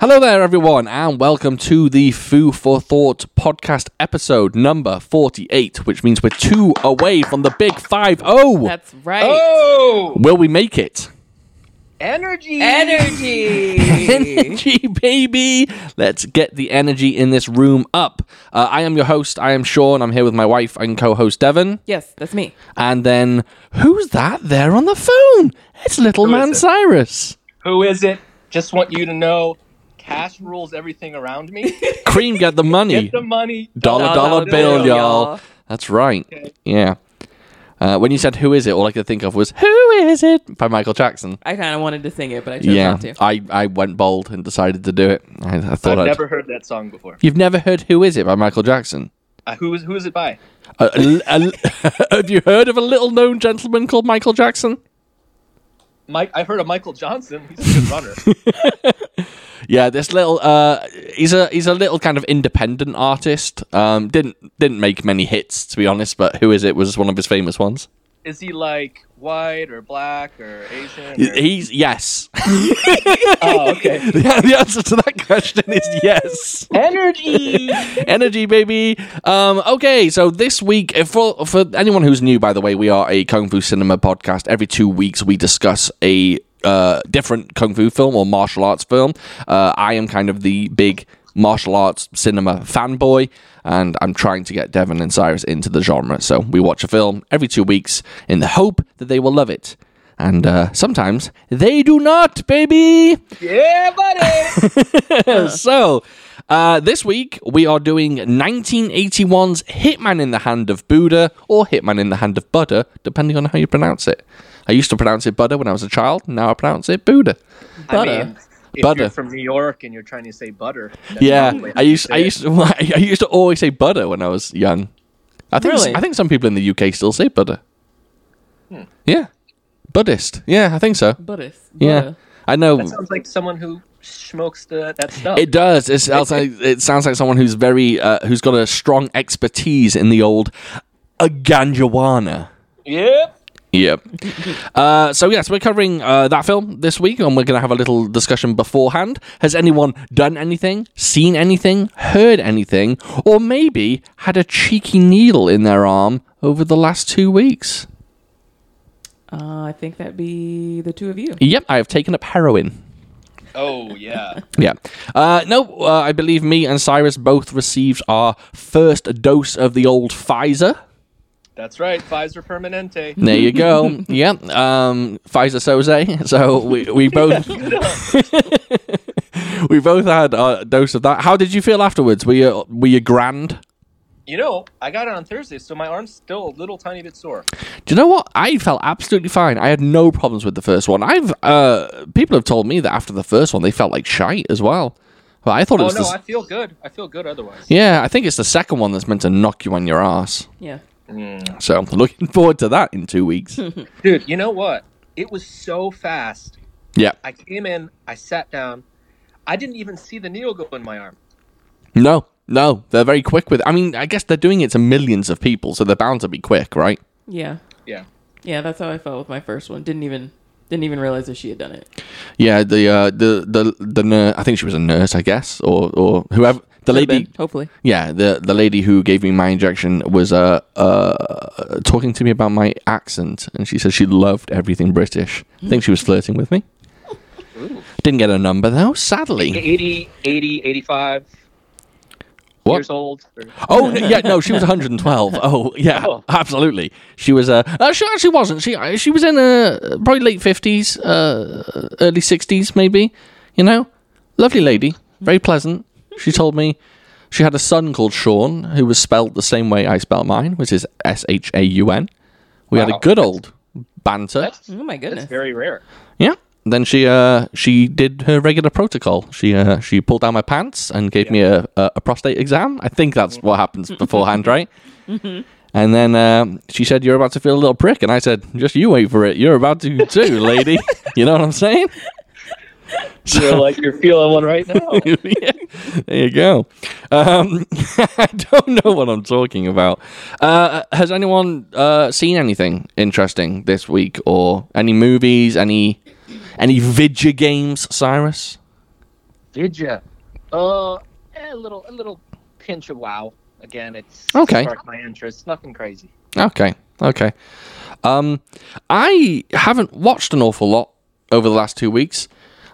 Hello there, everyone, and welcome to the Foo for Thought podcast episode number 48, which means we're two away from the big 5 0. That's right. Oh, Will we make it? energy! Energy. Energy, baby! Let's get the energy in this room up. Uh, I am your host. I am Sean. I'm here with my wife and co host, Devon. yes, that's me. And then, who's that there on the phone? It's Little Who Man is it? Cyrus. Who is it? Just want you to know, cash rules everything around me. Cream, get the money. Get the money. dollar dollar bill, y'all. That's right. Yeah. Uh, when you said "Who is it," all I could think of was "Who is it" by Michael Jackson. I kind of wanted to sing it, but I chose Yeah, not to. I, I went bold and decided to do it. I, I thought I've I'd- never heard that song before. You've never heard "Who is it" by Michael Jackson. Uh, who is who is it by? A- a- a- have you heard of a little-known gentleman called Michael Jackson? Mike. I've heard of Michael Johnson. He's a good runner. Yeah, this little uh, he's a he's a little kind of independent artist. Um, didn't didn't make many hits to be honest, but "Who is it" was one of his famous ones. is he like white or black or Asian? Or... He's yes. Oh, okay. the, the answer to that question is yes. Energy. Energy, baby. Um, okay, so this week, if for for anyone who's new, by the way, we are a kung fu cinema podcast. Every two weeks, we discuss a uh, different kung fu film or martial arts film. Uh, I am kind of the big martial arts cinema fanboy, and I'm trying to get Devon and Cyrus into the genre. So we watch a film every two weeks in the hope that they will love it. And uh, sometimes they do not, baby. yeah, buddy. So, uh, this week we are doing 1981's Hitman in the Hand of Buddha or Hitman in the Hand of Buddha, depending on how you pronounce it. I used to pronounce it Buddha when I was a child. Now I pronounce it Buddha. I Butter. mean, if Butter. you're from New York and you're trying to say butter, that's not the yeah, way I to used say I it. used to, I used to always say Buddha when I was young. I think Really? I think some people in the UK still say Buddha. Hmm. Yeah, Buddhist. Yeah, I think so. Buddhist. Yeah, Buddha. I know. That sounds like someone who smokes the, that stuff. It does. It sounds like it sounds like someone who's very uh, who's got a strong expertise in the old uh, ganjawana. yep. Yep. uh, so yes, we're covering uh, that film this week, and we're going to have a little discussion beforehand. Has anyone done anything, seen anything, heard anything, or maybe had a cheeky needle in their arm over the last two weeks? Uh, I think that'd be the two of you. Yep, I have taken up heroin. Oh yeah. Yeah. Uh, no, uh, I believe me and Cyrus both received our first dose of the old Pfizer. That's right, Pfizer Permanente. There you go. yeah. Um, Pfizer Soze. So we, we both we both had a dose of that. How did you feel afterwards? Were you were you grand? You know, I got it on Thursday, so my arm's still a little tiny bit sore. Do you know what? I felt absolutely fine. I had no problems with the first one. I've uh, people have told me that after the first one they felt like shite as well. But I thought it Oh was the no, s- I feel good. I feel good otherwise. yeah. I think it's the second one that's meant to knock you on your ass. Yeah. So I'm looking forward to that in two weeks. Dude, you know what? It was so fast. yeah. I came in, I sat down, I didn't even see the needle go in my arm. No. No. They're very quick with. I mean, I guess they're doing it to millions of people, so they're bound to be quick, right? Yeah. Yeah. Yeah, that's how I felt with my first one. Didn't even didn't even realize that she had done it. Yeah, the uh, the the the nurse. I think she was a nurse, I guess, or or whoever. The lady. But hopefully. Yeah, the the lady who gave me my injection was uh, uh talking to me about my accent, and she said she loved everything British. I think she was flirting with me. Didn't get a number though, sadly. 80, 80, 85 What? years old. or- Oh n- yeah, no, she was 112. Oh yeah, Oh. absolutely. She was uh, uh she actually wasn't. She uh, she was in uh probably late 50s, uh early 60s maybe. You know, lovely lady, very pleasant. She told me she had a son called Sean who was spelled the same way I spell mine, which is S H A U N. We had a Wow. good old banter. That's, Oh my that's goodness. very rare. Yeah. Then she uh she did her regular protocol. She uh she pulled down my pants and gave me a, a a prostate exam. I think that's what happens beforehand, right? And then um, she said, "You're about to feel a little prick," and I said, "Just you wait for it. You're about to too, lady. You know what I'm saying?" You're like, you're feeling one right now. Yeah, there you go. Um, I don't know what I'm talking about. Uh, has anyone uh, seen anything interesting this week, or any movies, any any video games, Cyrus? Did you? Uh, eh, a little, a little pinch of wow. Again, it's Okay. sparked my interest. Nothing crazy. Okay. Okay. Um, I haven't watched an awful lot over the last two weeks.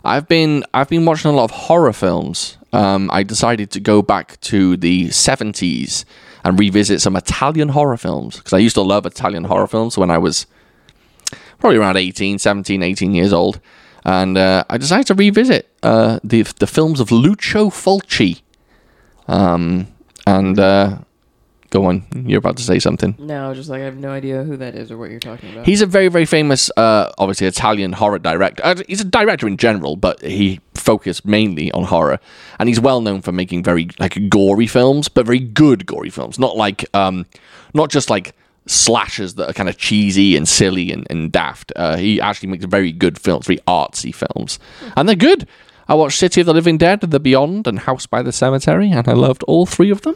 I've been I've been watching a lot of horror films. Um, I decided to go back to the seventies and revisit some Italian horror films because I used to love Italian horror films when I was probably around 18, 17, 18 years old. And uh, I decided to revisit uh, the the films of Lucio Fulci. Um, and uh, go on, you're about to say something. No, just like I have no idea who that is or what you're talking about. He's a very, very famous, uh, obviously Italian horror director. Uh, he's a director in general, but he focused mainly on horror, and he's well known for making very like gory films, but very good gory films. Not like, um, not just like slashes that are kind of cheesy and silly and, and daft. Uh, he actually makes very good films, very artsy films, and they're good. I watched City of the Living Dead, The Beyond, and House by the Cemetery, and I loved all three of them.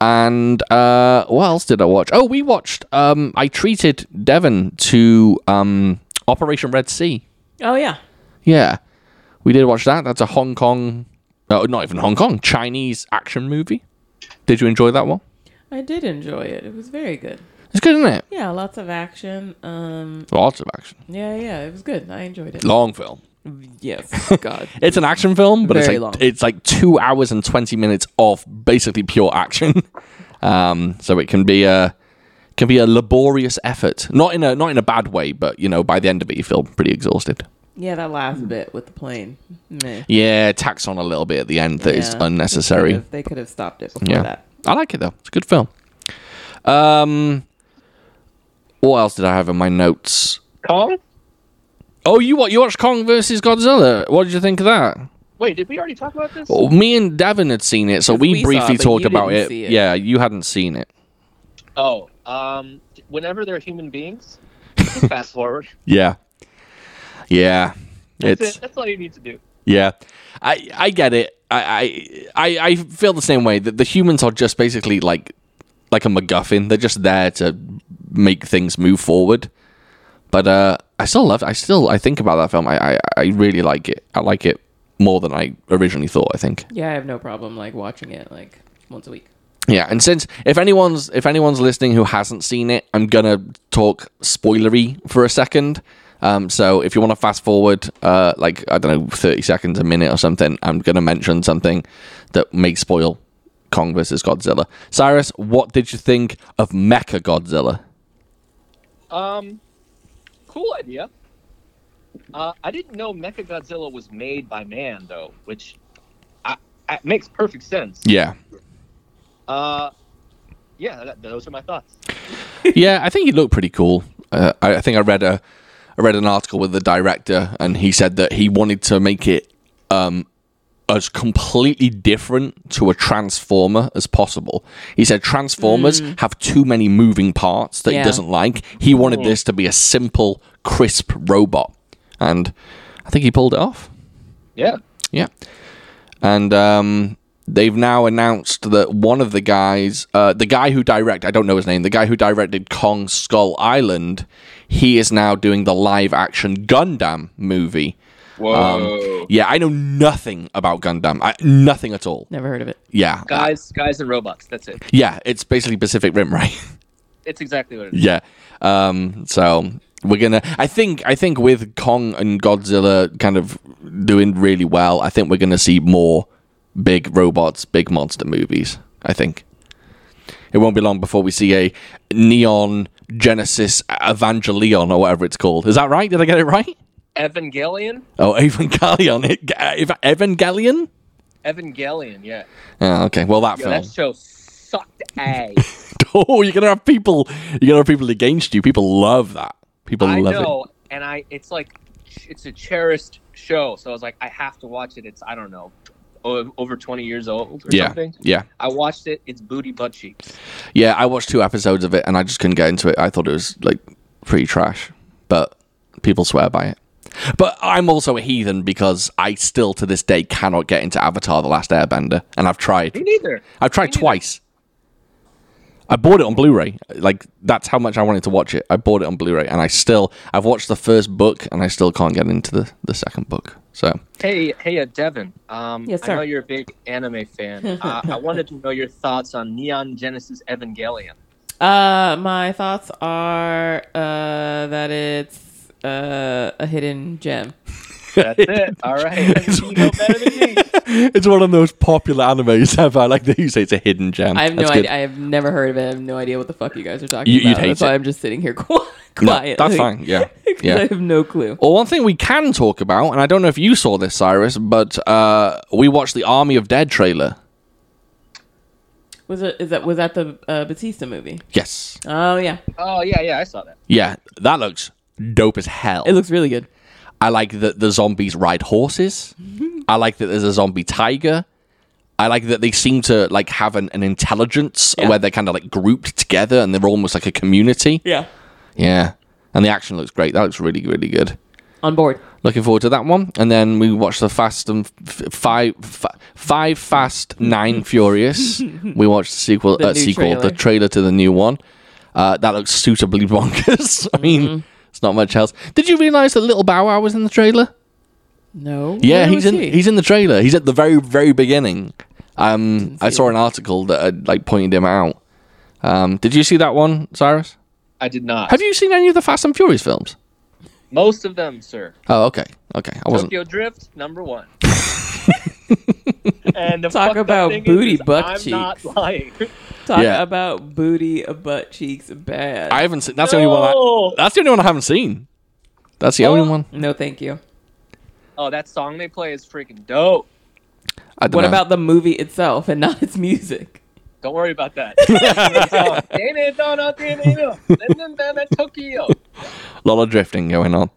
And uh, what else did I watch? Oh, we watched. Um, I treated Devon to um, Operation Red Sea. oh yeah, Yeah, we did watch that. That's a Hong Kong, uh, not even Hong Kong, Chinese action movie. Did you enjoy that one? I did enjoy it. It was very good. It's good, isn't it? Yeah, lots of action. Um, Lots of action. yeah, yeah, it was good. I enjoyed it. Long film. Yes, God. It's an action film, but it's Very like long. it's like two hours and twenty minutes of basically pure action. Um, so it can be a can be a laborious effort, not in a not in a bad way, but you know, by the end of it, you feel pretty exhausted. Yeah, that last bit with the plane. Meh. Yeah, it tacks on a little bit at the end that is Yeah. They could unnecessary. have- They could have stopped it before Yeah, that. I like it though. It's a good film. Um, what else did I have in my notes? Kong? Oh, you what? You watched Kong versus Godzilla. What did you think of that? Wait, did we already talk about this? Well, me and Davin had seen it, so 'Cause we, we saw briefly it, but talked you about didn't it. see it. Yeah, you hadn't seen it. Oh, um, whenever they're human beings, just fast forward. Yeah, yeah. That's it's it. That's all you need to do. Yeah, I I get it. I I I, I feel the same way that the humans are just basically like like a MacGuffin. They're just there to make things move forward. But uh, I still love. I still I think about that film. I, I I really like it. I like it more than I originally thought. I think. Yeah, I have no problem like watching it like once a week. Yeah, and since if anyone's if anyone's listening who hasn't seen it, I'm gonna talk spoilery for a second. Um, so if you want to fast forward, uh, like I don't know, thirty seconds, a minute, or something, I'm gonna mention something that may spoil Kong versus Godzilla. Cyrus, what did you think of Mecha Godzilla? Um, cool idea. Uh, I didn't know Mechagodzilla was made by man though, which I, I, makes perfect sense. Yeah, Uh, yeah, that, those are my thoughts. yeah, I think he looked pretty cool. Uh, I, I think I read a I read an article with the director, and he said that he wanted to make it um, as completely different to a transformer as possible. He said transformers have too many moving parts that Yeah. he doesn't like. He wanted this to be a simple, crisp robot, and I think he pulled it off. Yeah. Yeah. And um, they've now announced that one of the guys, uh, the guy who directed, I don't know his name, the guy who directed Kong Skull Island, he is now doing the live action Gundam movie. Um, Whoa, Yeah, I know nothing about Gundam. I, nothing at all. Never heard of it. Yeah. guys, guys, and robots. That's it. Yeah, it's basically Pacific Rim, right? It's exactly what it is. yeah. Um, so we're gonna. I think. I think with Kong and Godzilla kind of doing really well, I think we're gonna see more big robots, big monster movies. I think it won't be long before we see a Neon Genesis Evangelion or whatever it's called. Is that right? Did I get it right? Evangelion. Oh, Evangelion. Ev- Evangelion. Evangelion. Yeah. Oh, okay. Well, that Yo, film. that show sucked ass. oh, you're gonna have people. You're gonna have people against you. People love that. People I love it. know, and I it's like it's a cherished show, so I was like, I have to watch it. It's I don't know, o- over twenty years old or Yeah. something. Yeah. I watched it. It's booty butt cheeks. Yeah, I watched two episodes of it and I just couldn't get into it. I thought it was like pretty trash, but people swear by it. But I'm also a heathen because I still to this day cannot get into Avatar: The Last Airbender, and I've Me tried. neither. I've tried twice. I bought it on Blu-ray. Like that's how much I wanted to watch it. I bought it on Blu-ray, and I still I've watched the first book, and I still can't get into the the second book. So Hey, hey, uh, Devin. Um, Yes, I know sir. you're a big anime fan. uh, I wanted to know your thoughts on Neon Genesis Evangelion. Uh, my thoughts are uh, that it's uh, a hidden gem. That's it. All right. you know better than me. it's one of the most popular animes ever. Like they say, it's a hidden gem. I have no That's idea. good. I have never heard of it. I have no idea what the fuck you guys are talking You- you'd about. hate that's it. why I'm just sitting here quiet. No, that's fine. Yeah, 'Cause yeah. I have no clue. Well, one thing we can talk about, and I don't know if you saw this, Cyrus, but uh, we watched the Army of Dead trailer. Was it? Is that was that the uh, Batista movie? Yes. Oh yeah, Oh yeah, yeah, I saw that. Yeah, that looks dope as hell. it looks really good. I like that the zombies ride horses. I like that there's a zombie tiger. I like that they seem to like have an, an intelligence Yeah. where they're kind of like grouped together and they're almost like a community. Yeah, Yeah. And the action looks great. That looks really, really good. on board. Looking forward to that one. And then we watched the Fast and f- Five, f- Five Fast Nine Furious. we watched the sequel, The uh, new sequel, the trailer. trailer to the new one. Uh, that looks suitably bonkers. I mean, Mm-hmm. it's not much else. Did you realize that Little Bow Wow was in the trailer? No. Yeah, Where he's was in. he? He's in the trailer. He's at the very, very beginning. Um, I see saw it. an article that had, like pointed him out. Um, did you see that one, Cyrus? I did not. Have you seen any of the Fast and Furious films? Most of them, sir. Oh, okay, okay. I wasn't. Tokyo Drift, number one. and the Talk fucked up about thing booty is, is buck I'm cheeks. not lying. Talk Yeah. about booty, uh, butt cheeks, bad. I haven't seen. That's the only one. I, No! that's the only one I haven't seen. That's the only Oh. one. no, thank you. Oh, that song they play is freaking dope. I don't What know. about the movie itself and not its music? Don't worry about that. Tokyo. a lot of drifting going on?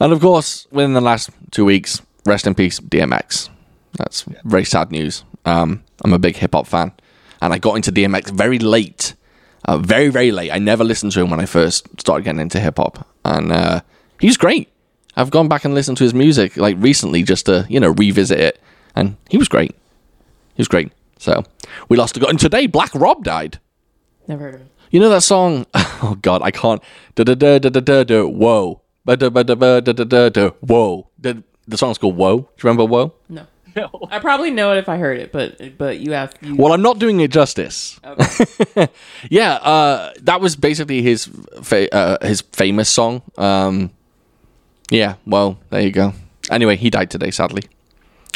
And of course, within the last two weeks, rest in peace, DMX. That's very sad news. Um, I'm a big hip hop fan, and I got into DMX very late, uh, very very late. I never listened to him when I first started getting into hip hop, and uh, he's great. I've gone back and listened to his music like recently just to you know revisit it, and he was great. He was great. So we lost a guy, and today Black Rob died. Never heard of him. You know that song? Oh God, I can't. Da da da da da da da. Whoa. Ba da ba da ba da da da da. Whoa. The the song's called Whoa. Do you remember Whoa? No. No. I probably know it if I heard it, but but you asked. You, Well, I'm not doing it justice. Okay. Yeah, uh, that was basically his fa- uh, his famous song. Um, yeah. Well, there you go. Anyway, he died today, sadly.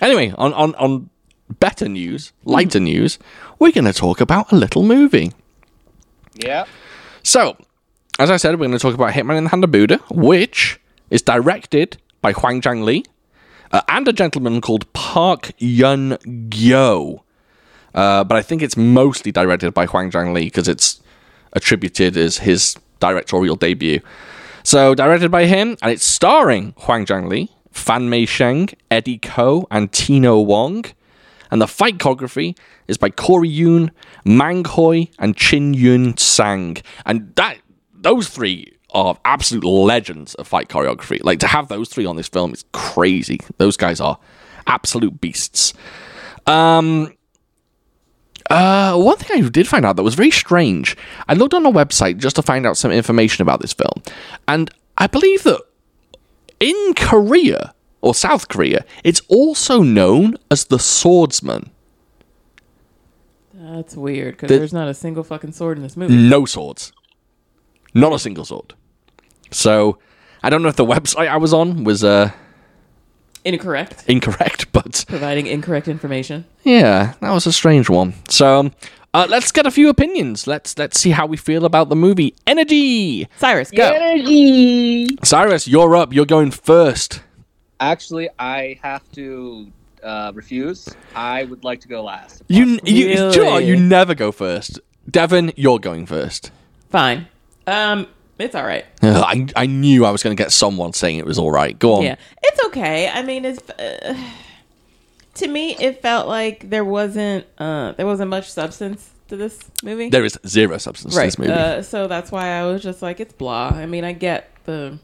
Anyway, on on on better news, lighter news, we're going to talk about a little movie. Yeah. So, as I said, we're going to talk about Hitman in the Hand of Buddha, which is directed by Huang Zhang Li uh, and a gentleman called Park Yun Gyo. Uh, but I think it's mostly directed by Huang Zhang Li because it's attributed as his directorial debut. So, directed by him, and it's starring Huang Zhang Li, Fan Mei Sheng, Eddie Ko, and Tino Wong. And the fight choreography is by Corey Yoon, Mang Hoi, and Chin Yun Sang. And that those three are absolute legends of fight choreography. Like to have those three on this film is crazy. Those guys are absolute beasts. Um, Uh, one thing I did find out that was very strange. I looked on a website just to find out some information about this film, and I believe that in Korea or South Korea, it's also known as the Swordsman. That's weird because The- Mm. there's not a single fucking sword in this movie. no swords, not a single sword. So I don't know if the website I was on was uh, Incorrect. incorrect, but Providing incorrect information. yeah, that was a strange one. So um, uh, let's get a few opinions. Let's let's see how we feel about the movie. Energy, Cyrus, go. Cyrus, you're up. You're going first. Actually, I have to uh, refuse. I would like to go last. You you you, know what? you Really? never go first. Devin, you're going first. Fine. Um, it's all right. Ugh, I I knew I was going to get someone saying it was all right. Go on. Yeah, it's okay. I mean, it's uh, to me, it felt like there wasn't uh there wasn't much substance to this movie. There is zero substance to this movie. Uh, so that's why I was just like, it's blah. I mean, I get the,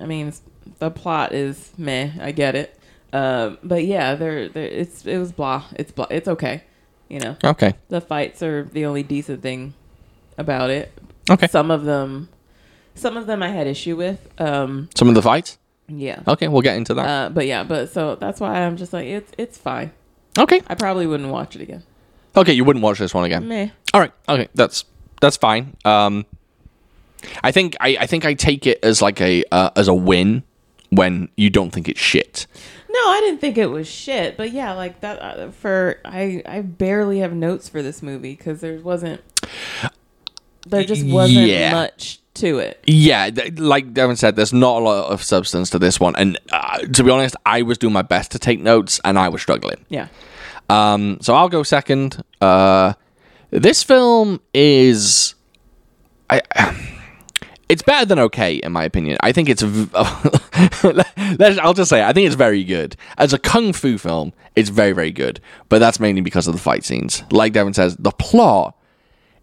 I mean, it's- the plot is meh. I get it. Um, but yeah, there, there, it's it was blah. It's blah. It's okay. You know, okay. the fights are the only decent thing about it. Okay. Some of them, some of them I had issue with. Um, Some of the fights. Yeah. Okay, we'll get into that. Uh, but yeah, but so that's why I'm just like it's it's fine. okay. I probably wouldn't watch it again. Okay, you wouldn't watch this one again. Meh. All right. Okay, that's that's fine. Um, I think I, I think I take it as like a uh, as a win when you don't think it's shit. No, I didn't think it was shit, but yeah, like that uh, for I I barely have notes for this movie because there wasn't there just wasn't Yeah. much to it. Yeah, th- like Devin said, there's not a lot of substance to this one, and uh, to be honest, I was doing my best to take notes, and I was struggling. Yeah, Um, so I'll go second. Uh, this film is, I, it's better than okay in my opinion. I think it's, v- let's, I'll just say, it. I think it's very good as a kung fu film. It's very very good, but that's mainly because of the fight scenes. Like Devin says, the plot.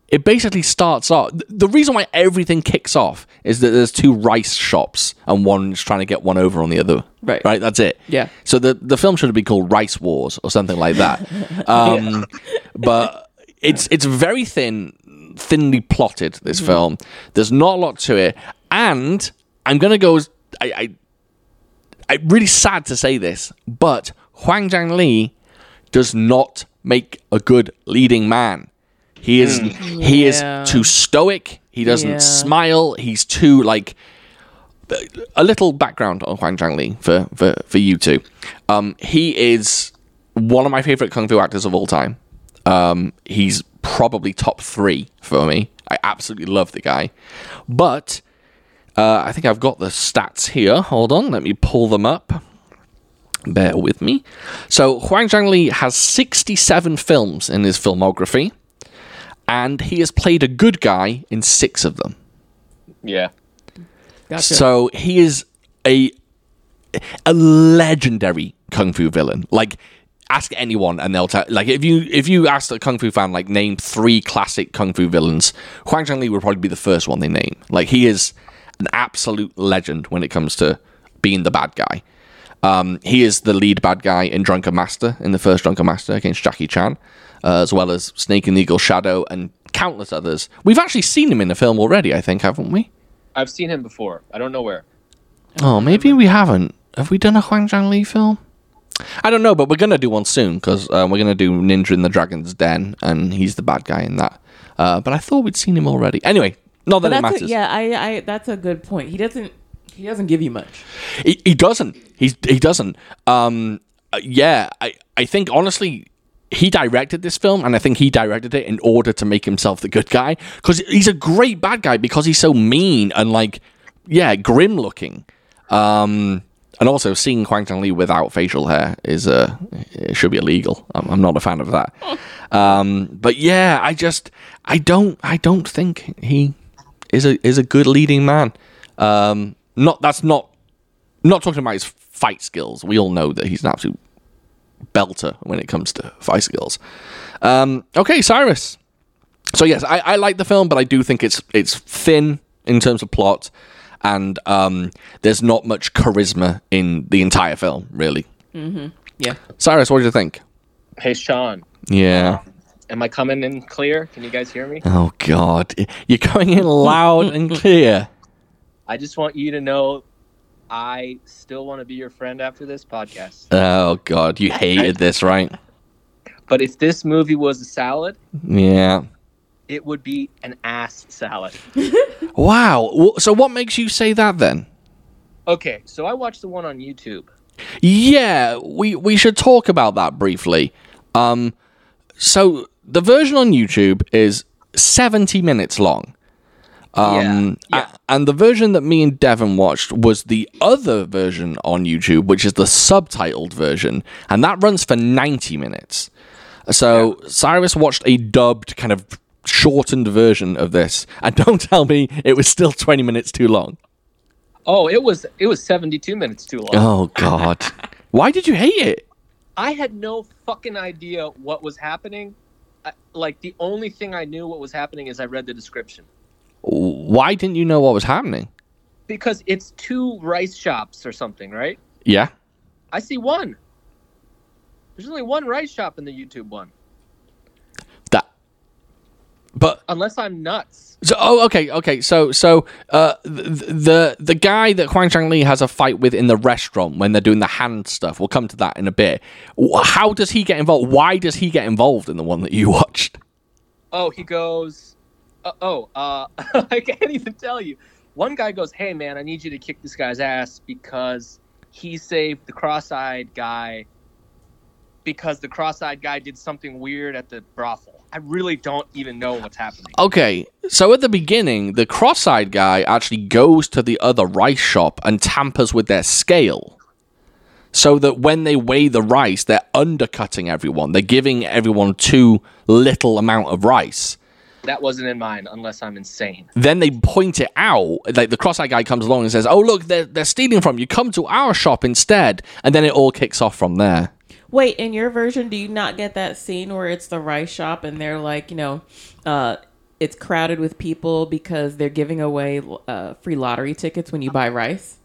It basically starts off. th- The reason why everything kicks off is that there's two rice shops and one's trying to get one over on the other. Right. Right. That's it. Yeah. So the the film should be called Rice Wars or something like that. Um, But it's it's very thin, thinly plotted. This Mm-hmm. film. There's not a lot to it, and I'm gonna go. as- I, I I'm really sad to say this, but Huang Zhang Li does not make a good leading man. He is he Mm. Yeah. is too stoic. He doesn't Yeah. smile. He's too like a little background on Huang Zhangli for for for you two. Um, he is one of my favorite kung fu actors of all time. Um, he's probably top three for me. I absolutely love the guy, but uh, I think I've got the stats here. Hold on, let me pull them up. Bear with me. So Huang Zhangli has 67 films in his filmography, and he has played a good guy in six of them. Yeah. gotcha. So he is a a legendary kung fu villain. Like ask anyone and they'll tell like if you if you asked a kung fu fan like name three classic kung fu villains, Huang Zhangli would probably be the first one they name. Like he is an absolute legend when it comes to being the bad guy. Um, he is the lead bad guy in Drunken Master, in the first Drunken Master against Jackie Chan, uh, as well as Snake and the Eagle Shadow and countless others. We've actually seen him in a film already, I think, haven't we? I've seen him before. I don't know where. Oh, maybe we haven't. Have we done a Huang Zhang Li film? I don't know, but we're gonna do one soon because uh, we're gonna do Ninja in the Dragon's Den, and he's the bad guy in that. Uh, but I thought we'd seen him already. Anyway, not that But it that's matters. a, yeah, I, I that's a good point. He doesn't he doesn't give you much. he, he doesn't. He's he doesn't. Um, uh, yeah, I I think honestly. He directed this film, and I think he directed it in order to make himself the good guy because he's a great bad guy because he's so mean and like, yeah, grim looking. Um, and also seeing Huang Tang Li without facial hair is uh, it should be illegal. I'm, I'm not a fan of that. Um, but yeah, I just I don't I don't think he is a is a good leading man. Um, not that's not not talking about his fight skills. We all know that he's an absolute belter when it comes to fight skills. Um, okay, Cyrus. So yes, I, I like the film, but I do think it's it's thin in terms of plot, and um, there's not much charisma in the entire film, really. Yeah, Cyrus, what do you think? Hey, Sean. Yeah. Am I coming in clear? Can you guys hear me? Oh God, you're going in loud and clear. I just want you to know I still want to be your friend after this podcast. Oh God, you hated this, right? But if this movie was a salad, Yeah. it would be an ass salad. Wow. Wh- So what makes you say that then? Okay, so I watched the one on YouTube. Yeah, we we should talk about that briefly. Um, so the version on YouTube is seventy minutes long. Um, Yeah, yeah. a- and the version that me and Devin watched was the other version on YouTube, which is the subtitled version, and that runs for ninety minutes. So Cyrus watched a dubbed kind of shortened version of this, and don't tell me it was still twenty minutes too long. Oh, it was it was 72 minutes too long. Oh God, why did you hate it? I had no fucking idea what was happening. I, like the only thing I knew what was happening is I read the description why didn't you know what was happening? because it's two rice shops or something, right? Yeah. I see one. There's only one rice shop in the YouTube one. That But unless I'm nuts. so, oh, okay, okay. So, so uh, the, the the guy that Huang Chang Li has a fight with in the restaurant when they're doing the hand stuff. We'll come to that in a bit. Wh- How does he get involved? Why does he get involved in the one that you watched? Oh, he goes. Uh, oh, uh, I can't even tell you. One guy goes, "Hey, man, I need you to kick this guy's ass because he saved the cross-eyed guy because the cross-eyed guy did something weird at the brothel." I really don't even know what's happening. Okay, so at the beginning, the cross-eyed guy actually goes to the other rice shop and tampers with their scale, so that when they weigh the rice, they're undercutting everyone. They're giving everyone too little amount of rice. That wasn't in mine, unless I'm insane. Then they point it out. Like the cross-eyed guy comes along and says, "Oh look, they're they're stealing from you. Come to our shop instead." And then it all kicks off from there. Wait, in your version, do you not get that scene where it's the rice shop and they're like, you know, uh, it's crowded with people because they're giving away uh, free lottery tickets when you buy rice?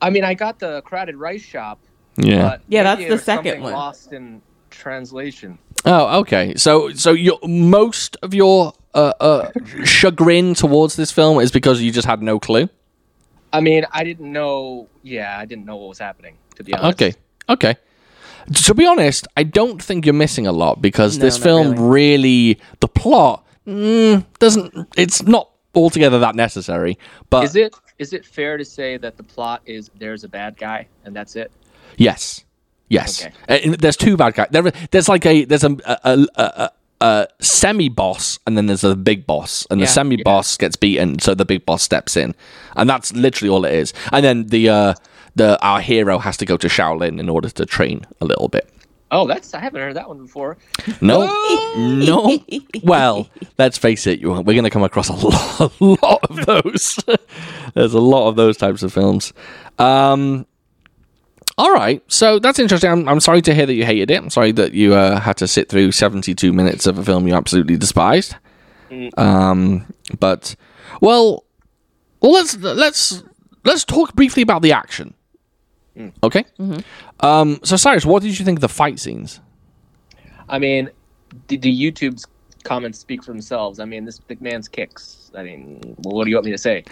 I mean, I got the crowded rice shop. Yeah. But Yeah, maybe that's the there was second something one. Lost in translation. Oh, okay. So, so your most of your uh, uh, chagrin towards this film is because you just had no clue. I mean, I didn't know. Yeah, I didn't know what was happening. To be honest. Okay, okay. T- To be honest, I don't think you're missing a lot because No, this not film really. the plot mm, doesn't. It's not altogether that necessary. But Is it is it fair to say that the plot is there's a bad guy and that's it? Yes. Yes. Okay. Uh, and there's two bad guys. There, there's like a there's a a, a, a, a semi boss and then there's a big boss and the Yeah. semi boss gets beaten so the big boss steps in and that's literally all it is. And then the uh the our hero has to go to Shaolin in order to train a little bit. Oh, that's I haven't heard that one before. No, no. Well, let's face it, you- we're going to come across a lot, a lot of those. There's a lot of those types of films. Um, all right, so that's interesting. I'm, I'm sorry to hear that you hated it. I'm sorry that you uh, had to sit through 72 minutes of a film you absolutely despised. Um, but well, well, let's let's let's talk briefly about the action. Okay. Um, so, Cyrus, what did you think of the fight scenes? I mean, the, the YouTube's comments speak for themselves. I mean, this big man's kicks. I mean, what do you want me to say?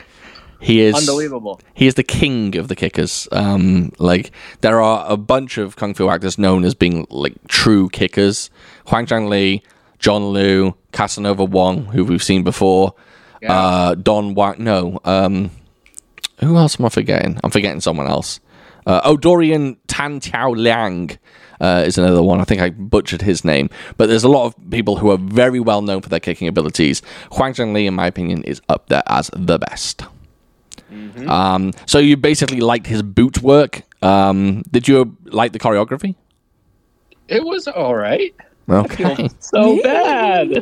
He is Unbelievable. He is the king of the kickers. Um, like there are a bunch of kung fu actors known as being like true kickers. Huang Zhang Li, John Liu, Casanova Wong, who we've seen before. Yeah. Uh, Don Wang. No. Um, who else am I forgetting? I'm forgetting someone else. Uh, oh, Dorian Tan Tiao Liang uh, is another one. I think I butchered his name. But there's a lot of people who are very well known for their kicking abilities. Huang Zhang Li, in my opinion, is up there as the best. Um, so you basically liked his boot work. Um, did you like the choreography? It was all right. Okay. So bad.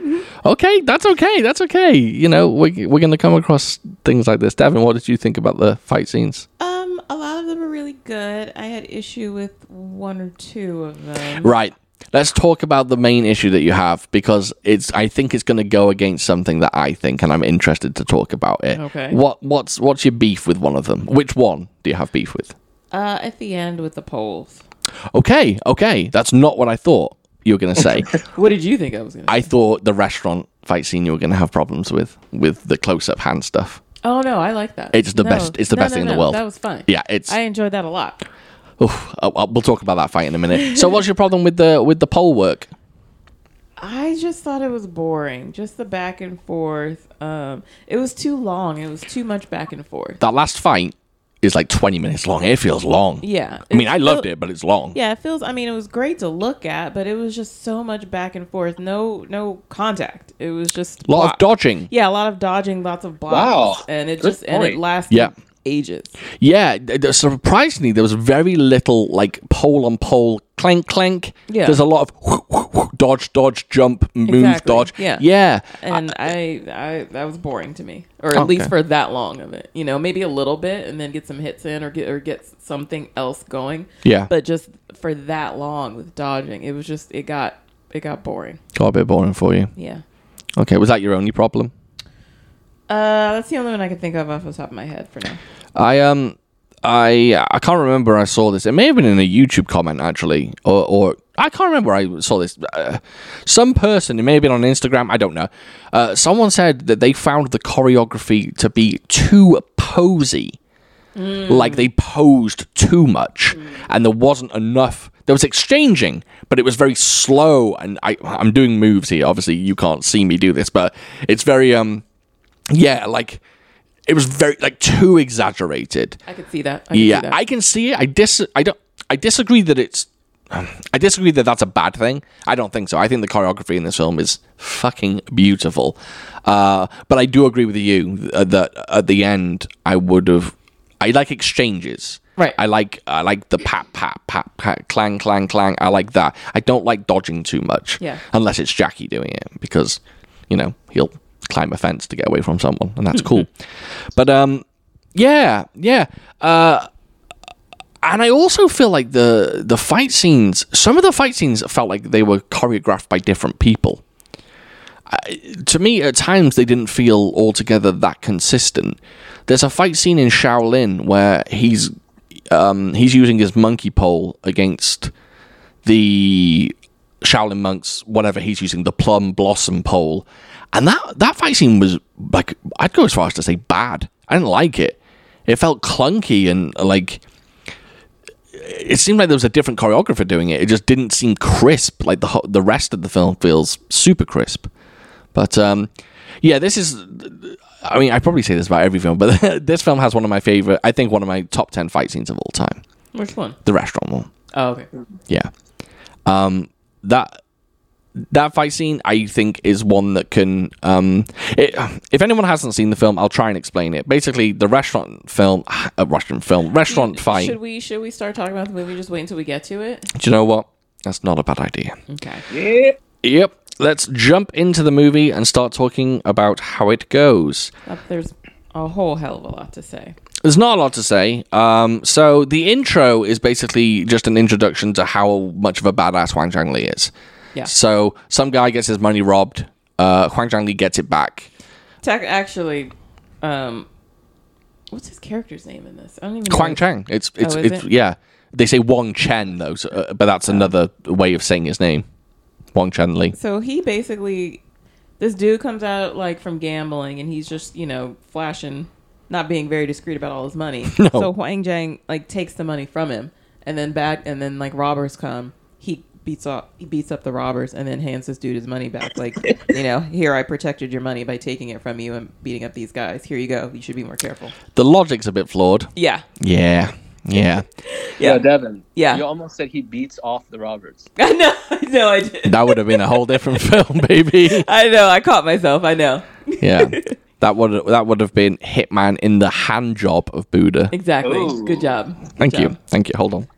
okay, that's okay. That's okay. You know, we're, we're going to come across things like this. Devin, what did you think about the fight scenes? Um, a lot of them are really good. I had issue with one or two of them. Right. Let's talk about the main issue that you have because it's. I think it's going to go against something that I think, and I'm interested to talk about it. Okay. What What's What's your beef with one of them? Which one do you have beef with? Uh, at the end with the polls. Okay. Okay. That's not what I thought you were going to say. What did you think I was gonna? I thought the restaurant fight scene you were going to have problems with with the close up hand stuff. oh no, I like that. It's the No. best- it's the No, best no, thing in the no, world. That was fun. Yeah, it's. I enjoyed that a lot. oof, uh, uh, we'll talk about that fight in a minute. So, what's your problem with the with the pole work? I just thought it was boring. Just the back and forth. Um, it was too long. It was too much back and forth. That last fight is like twenty minutes long. It feels long. Yeah. I mean, I loved feel- it, but it's long. Yeah, it feels. I mean, it was great to look at, but it was just so much back and forth. No, no contact. It was just A lot of block- dodging. Yeah, a lot of dodging, lots of blocks. Wow. and it Good just and it point. lasted Yeah. ages. Yeah, th- th- surprisingly, there was very little like pole on pole clank clank. Yeah. there's a lot of dodge, dodge, jump, move, Exactly, dodge. yeah. yeah. And I, I, that was boring to me, or at Okay. least for that long of it. You know, maybe a little bit, and then get some hits in, or get or get something else going. Yeah. But just for that long with dodging, it was just it got it got boring. Got a bit boring for you. Yeah. Okay, was that your only problem? Uh, that's the only one I can think of off the top of my head for now. I um I I can't remember I saw this. It may have been in a YouTube comment actually, or or I can't remember where I saw this. Uh, some person, it may have been on Instagram, I don't know. Uh, someone said that they found the choreography to be too posy. Like they posed too much and there wasn't enough. There was exchanging, but it was very slow. And I, I'm doing moves here. Obviously, you can't see me do this, but it's very, um, yeah, like it was very, like too exaggerated I could see that. I could yeah, see that. I can see it. I dis. I don't. I disagree that it's. I disagree that that's a bad thing. I don't think so. I think the choreography in this film is fucking beautiful. Uh, but I do agree with you uh, that at the end I would have. I like exchanges. Right. I like I like the pat pat pat pat clang clang clang. I like that. I don't like dodging too much. Yeah. Unless it's Jackie doing it because, you know, he'll climb a fence to get away from someone and that's cool. But um, yeah, yeah. Uh, and I also feel like the the fight scenes. Some of the fight scenes felt like they were choreographed by different people. I, to me, at times they didn't feel altogether that consistent. There's a fight scene in Shaolin where he's um, he's using his monkey pole against the Shaolin monks, whatever he's using, the plum blossom pole. And that, that fight scene was like, I'd go as far as to say bad. I didn't like it. It felt clunky and like, it seemed like there was a different choreographer doing it. It just didn't seem crisp. Like the, ho- the rest of the film feels super crisp. But um, yeah, this is. I mean, I probably say this about every film, but this film has one of my favorite. I think one of my top ten fight scenes of all time. Which one? The restaurant one. Oh, okay. Yeah. Um, that that fight scene, I think, is one that can. Um, it, if anyone hasn't seen the film, I'll try and explain it. Basically, the restaurant film, uh, Russian film, restaurant fight. Should we should we start talking about the movie? Just wait until we get to it. Do you know what? That's not a bad idea. Okay. Yeah. Yep. Let's jump into the movie and start talking about how it goes. Up there's a whole hell of a lot to say. There's not a lot to say. Um, so the intro is basically just an introduction to how much of a badass Huang Zhangli is. Yeah. So some guy gets his money robbed. Uh, Huang Zhangli gets it back. Tech actually, um, what's his character's name in this? I don't even. know Huang his- Chang. It's it's, Oh, is it's it? Oh. yeah. They say Wang Chen though, so, uh, but that's another way of saying his name. Wang Chen Li. So he basically, this dude comes out like from gambling, and he's just you know flashing, not being very discreet about all his money. No. So Huang Jiang like takes the money from him, and then back, and then like robbers come. He beats up he beats up the robbers, and then hands this dude his money back. Like you know, here I protected your money by taking it from you and beating up these guys. Here you go. You should be more careful. The logic's a bit flawed. Yeah. Yeah. Yeah. yeah, Devin. Yeah. you almost said he beats off the Roberts. no, no, I did. That would have been a whole different film, baby. I know. I caught myself. I know. Yeah. That would that would have been Hitman in the hand job of Buddha. Exactly. Ooh. Good job. Good Thank you. job. Thank you. Hold on.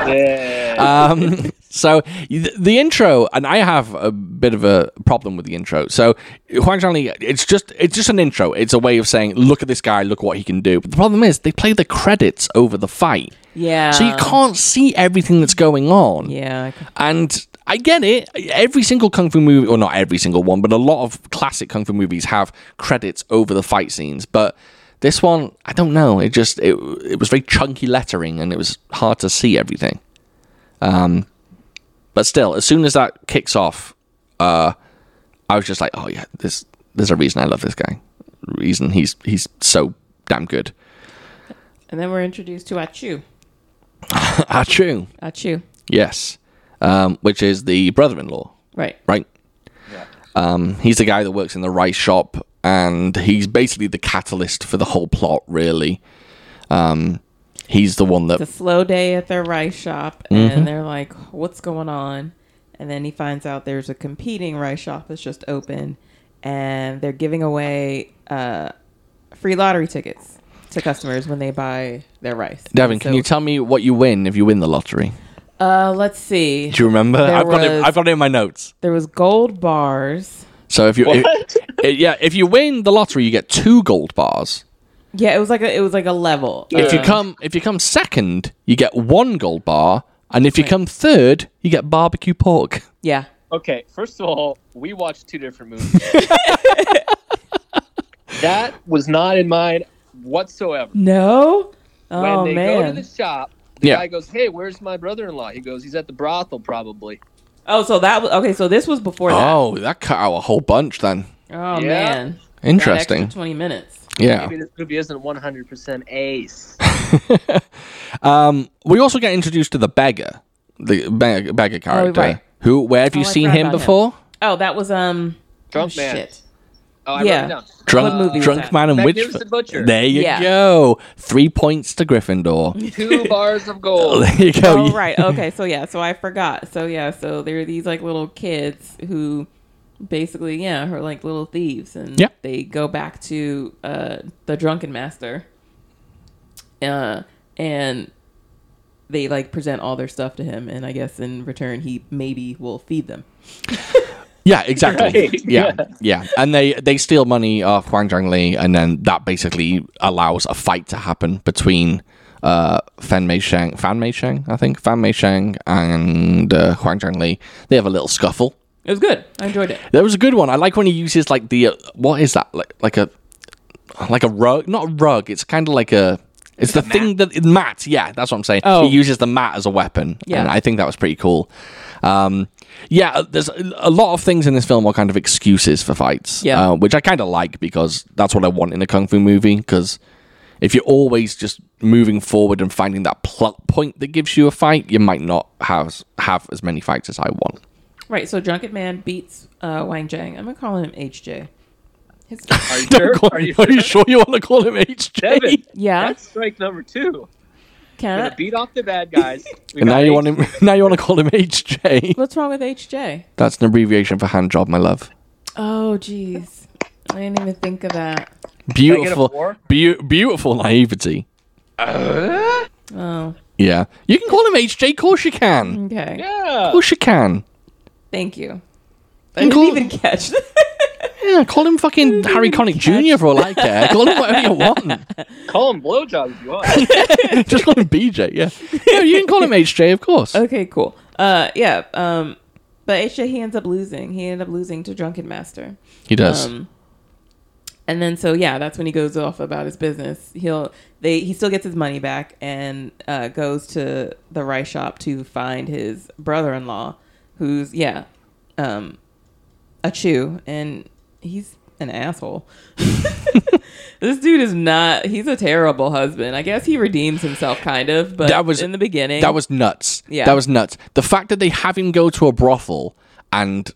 Yeah, Um, so the, the intro, and I have a bit of a problem with the intro. So Huang Zhangli, it's just it's just an intro. It's a way of saying, look at this guy, look what he can do. But the problem is they play the credits over the fight, Yeah. so you can't see everything that's going on. Yeah. I c- And I get it. Every single kung fu movie, or not every single one, but a lot of classic kung fu movies have credits over the fight scenes. But this one, I don't know. It just it it was very chunky lettering, and it was hard to see everything. Um, but still, as soon as that kicks off, uh, I was just like, oh yeah, this there's a reason I love this guy. Reason he's he's so damn good. And then we're introduced to Achu. Ah, true. Achu. Yes, um, which is the brother-in-law, Right. right? Um, he's the guy that works in the rice shop, and he's basically the catalyst for the whole plot. Really, um, he's the one It's that a slow day at their rice shop, Mm-hmm. and they're like, what's going on? And then he finds out there's a competing rice shop that's just open, and they're giving away uh, free lottery tickets to customers when they buy their rice. Devin. Can So, you tell me what you win if you win the lottery? uh, let's see. Do you remember? There I've got it. was- I've got it in my notes. There was gold bars. So if you, if- What? eh, yeah, if you win the lottery, you get two gold bars. Yeah, it was like a, it was like a level. If you Uh, come, if you come second, you get one gold bar, and if you come third, you get barbecue pork. yeah, Okay, first of all, we watched two different movies. that was not in mind whatsoever. no. when oh they man, go to the shop The Yeah. guy goes, "Hey, where's my brother-in-law?" He goes, "He's at the brothel, probably." Oh, so that was okay. So this was before that. Oh, that cut out a whole bunch then. Oh Yeah. man, That extra Interesting. Twenty minutes. Yeah. Maybe this movie isn't 100% ace. Um, we also get introduced to the beggar, the beg- beggar character. Oh, right. Who? Where have you Oh, I seen forgot him about him. before? Oh, that was um. Drunk oh, man. Shit. Oh, I Yeah. wrote it down. Drunk, What movie was drunk that? man and witch. Magnificent Butcher. There you Yeah. go. Three points to Gryffindor. Two bars of Oh, gold. there you go. Oh right. Okay. So yeah. So I forgot. So yeah. So there are these like little kids who, basically, yeah, are like little thieves, and Yeah. they go back to uh the drunken master. Uh, and they like present all their stuff to him, and I guess in return he maybe will feed them. Yeah, exactly. Right. Yeah, yeah, and they they steal money off Huang Zhangli, and then that basically allows a fight to happen between uh, Fan Meisheng, Fan Meisheng, I think Fan Meisheng and uh, Huang Zhangli. They have a little scuffle. It was good. I enjoyed it. That was a good one. I like when he uses like the uh, what is that like like a like a rug? Not a rug. It's kind of like a. It's the thing that mat. Yeah, that's what I'm saying. Oh. He uses the mat as a weapon. Yeah. and I think that was pretty cool. Um, yeah, uh, there's a a lot of things in this film are kind of excuses for fights. Yeah. uh, which I kind of like because that's what I want in a kung fu movie. Because if you're always just moving forward and finding that plot point that gives you a fight, you might not have have as many fights as I want. Right, so Drunken Man beats uh, Wang Jiang. I'm gonna call him HJ. His, Are you Don't sure? call- Are you are you sure you want to call him HJ? Devin, yeah, That's strike number two. can Gonna I? beat off the bad guys. We And got now you want eight. him. Now you want to call him HJ. What's wrong with HJ? That's an abbreviation for hand job, my love. Oh, jeez, I didn't even think of that. Beautiful, four? be- beautiful naivety. Uh? Oh, Yeah, you can call him HJ. Of course you can. Of okay. Yeah. course you can. Thank you. I And didn't call- even catch. Yeah, call him fucking Harry Connick Jr. for all I care. Call him whatever you want. Call him blowjob if you want. Just call him BJ. Yeah, yeah, you can call him HJ, of course. okay, cool. Uh, yeah. Um, but HJ he ends up losing. He ended up losing to Drunken Master. He does. Um, and then so yeah, that's when he goes off about his business. He'll they he still gets his money back and uh, goes to the rice shop to find his brother-in-law, who's yeah, um, a chew, and he's an asshole. this dude is not. He's a terrible husband. I guess he redeems himself kind of, but That was- in the beginning. That was nuts. Yeah. That was nuts. The fact that they have him go to a brothel and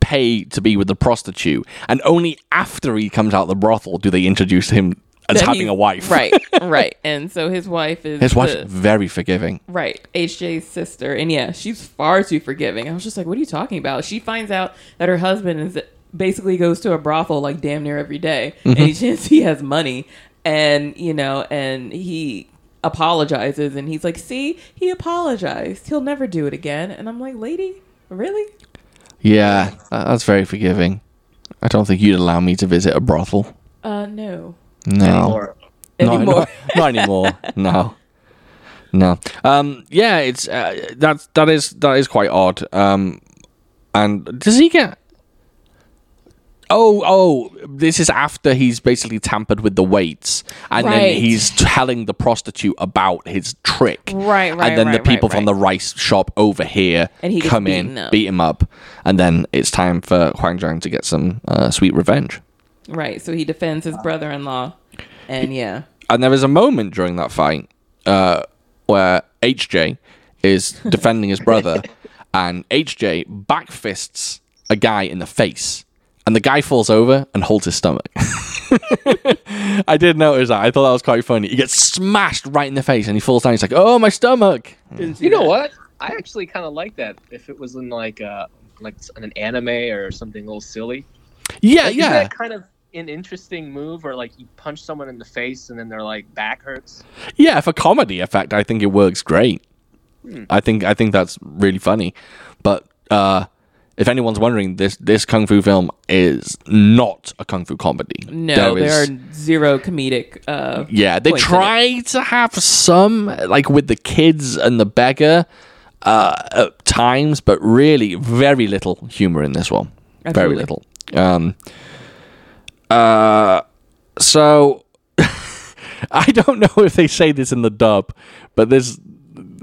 pay to be with the prostitute, and only after he comes out of the brothel do they introduce him as that having he- a wife. right, right. And so his wife is His wife's the- very forgiving. Right. HJ's sister. And yeah, she's far too forgiving. I was just like, what are you talking about? She finds out that her husband is basically goes to a brothel like damn near every day. Mm-hmm. And since he has money and, you know, and he apologizes and he's like, see, he apologized. He'll never do it again. And I'm like, lady, really? Yeah, that- that's very forgiving. I don't think you'd allow me to visit a brothel. Uh, no. No. Or- No, Anymore. Not, not anymore. no. No. Um yeah, it's uh, that that is that is quite odd. Um and does he get Oh, oh, this is after he's basically tampered with the weights and Right. then he's telling the prostitute about his trick. Right, right, And then the right, right, people from right. the rice shop over here And he gets come in, beaten up. beat him up, and then it's time for Huang Zhang to get some uh, sweet revenge. Right. So he defends his brother in law. And yeah. And there is a moment during that fight uh, where HJ is defending his brother, and HJ backfists a guy in the face, and the guy falls over and holds his stomach. I did notice that. I thought that was quite funny. He gets smashed right in the face, and he falls down. He's like, "Oh, my stomach!" You know what? I actually kind of like that. If it was in like uh like an anime or something a little silly. Yeah, Like, isn't Uh, yeah, that kind of an interesting move, or like you punch someone in the face and then their like back hurts. yeah. For comedy effect, I think it works great. Hmm. I think I think that's really funny. But uh, if anyone's wondering, this this kung fu film is not a kung fu comedy. No, There there, is- are zero comedic. Uh, Yeah, they points in it. try to have some like with the kids and the beggar uh, at times, but really very little humor in this one. Very Absolutely. little. Um. Uh. So I don't know if they say this in the dub, but there's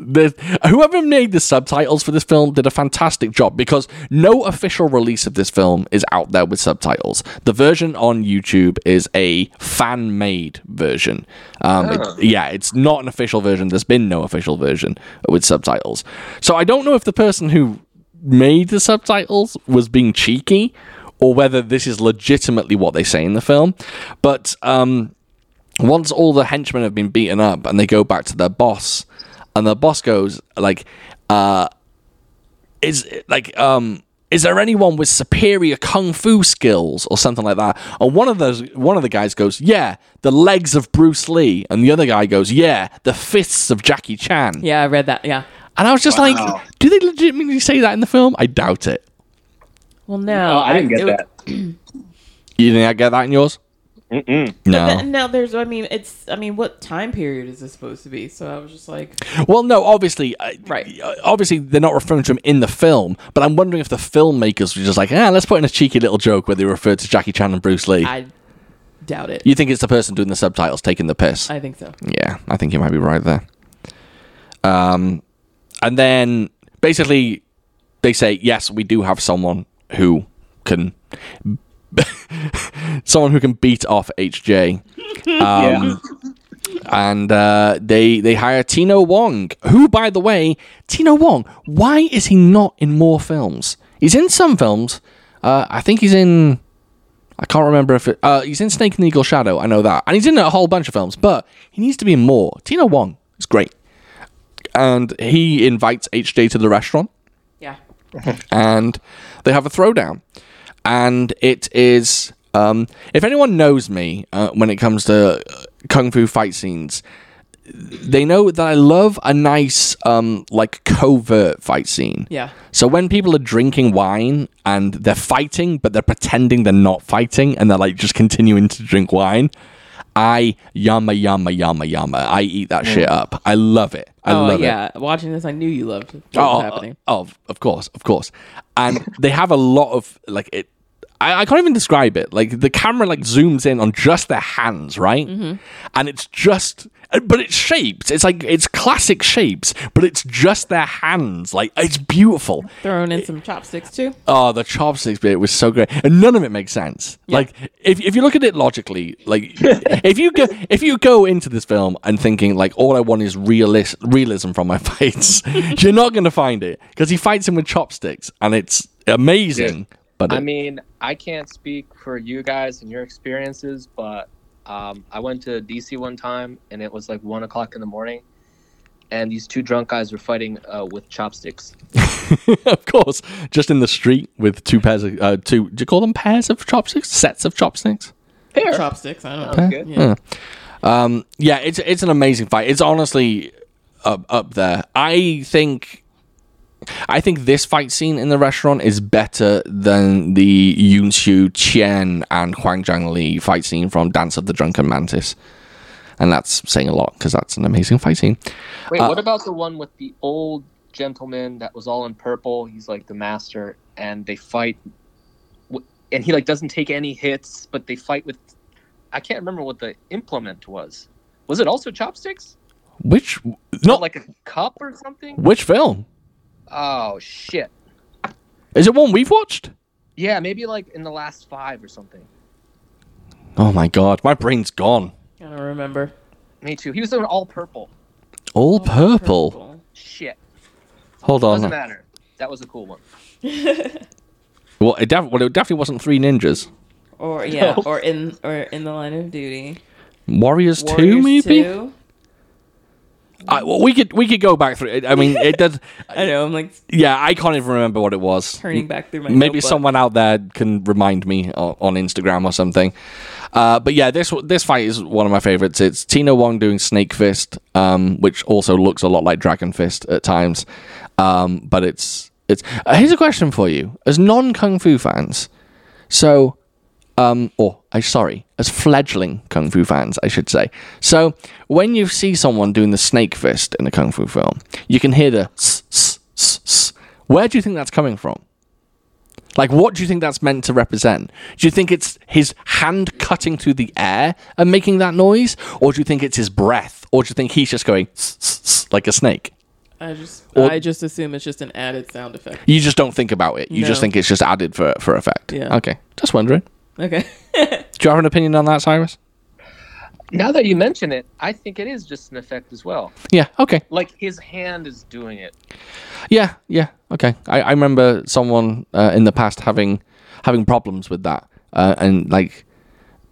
the, whoever made the subtitles for this film did a fantastic job because no official release of this film is out there with subtitles. The version on YouTube is a fan made version. Um, it- Oh. yeah, it's not an official version. There's been no official version with subtitles. So I don't know if the person who made the subtitles was being cheeky or whether this is legitimately what they say in the film. But. Um, once all the henchmen have been beaten up and they go back to their boss and the boss goes like uh is like um is there anyone with superior kung fu skills or something like that and one of those one of the guys goes yeah the legs of bruce lee and the other guy goes yeah the fists of jackie chan Yeah, I read that. Yeah. and i was just like do they legitimately say that in the film i doubt it Well, no, Oh, I didn't get it- that. you didn't get that in yours Mm-mm. But no now there's, I mean, it's, I mean, what time period is this supposed to be? So I was just like, Well, no, obviously, uh, Right. uh, Obviously, they're not referring to him in the film, but I'm wondering if the filmmakers were just like, ah, let's put in a cheeky little joke where they refer to Jackie Chan and Bruce Lee. I doubt it. you think it's the person doing the subtitles taking the piss? I think so. yeah, I think you might be right there. Um, and then basically, they say, yes, we do have someone who can, someone who can beat off HJ yeah. and uh, they they hire Tino Wong, who, by the way, Tino Wong, why is he not in more films? He's in some films. Uh, I think he's in. I can't remember if it, uh, he's in Snake and the Eagle Shadow. I know that, and he's in a whole bunch of films, but he needs to be in more. Tino Wong is great, and he invites HJ to the restaurant Yeah. and they have a throwdown. And it is, um, if anyone knows me uh, when it comes to uh, kung fu fight scenes, they know that I love a nice, um, like covert fight scene. Yeah. So when people are drinking wine and they're fighting, but they're pretending they're not fighting and they're like just continuing to drink wine, I yama yama yama yama. I eat that shit up. I love it. I Mm. oh, love it. yeah. Watching this, I knew you loved what Oh, was happening. oh, of- of course, of course. And they have a lot of like it. I, I can't even describe it. Like the camera like zooms in on just their hands, right? Mm-hmm. And it's just, uh, but it's shapes. It's like it's classic shapes, but it's just their hands. Like it's beautiful. Throwing in some chopsticks too. Oh, the chopsticks bit was so great, and none of it makes sense. Like if, if you look at it logically, like if you go if you go into this film and thinking like all I want is realis- realism from my fights, you're not going to find it because he fights him with chopsticks, and it's amazing. But I it- mean, I can't speak for you guys and your experiences, but um, I went to DC one time and it was like one o'clock in the morning, and these two drunk guys were fighting uh, with chopsticks. of course, just in the street with two pairs of uh, two. Do you call them pairs of chopsticks? Sets of chopsticks. Pair. Chopsticks. I don't know. Sounds good. Yeah. Um, yeah, it's it's an amazing fight. It's honestly up up there. I think I think this fight scene in the restaurant is better than the Yun Xiu Qian and Huang Zhang Li fight scene from Dance of the Drunken Mantis. And that's saying a lot because that's an amazing fight scene. Wait, what about the one with the old gentleman that was all in purple? He's like the master, and they fight, w- and he like doesn't take any hits, but they fight with. I can't remember what the implement was. Was it also chopsticks? Which not like like a cup or something? which film Oh shit. is it? One we've watched. Yeah, maybe like in the last five or something. Oh my god, my brain's gone. I don't remember. Me too. He was doing all purple. All purple. Shit. Hold on. Doesn't matter. That was a cool one. Well, it def- well, it definitely wasn't Three Ninjas. Or yeah, No. or in or in the line of duty. Warriors, Two, Warriors maybe. Two. I, well, we could we could go back through it. I mean, it does. I know. I'm like Yeah, I can't even remember what it was. turning back through my. Maybe notebook. someone out there can remind me o- on Instagram or something. Uh, but yeah, this this fight is one of my favorites. It's Tina Wong doing Snake Fist, um, which also looks a lot like Dragon Fist at times. Um, but it's it's. Uh, here's a question for you, as non kung fu fans. So, um, or I sorry, as fledgling kung fu fans, I should say. So when you see someone doing the snake fist in a kung fu film, you can hear the. s- s- s- s. Where do you think that's coming from? Like, what do you think that's meant to represent? Do you think it's his hand cutting through the air and making that noise, or do you think it's his breath, or do you think he's just going s- s- s- like a snake? I just Or- I just assume it's just an added sound effect. You just don't think about it. You just No. think it's just added for for effect. Yeah. Okay. Just wondering. Okay. Do you have an opinion on that, Cyrus? Now that you mention it, I think it is just an effect as well. Yeah. Okay. Like his hand is doing it. Yeah. Yeah. Okay. I, I remember someone uh, in the past having having problems with that uh, and like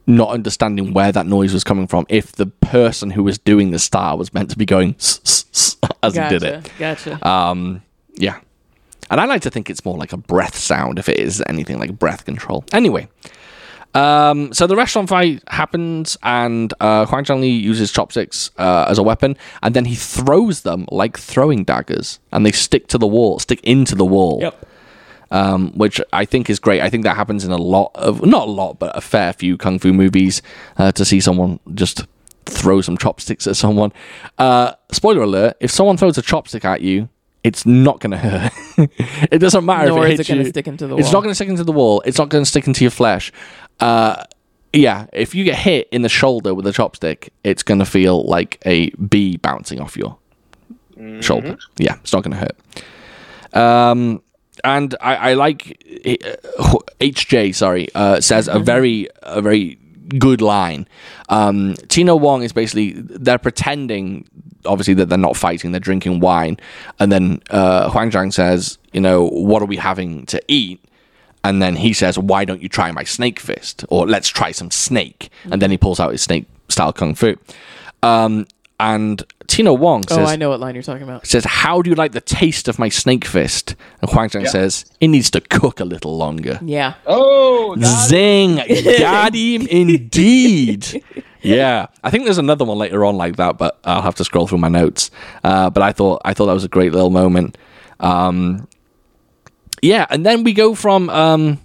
not understanding where that noise was coming from. If the person who was doing the star was meant to be going "S- s- s" as gotcha. he did it. Gotcha. Um, yeah. And I like to think it's more like a breath sound if it is anything like breath control. Anyway, um, so the restaurant fight happens, and uh, Huang Zhongli uses chopsticks uh, as a weapon, and then he throws them like throwing daggers, and they stick to the wall, stick into the wall, yep. um, which I think is great. I think that happens in a lot of, not a lot, but a fair few kung fu movies uh, to see someone just throw some chopsticks at someone. Uh, spoiler alert if someone throws a chopstick at you, it's not going to hurt. it doesn't matter if Nor it is hits it gonna you. stick into the It's wall. not going to stick into the wall. It's not going to stick into your flesh. Uh, yeah, if you get hit in the shoulder with a chopstick, it's going to feel like a bee bouncing off your shoulder. Yeah, it's not going to hurt. Um, and I, I like uh, HJ. Sorry, uh, says Mm-hmm. a very a very good line. Um, Tina Wong is basically they're pretending, obviously that they're not fighting. They're drinking wine, and then uh, Huang Zhang says, you know, what are we having to eat? And then he says, "Why don't you try my snake fist?" Or let's try some snake. And then he pulls out his snake style kung fu. Um, and Tina Wong Oh, says, I know what line you're talking about. says, "How do you like the taste of my snake fist?" And Huang Zhang Yeah. says, "It needs to cook a little longer." Yeah. Oh, that- Zing! Got him indeed. Yeah, I think there's another one later on like that, but I'll have to scroll through my notes. Uh, but I thought I thought that was a great little moment. Um, yeah, and then we go from um,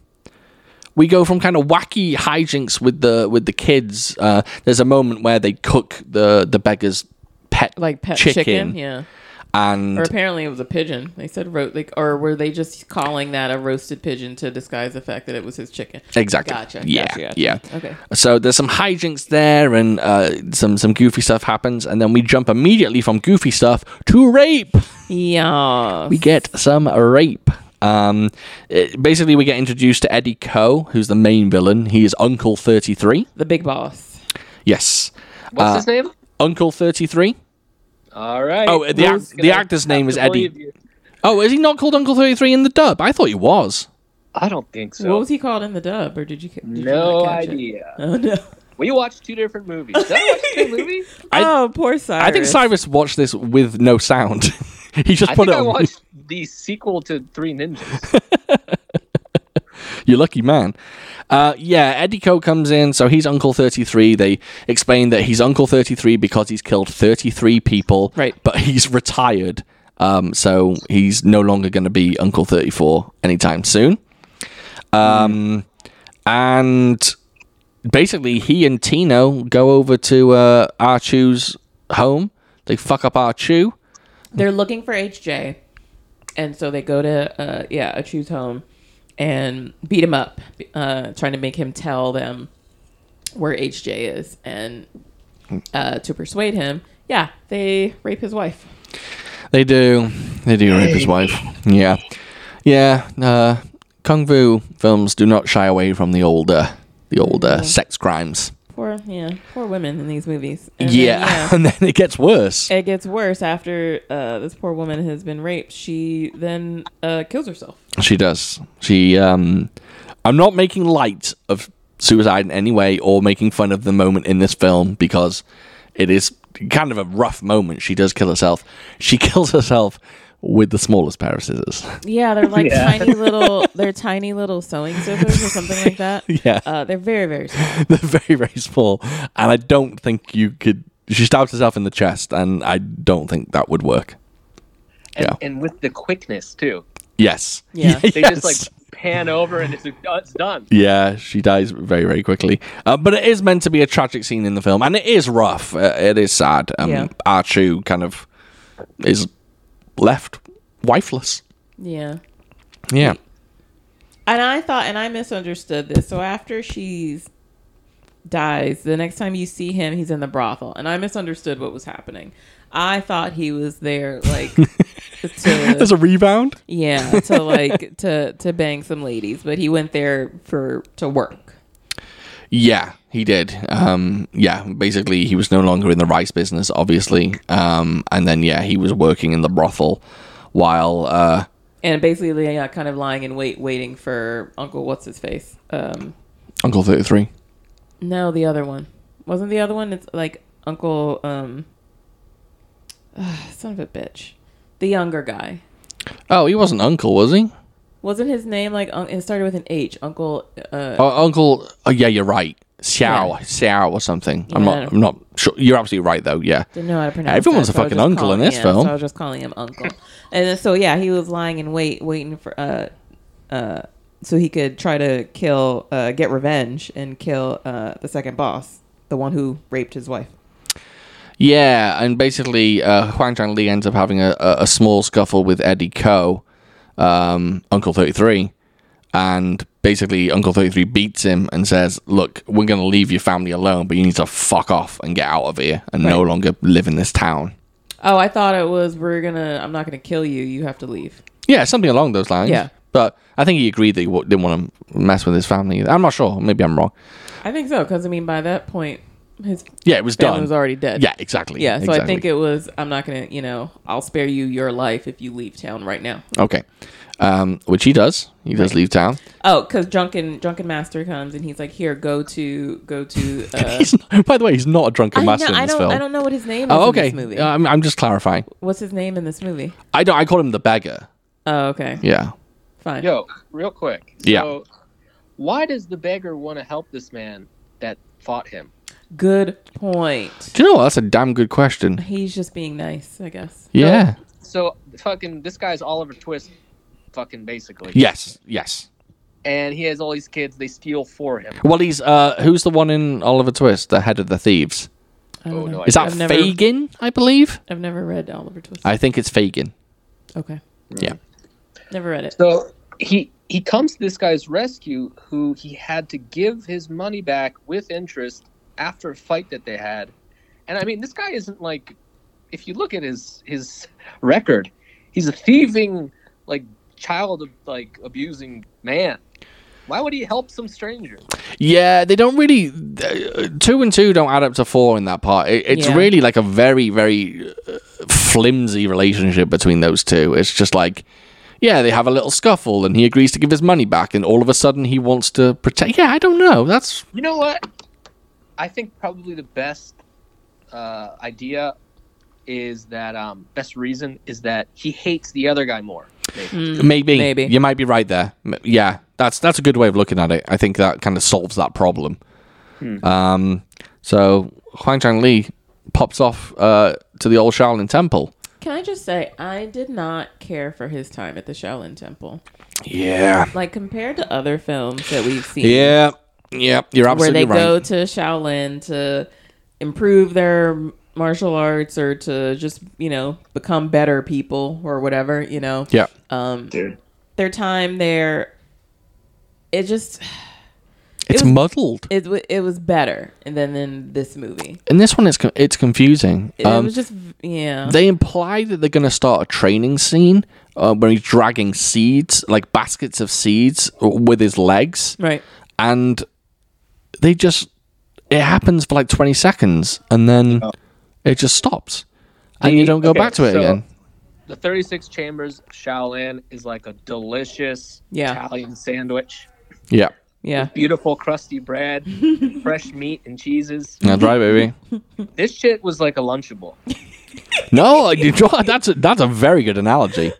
we go from kind of wacky hijinks with the with the kids. Uh, there's a moment where they cook the the beggar's pet Like pet chicken. chicken, Yeah. and Or apparently it was a pigeon. They said roast, like, or were they just calling that a roasted pigeon to disguise the fact that it was his chicken? Exactly. Gotcha. Yeah. Gotcha, gotcha. Yeah. Okay. So there's some hijinks there, and uh, some some goofy stuff happens, and then we jump immediately from goofy stuff to rape. Yeah. We get some rape. Um, it- basically, we get introduced to Eddie Coe, who's the main villain. He is Uncle Thirty Three. the big boss. Yes, what's uh, his name? Uncle Thirty Three. All right. Oh, the Well, act- gonna the actor's name have is to Eddie. believe you. Oh, is he not called Uncle Thirty Three in the dub? I thought he was. I don't think so. What was he called in the dub, or did you? Did you no not catch it? idea. Oh no. We watched two different movies. Did I watch two movies? I- oh, poor Cyrus. I think Cyrus watched this with no sound. he just I put think it I on. watched the sequel to Three Ninjas. you lucky man. Uh, yeah, Eddie Coe comes in, so he's Uncle 33. They explain that he's Uncle 33 because he's killed 33 people, Right. but he's retired. Um, so he's no longer going to be Uncle 34 anytime soon. Um, And basically, he and Tino go over to uh, Archu's home. They fuck up Archu. they're looking for HJ, and so they go to uh, yeah, a choose home, and beat him up, uh, trying to make him tell them where HJ is, and uh, to persuade him. Yeah, they rape his wife. They do. They do rape his wife. Yeah. Yeah. Uh, Kung Fu films do not shy away from the older, the older sex crimes. Poor yeah, poor women in these movies. And then, yeah. Eh. and then it gets worse. It gets worse after uh, this poor woman has been raped. She then uh, kills herself. She does. She. Um, I'm not making light of suicide in any way or making fun of the moment in this film because it is kind of a rough moment. She does kill herself. She kills herself with the smallest pair of scissors. Yeah, they're like Yeah. tiny little, they're tiny little sewing scissors or something like that. yeah. Uh, they're very, very small. they're very very small and i don't think you could she stabbed herself in the chest and i don't think that would work And, Yeah. and with the quickness too. yes Yeah. They yes. just like pan over and it's, uh, it's done. yeah she dies very very quickly uh, but it is meant to be a tragic scene in the film and it is rough uh, it is sad um Yeah. archu kind of is left wifeless Yeah. yeah And I thought, and I misunderstood this. So after she's dies, the next time you see him, he's in the brothel, and I misunderstood what was happening. I thought he was there, like to There's a rebound. yeah to like to to bang some ladies, but he went there for to work. Yeah, he did. Um, yeah, basically, he was no longer in the rice business, obviously. Um, and then, yeah, he was working in the brothel while. Uh, And basically, yeah, kind of lying in wait, waiting for Uncle what's his face. Um, Uncle 33. no, the other one wasn't the other one. It's like Uncle, um, son of a bitch, the younger guy. Oh, he wasn't uncle, was he? Wasn't his name like un- it started with an H? Uncle. Uh, Oh, uncle. Oh, yeah, you're right. Xiao, Yeah. Xiao, or something. I'm Yeah, I not. don't- I'm not sure. You're absolutely right, though. Yeah. didn't know how to pronounce. Everyone's that, a so I was fucking just uncle in calling- this yeah, film. So I was just calling him uncle, and then, so yeah, he was lying in wait, waiting for uh, uh, so he could try to kill, uh, get revenge and kill uh the second boss, the one who raped his wife. Yeah, and basically, uh, Huang Zhang Li ends up having a, a, a small scuffle with Eddie Ko, um, Uncle 33. And basically, Uncle 33 beats him and says, Look, we're going to leave your family alone, but you need to fuck off and get out of here and no Right. longer live in this town. Oh, I thought it was we're gonna. I'm not gonna kill you. You have to leave. Yeah, something along those lines. Yeah. But I think he agreed that he w- didn't want to mess with his family. I'm not sure. Maybe I'm wrong. I think so, because I mean, by that point, his Yeah, it was family done. was already dead. yeah, exactly. Yeah, so I exactly. think it was. I'm not gonna, you know, I'll spare you your life if you leave town right now. Okay. Um, which he does. He does leave town. Oh, because drunken drunken master comes and he's like, "Here, go to go to." Uh, He's not, by the way, he's not a drunken I, know, master in I this don't film. I don't know what his name is Oh, in okay. this movie. Yeah, I'm, I'm just clarifying. What's his name in this movie? I don't. I call him the beggar. Oh, okay, Yeah. fine. Yo, real quick. Yeah. So, why does the beggar want to help this man that fought him? Good point. Do you know what? That's a damn good question. He's just being nice, I guess. Yeah. So fucking this guy's Oliver Twist, fucking basically. Yes. Yes. And he has all these kids. They steal for him. Well, he's uh, who's the one in Oliver Twist, the head of the thieves? I don't Oh, know. no Is that I've never- Fagin? I believe. I've never read Oliver Twist. I think it's Fagin. okay. Yeah. Never read it. So he he comes to this guy's rescue, who he had to give his money back with interest after a fight that they had. And I mean, this guy isn't like, if you look at his his record, he's a thieving like child like abusing man. Why would he help some stranger? Yeah, they don't really. Uh, two and two don't add up to four in that part. It, it's Yeah. really like a very, very uh, flimsy relationship between those two. It's just like, yeah, they have a little scuffle, and he agrees to give his money back, and all of a sudden he wants to protect. Yeah, I don't know. That's You know what? I think probably the best uh, idea is that um, best reason is that he hates the other guy more. maybe. maybe, Mm, maybe. you might be right there. M- Yeah, that's that's a good way of looking at it. I think that kind of solves that problem. Hmm. Um, so Huang Chang Li pops off uh, to the old Shaolin Temple. Can I just say I did not care for his time at the Shaolin Temple. Yeah, Like compared to other films that we've seen. yeah, yeah. You're where absolutely they right. go to Shaolin to improve their martial arts or to just you know become better people or whatever you know Yeah. um their time there it just It's was- muddled. it, wa- it was better than in this movie In this one, it's con- it's confusing. it Um, was just yeah they imply that they're going to start a training scene uh, where he's dragging seeds, like baskets of seeds, uh, with his legs, right and they just it happens for like twenty seconds, and then Oh. it just stops, and you The- don't go okay, back to it so- again. The 36 Chambers Shaolin is like a delicious Yeah. Italian sandwich. Yeah, yeah Beautiful crusty bread, fresh meat and cheeses. that's right, baby. This shit was like a Lunchable. no, you know what? that's a, that's a very good analogy.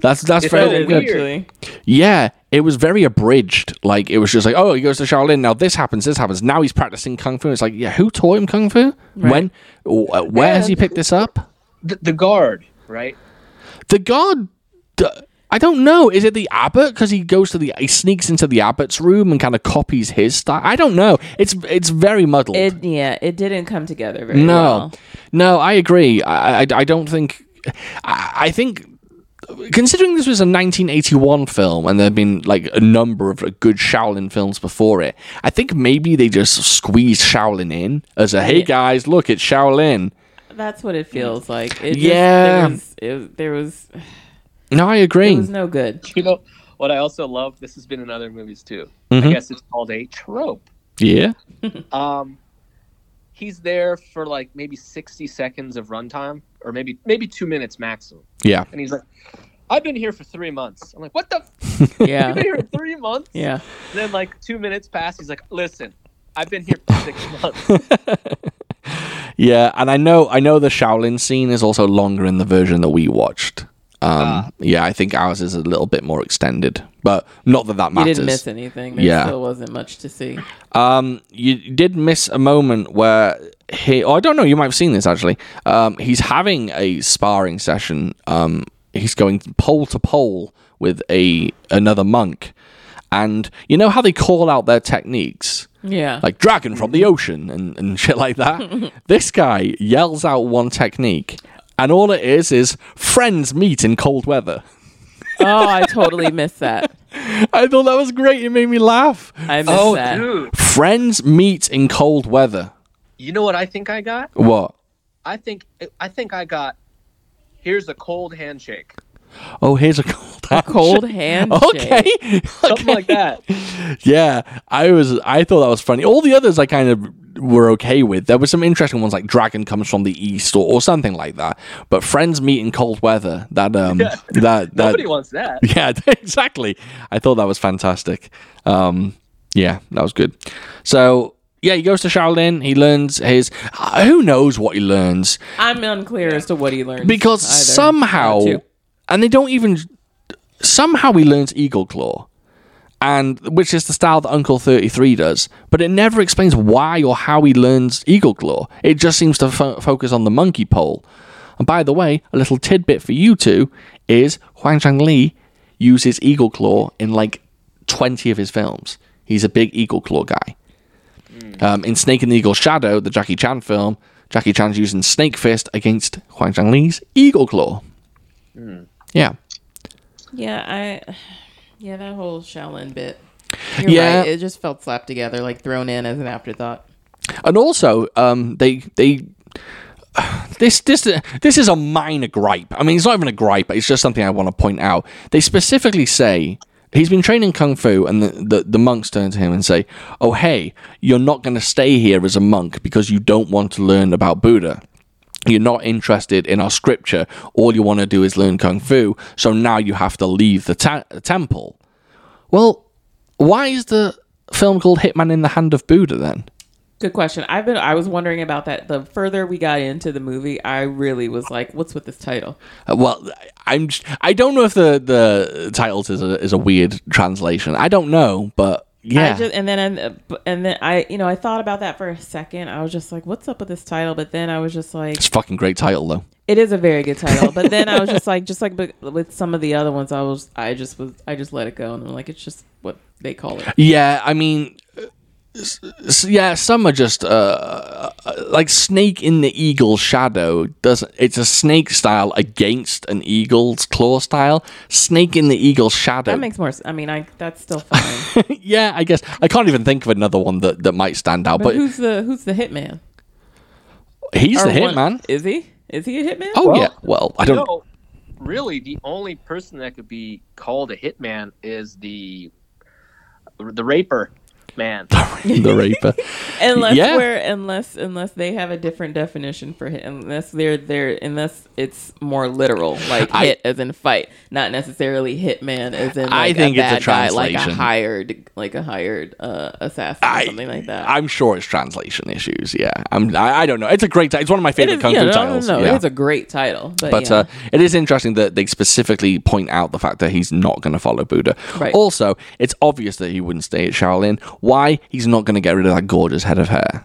That's that's It's very so good. weird. actually Yeah, it was very abridged. Like it was just like, oh, he goes to Shaolin. Now this happens. This happens. Now he's practicing kung fu. It's like, yeah, who taught him kung fu? When? w- uh, Where has he picked this up? The, the guard, right? The guard. d- I don't know. Is it the abbot? Because he goes to the, he sneaks into the abbot's room and kind of copies his style. I don't know. It's it's very muddled. it yeah it didn't come together very no, well no, I agree. I I, I don't think. I, I think considering this was a 1981 film and there'd been like a number of good Shaolin films before it, I think maybe they just squeezed Shaolin in as a hey guys, look, it's Shaolin. that's what it feels like. It Yeah. just, there was, it, there was, No, I it agree. was no good. You know what I also love? This has been in other movies too. I Mhm. guess it's called a trope. yeah. Um, he's there for like maybe sixty seconds of runtime, or maybe maybe two minutes maximum, Yeah. and he's like. I've been here for three months. I'm like, what the? F- You've Yeah, been here three months? yeah. And then like two minutes pass. He's like, listen, I've been here for six months. Yeah, and I know I know the Shaolin scene is also longer in the version that we watched. Um, Ah. yeah, I think ours is a little bit more extended, but not that that You matters. didn't miss anything. There Yeah. still wasn't much to see. Um, you did miss a moment where he. Oh, I don't know. You might have seen this actually. Um, he's having a sparring session. Um, he's going pole to pole with a another monk, and you know how they call out their techniques Yeah. like dragon from the ocean and, and shit like that. this guy yells out one technique, and all it is is friends meet in cold weather. oh, I totally missed that. I thought that was great. It made me laugh. I missed oh, that. dude. Friends meet in cold weather. You know what I think I got? What? I think I think I got. Here's a cold handshake. Oh, here's a cold. Cold handshake. handshake. Okay. Something like that. Yeah, I was. I thought that was funny. All the others I kind of were okay with. There were some interesting ones like Dragon comes from the east or, or something like that. But friends meet in cold weather. That um Yeah. that that Nobody wants that. yeah exactly. I thought that was fantastic. Um yeah, that was good. So yeah, he goes to Shaolin. He learns his. Who knows what he learns? I'm unclear as to what he learned because somehow and they don't even somehow he learns eagle claw and which is the style that uncle 33 does but it never explains why or how he learns eagle claw it just seems to fo- focus on the monkey pole and by the way a little tidbit for you two is huang chang li uses eagle claw in like 20 of his films he's a big eagle claw guy um, in Snake and the Eagle's Shadow, the Jackie Chan film, Jackie Chan's using Snake Fist against Huang Zhang Li's Eagle Claw. Yeah. yeah, I yeah that whole Shaolin bit. You're Yeah. right. It just felt slapped together, like thrown in as an afterthought. And also, um, they they this this this is a minor gripe. I mean, it's not even a gripe. It's just something I want to point out. They specifically say he's been training kung fu, and the the, the monks turn to him and say, "Oh, hey, you're not going to stay here as a monk because you don't want to learn about Buddha." You're not interested in our scripture. All you want to do is learn kung fu. So now you have to leave the ta- temple. Well, why is the film called Hitman in the Hand of Buddha then? Good question. I've been I was wondering about that. The further we got into the movie, I really was like, what's with this title? Uh, Well, I'm. j- I don't know if the the titles is a is a weird translation. I don't know, but yeah, I just, and then and, and then I you know I thought about that for a second. I was just like, what's up with this title? But then I was just like, it's a fucking great title though. it is a very good title. But then I was just like, just like but with some of the other ones, I was I just was I just let it go and I'm like, it's just what they call it. Yeah, I mean, uh, s- s- yeah, some are just uh, uh, like snake in the eagle's shadow. Doesn't it's a snake style against an eagle's claw style? Snake in the eagle's shadow. That makes more. s- I mean, I that's still fine. yeah, I guess I can't even think of another one that that might stand out. But, But, who's the who's the hitman? he's the Or one- hitman. Is he? Is he a hitman? Oh Well, yeah. Well, I You don't. know, really, the only person that could be called a hitman is the the raper man. the raper. unless Yeah. we're unless unless they have a different definition for hit unless they're they're unless it's more literal like I- hit as in fight not necessarily hitman as in like I think a it's a bad guy, like a translation. hired like a hired uh, assassin or something like that I'm sure it's translation issues. Yeah, I'm. I, I don't know. It's a great. ti- It's one of my It favorite is- kung yeah, fu no, no, titles. no, no, yeah. it's a great title but, but yeah. uh, it is interesting that they specifically point out the fact that he's not going to follow Buddha. Right. Also, it's obvious that he wouldn't stay at Shaolin. Why? He's not going to get rid of that gorgeous head of hair.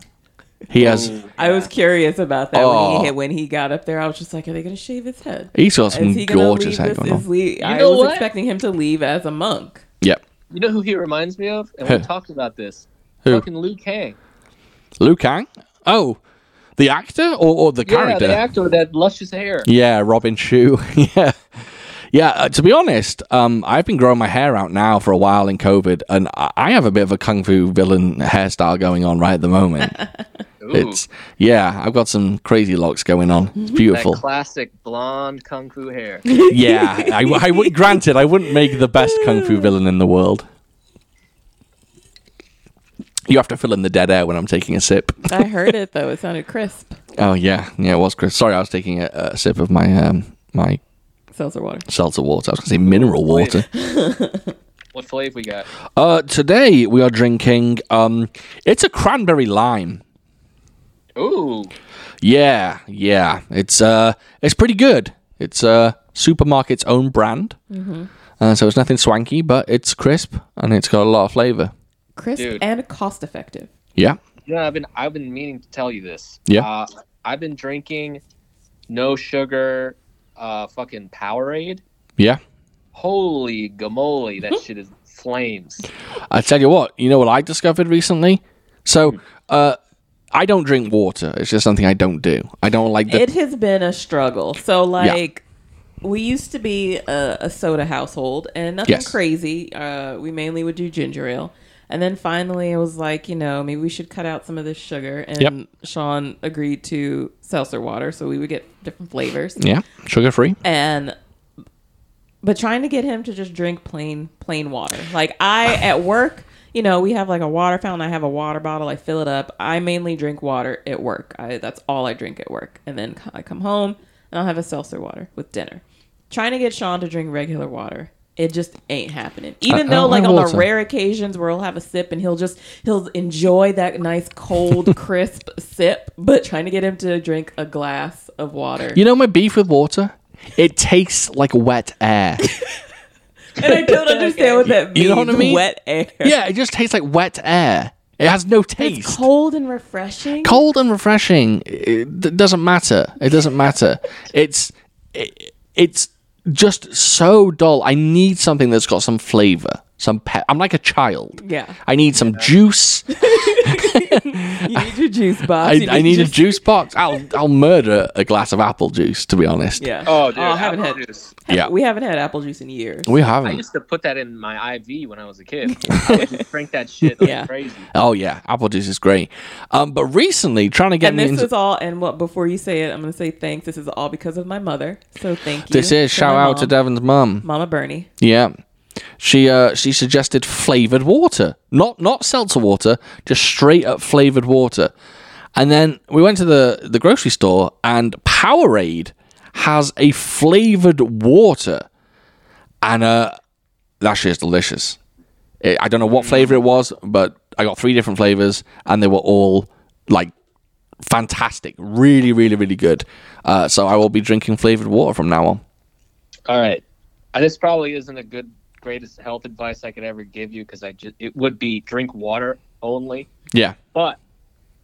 He has. I was curious about that when Oh. he hit, when he got up there. I was just like, are they going to shave his head? He's got some Is he going to gorgeous leave hair this? going Is on. Lee, I know was what? expecting him to leave as a monk. Yep. You know who he reminds me of? And Who? we talked about this. Who? Fucking Liu Kang. Liu Kang. Oh, the actor or, or the Yeah, character? the actor with that luscious hair. Yeah, Robin Shu. yeah. Yeah, uh, to be honest, um, I've been growing my hair out now for a while in COVID, and I I have a bit of a kung fu villain hairstyle going on right at the moment. Ooh, it's yeah, I've got some crazy locks going on. It's that beautiful. classic blonde kung fu hair. yeah, I, I would. Granted, I wouldn't make the best kung fu villain in the world. You have to fill in the dead air when I'm taking a sip. I heard it though. It sounded crisp. Oh yeah, yeah, it was Chris. Sorry, I was taking a, a sip of my um, my Seltzer water. seltzer water. I was going to say mineral water. What flavor we got? Uh, today we are drinking. Um, it's a cranberry lime. Ooh, Yeah, yeah. It's uh, it's pretty good. It's uh, supermarket's own brand. Uh, so it's nothing swanky, but it's crisp and it's got a lot of flavor. Crisp Dude. and cost effective. Yeah. you know, I've been I've been meaning to tell you this. Yeah. uh, I've been drinking no sugar, uh, fucking Powerade. Yeah. Holy gamoly, that shit is flames. I tell you what, you know what I discovered recently? So, uh, I don't drink water. It's just something I don't do. I don't like the. it has been a struggle. So like we used to be a, a soda household and nothing Yes. crazy. Uh, we mainly would do ginger ale. And then finally it was like, you know, maybe we should cut out some of this sugar and Yep. Sean agreed to seltzer water so we would get different flavors. yeah, sugar free. And but trying to get him to just drink plain plain water. Like I at work you know, we have like a water fountain. I have a water bottle. I fill it up. I mainly drink water at work. I, that's all I drink at work. And then c- I come home and I'll have a seltzer water with dinner. Trying to get Sean to drink regular water, it just ain't happening. Even I though, don't like have on the water. rare occasions where he'll have a sip and he'll just he'll enjoy that nice cold crisp sip, but trying to get him to drink a glass of water, You know my beef with water? It tastes like wet air. and I don't understand what that means. You know what I mean? Wet air. yeah, it just tastes like wet air. It has no taste. It's cold and refreshing. cold and refreshing. It d- doesn't matter. It doesn't matter. It's it, it's just so dull. I need something that's got some flavor, some pep. I'm like a child. Yeah. I need some juice. You need your juice box. I, You I need your a juice box. I'll I'll murder a glass of apple juice. To be honest. Yeah. Oh, dude, I haven't apple had. juice. Yeah. We haven't had apple juice in years. We I haven't. used to put that in my IV when I was a kid. I would just drink that shit like Yeah. crazy. Oh yeah, apple juice is great. Um, but recently trying to get and me this into is all. And what? Before you say it, I'm going to say thanks. This is all because of my mother. So thank you. this is to shout my out to mom, Devon's mum. Mama Bernie. Yeah. She uh she suggested flavored water. Not not seltzer water, just straight up flavored water. And then we went to the the grocery store and Powerade has a flavored water. And uh that shit is delicious. It, I don't know what flavor it was, but I got three different flavors and they were all like fantastic. Really really really good. Uh so I will be drinking flavored water from now on. All right, Uh, this probably isn't a good greatest health advice I could ever give you because I just it would be drink water only. Yeah. But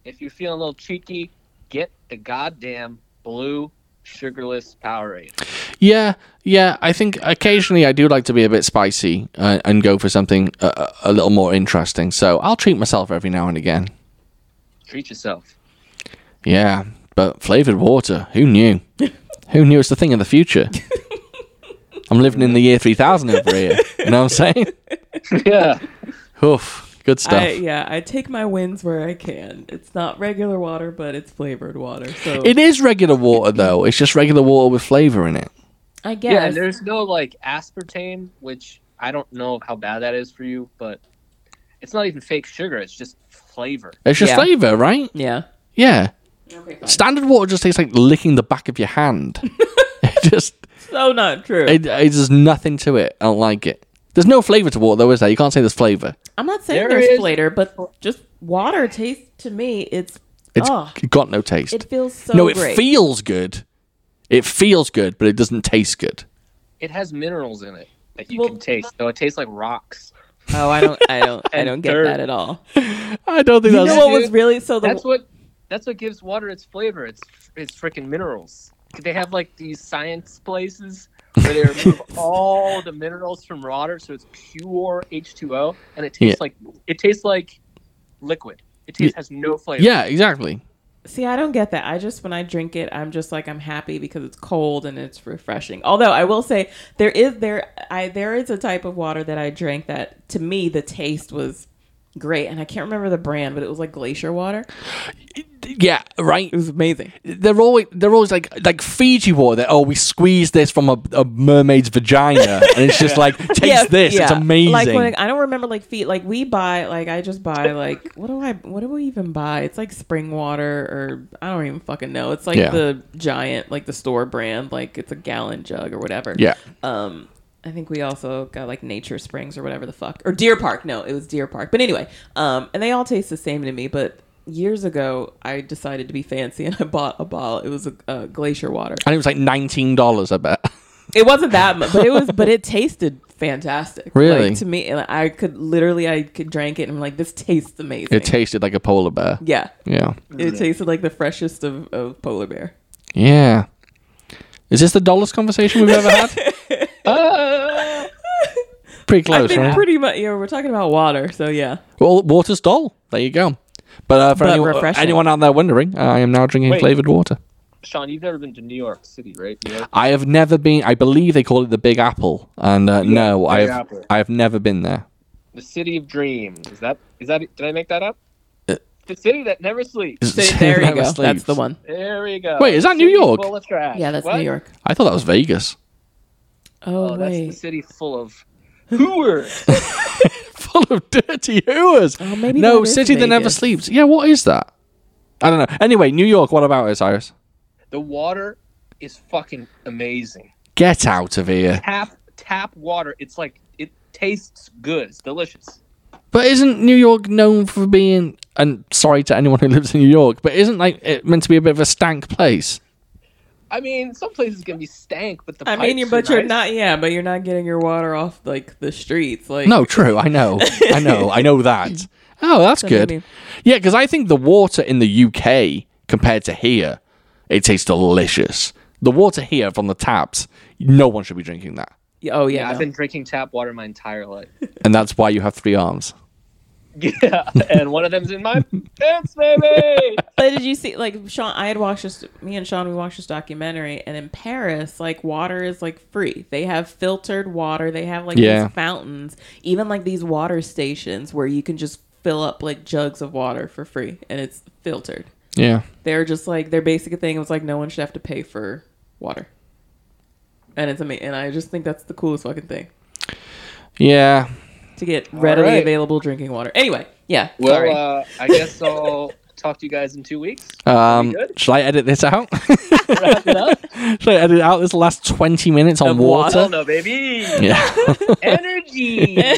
if you're feeling a little cheeky, get the goddamn blue sugarless Powerade. Yeah, yeah. I think occasionally I do like to be a bit spicy uh, and go for something a, a- a little more interesting. So I'll treat myself every now and again. Treat yourself. Yeah, but flavored water. Who knew? who knew it's the thing of the future? I'm living in the year 3000 over here. You know what I'm saying? yeah. Oof, good stuff. I, yeah, I take my wins where I can. It's not regular water, but it's flavored water. So it is regular water though. It's just regular water with flavor in it. I Yeah, guess and there's no like aspartame, which I don't know how bad that is for you, but it's not even fake sugar. It's just flavor. It's just Yeah. flavor, right? yeah. Yeah. Okay, fine. Standard water just tastes like licking the back of your hand. it just So not true. It, it, there's nothing to it. I don't like it. There's no flavor to water, though, is there? You can't say there's flavor. I'm not saying There there's is- flavor, but just water tastes to me. It's Oh. It's oh, got no taste. it feels so no, it great. feels good. It feels good, but it doesn't taste good. It has minerals in it that you Well- can taste. So it tastes like rocks. oh, I don't, I don't, I And don't get dirt. that at all. I don't think You know what Dude, was really so the That's what that's what gives water its flavor. It's it's freaking minerals. They have like these science places where they remove all the minerals from water, so it's pure H2O, and it tastes Yeah. like it tastes like liquid. It tastes has no flavor. Yeah, exactly. See, I don't get that. I just when I drink it, I'm just like I'm happy because it's cold and it's refreshing. Although I will say there is there I there is a type of water that I drank that to me the taste was great and I can't remember the brand, but it was like glacier water. Yeah, right. It was amazing. They're always they're always like like Fiji water. That, oh, we squeeze this from a, a mermaid's vagina, and it's just like taste this. It's amazing. Like when I, I don't remember like feet. Like we buy like I just buy like what do I what do we even buy? It's like spring water or I don't even fucking know. It's like Yeah. the giant like the store brand like it's a gallon jug or whatever. yeah, Um, I think we also got like Nature Springs or whatever the fuck or Deer Park. No, it was Deer Park. But anyway, um, and they all taste the same to me. But years ago, I decided to be fancy and I bought a bottle. It was a, a glacier water. and it was like nineteen dollars. I bet. It wasn't that much, but it was. But it tasted fantastic. Really? like, to me, and I could literally, I could drink it, and I'm like, this tastes amazing. It tasted like a polar bear. yeah, Yeah, it tasted like the freshest of, of polar bear. yeah. Is this the dollars conversation we've ever had? Ah. Uh, Pretty I close, think right? pretty much. Yeah, we're talking about water, so yeah. Well, water's dull. There you go. But uh, for But anyone- refreshing. anyone out there wondering, uh, I am now drinking Wait. flavored water. Sean, you've never been to New York City, right? New York? I have never been. I believe they call it the Big Apple, and uh, no, I Big have. Apple. I have never been there. The city of dreams. Is that is that did I make that up? Uh, the city that never sleeps. So there you Never go. That's sleeps. the one. There we go. Wait, is that New City York? Full of trash. Yeah, that's What? New York. I thought that was Vegas. Oh, Oh, that's the wait. city full of hooers. Full of dirty hooers. Oh, maybe no that is city that never Vegas. sleeps. Yeah, what is that? I don't know. Anyway, New York. What about it, Cyrus? the water is fucking amazing. Get out of here. Tap tap water. It's like it tastes good. It's delicious. But isn't New York known for being? And sorry to anyone who lives in New York, but isn't like it meant to be a bit of a stank place? I mean, some places can be stank, but the I mean, pipes you're are but you're nice. not. Yeah, but you're not getting your water off like the streets. Like No, true. I know. I know. I know that. Oh, that's That's what I good. mean. Yeah, because I think the water in the UK compared to here, it tastes delicious. The water here from the taps, no one should be drinking that, Yeah, Oh yeah. Yeah, no. I've been drinking tap water my entire life. and that's why you have three arms. yeah, and one of them's in my pants, baby. But did you see, like, Sean? I had watched this. Me and Sean, we watched this documentary, and in Paris, like, water is like free. They have filtered water. They have like Yeah. these fountains, even like these water stations where you can just fill up like jugs of water for free, and it's filtered. Yeah. They're just like their basic thing was like no one should have to pay for water, and it's amazing. And I just think that's the coolest fucking thing Yeah. to get readily right. available drinking water. Anyway, yeah. sorry. Well, uh, I guess I'll talk to you guys in two weeks. Um, good? shall I edit this out? shall I edit out this last 20 minutes on Of water? water. Hell no, baby. Yeah. Energy. uh,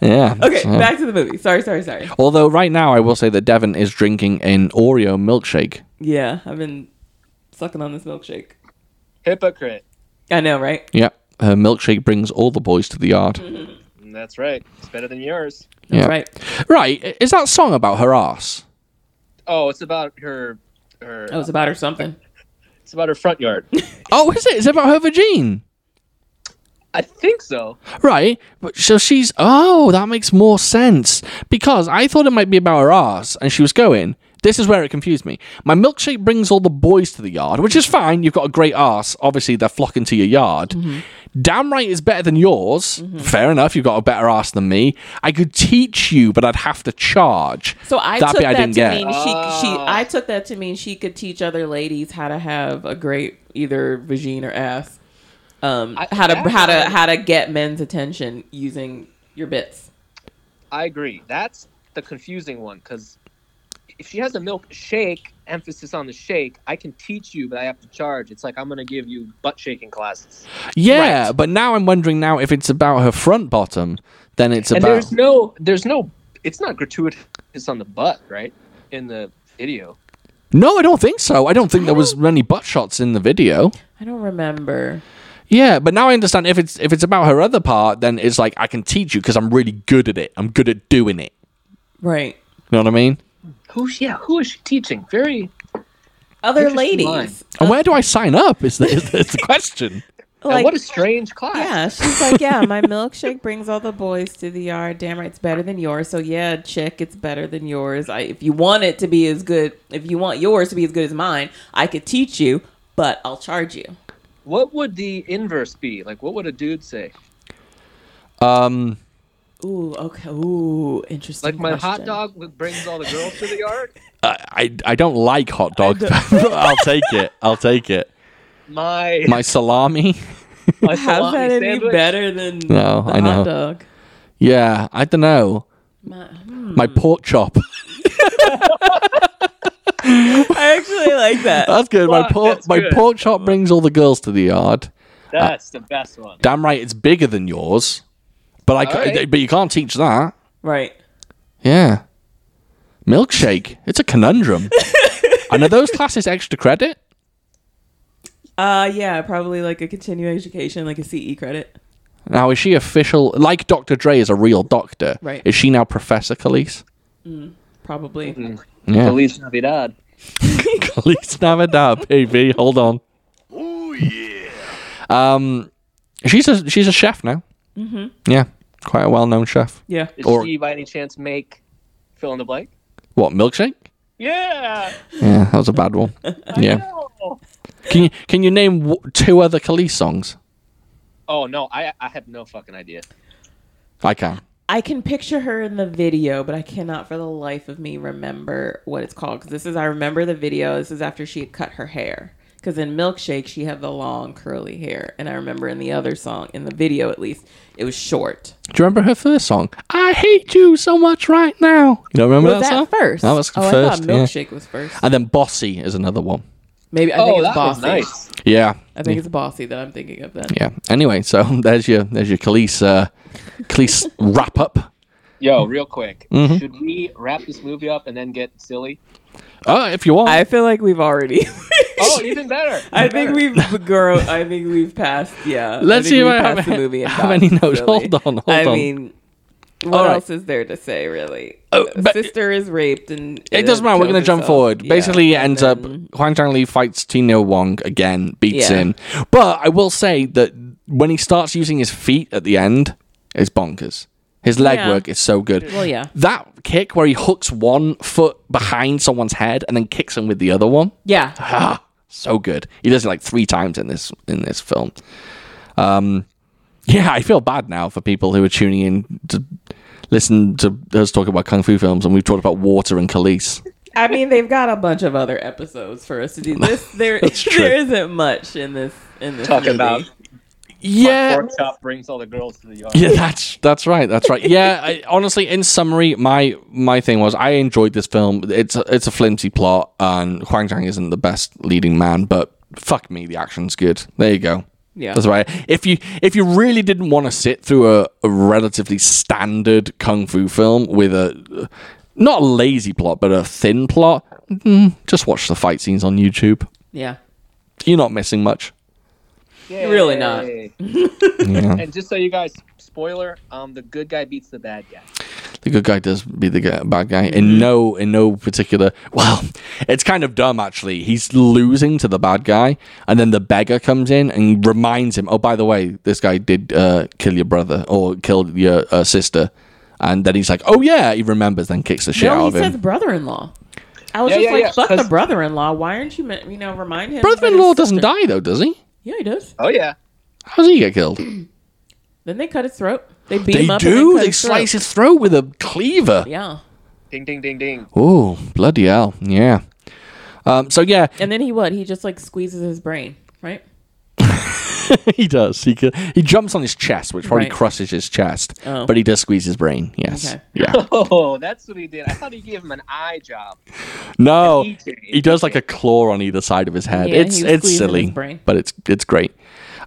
yeah. okay, So- back to the movie. Sorry, sorry, sorry. Although right now I will say that Devon is drinking an Oreo milkshake. Yeah, I've been sucking on this milkshake. Hypocrite. I know, right? Yep. Her milkshake brings all the boys to the yard. That's right. It's better than yours. That's Yeah. right. Right. i- Is that song about her ass? Oh, it's about her. Her. That was about her something. It's about her front yard. Oh, is it? Is it about her vagine? I think so. Right. But so she's oh, that makes more sense. Because I thought it might be about her ass and she was going. This is where it confused me. My milkshake brings all the boys to the yard, which is fine. You've got a great ass. Obviously, they're flocking to your yard. Mm-hmm. Damn right is better than yours. Fair enough. You've got a better ass than me. I could teach you, but I'd have to charge. So I That took bit I that to didn't get. mean she she Oh. I took that to mean she could teach other ladies how to have a great either vagine or ass. Um I- how to that how to sounds- how to get men's attention using your bits. I agree. That's the confusing one because if she has a milk shake, emphasis on the shake, I can teach you, but I have to charge. It's like I'm going to give you butt shaking classes. Yeah, but now I'm wondering now if it's about her front bottom, then it's and about there's no, there's no, it's not gratuitous on the butt, right? In the video. No, I don't think so. I don't think there was many butt shots in the video. I don't remember. Yeah, but now I understand if it's if it's about her other part, then it's like I can teach you because I'm really good at it. I'm good at doing it. Right. You know what I mean? Who's, yeah, who is she teaching? Very, Other Interesting line. ladies. And where do I sign up? Is the, is the, is the question? And what a strange class. Yeah, she's like, yeah, my milkshake brings all the boys to the yard. Damn right, it's better than yours. So yeah, chick, it's better than yours. I, if you want it to be as good, if you want yours to be as good as mine, I could teach you, but I'll charge you. What would the inverse be? Like, what would a dude say? Um, Ooh, okay. Ooh, interesting. Like, my hot question. dog w- brings all the girls to the yard. I, I, I don't like hot dogs. but I'll take it. I'll take it. My My salami. my How's salami that any sandwich. better than No, the I know. hot dog? Yeah, I don't know. My, hmm. My pork chop. I actually like that. That's good. My Fuck, pork that's my good. pork chop brings all the girls to the yard. That's the best one. Damn right, it's bigger than yours. But I, ca- Alright. but you can't teach that. Right. Yeah. Milkshake. It's a conundrum. and are those classes extra credit? Uh, yeah, probably like a continuing education, like a CE credit. Now is she official? Like Dr. Dre is a real doctor. Right. Is she now Professor Khalees? Probably. Mm-hmm. Yeah. Feliz Navidad. Khalees Navidad, baby. Hold on. Oh yeah. Um, she's a she's a chef now. Mm-hmm. Yeah, quite a well known chef. Yeah. Did Or- she by any chance make fill in the blank? What milkshake? Yeah. Yeah, that was a bad one. yeah. No. Can you can you name w- two other Khalees songs? Oh no, I I have no fucking idea. I can. I can picture her in the video, but I cannot for the life of me remember what it's called. Because this is, I remember the video. This is after she had cut her hair. Because in Milkshake, she had the long curly hair. And I remember in the other song, in the video at least, it was short. Do you remember her first song? I hate you so much right now. You don't remember was that song? first? That was oh, I first. thought yeah. Milkshake was first. And then Bossy is another one. Maybe I think Oh, it's that was Bossy. nice. Yeah. I think it's Bossy that I'm thinking of then. Yeah. Anyway, so there's your there's your Khalees uh, Khalees wrap up. Yo, real quick, Mm-hmm. should we wrap this movie up and then get silly? Oh, if you want. I feel like we've already. Oh, even better. I Even think better. we've grown. I think we've passed. Yeah. Let's I think see we've if I have passed a- the movie and have any gotten notes. silly. Hold on, hold I on. mean, what All right. else is there to say, really? Oh, A but- sister is raped and It doesn't matter. We're going to jump forward. Basically, it ends up Huang Zhangli fights Tino Wong again, beats Yeah. him. But I will say that when he starts using his feet at the end, it's bonkers. His leg Yeah. work is so good. Well, yeah. That kick where he hooks one foot behind someone's head and then kicks him with the other one, Yeah. ah, so good. He does it like three times in this in this film. Um, yeah, I feel bad now for people who are tuning in to listen to us talk about kung fu films, and we've talked about water and Khalees. I mean, they've got a bunch of other episodes for us to do. This there true. there isn't much in this in this Talking movie. about Yeah. pork chop brings all the girls to the yard. Yeah, that's that's right. That's right. Yeah, I, honestly, in summary, my my thing was I enjoyed this film. It's a, it's a flimsy plot, and Huang Zhang isn't the best leading man, but fuck me, the action's good. There you go. Yeah. that's right. If you if you really didn't want to sit through a, a relatively standard kung fu film with a not a lazy plot but a thin plot, mm, just watch the fight scenes on YouTube. Yeah. You're not missing much. Yay. Really not. Yeah. And just so you guys, spoiler: um, the good guy beats the bad guy. the good guy does be the g- bad guy in no in no particular well it's kind of dumb actually he's losing to the bad guy and then the beggar comes in and reminds him oh by the way this guy did uh, kill your brother or killed your uh, sister and then he's like oh yeah he remembers then kicks the shit no, out he of him says brother-in-law. I was Yeah, just yeah, like, yeah, fuck the 'cause- brother-in-law. Why aren't you, ma- you know, remind him? that his brother-in-law doesn't sister- die though does he Yeah, he does. Oh yeah. how does he get killed Then they cut his throat. They beat they him up. do And they his throat. slice his throat with a cleaver Yeah, Ding ding ding ding. oh bloody hell yeah um, so yeah and then he what? He just like squeezes his brain, right? he does. He could, he jumps on his chest, which probably Right. crushes his chest, Oh. but he does squeeze his brain. Yes. Okay. Yeah. Oh, that's what he did. I thought he gave him an eye job. No, He did. he does like a claw on either side of his head. Yeah, it's he it's squeezes silly, his brain. but it's it's great.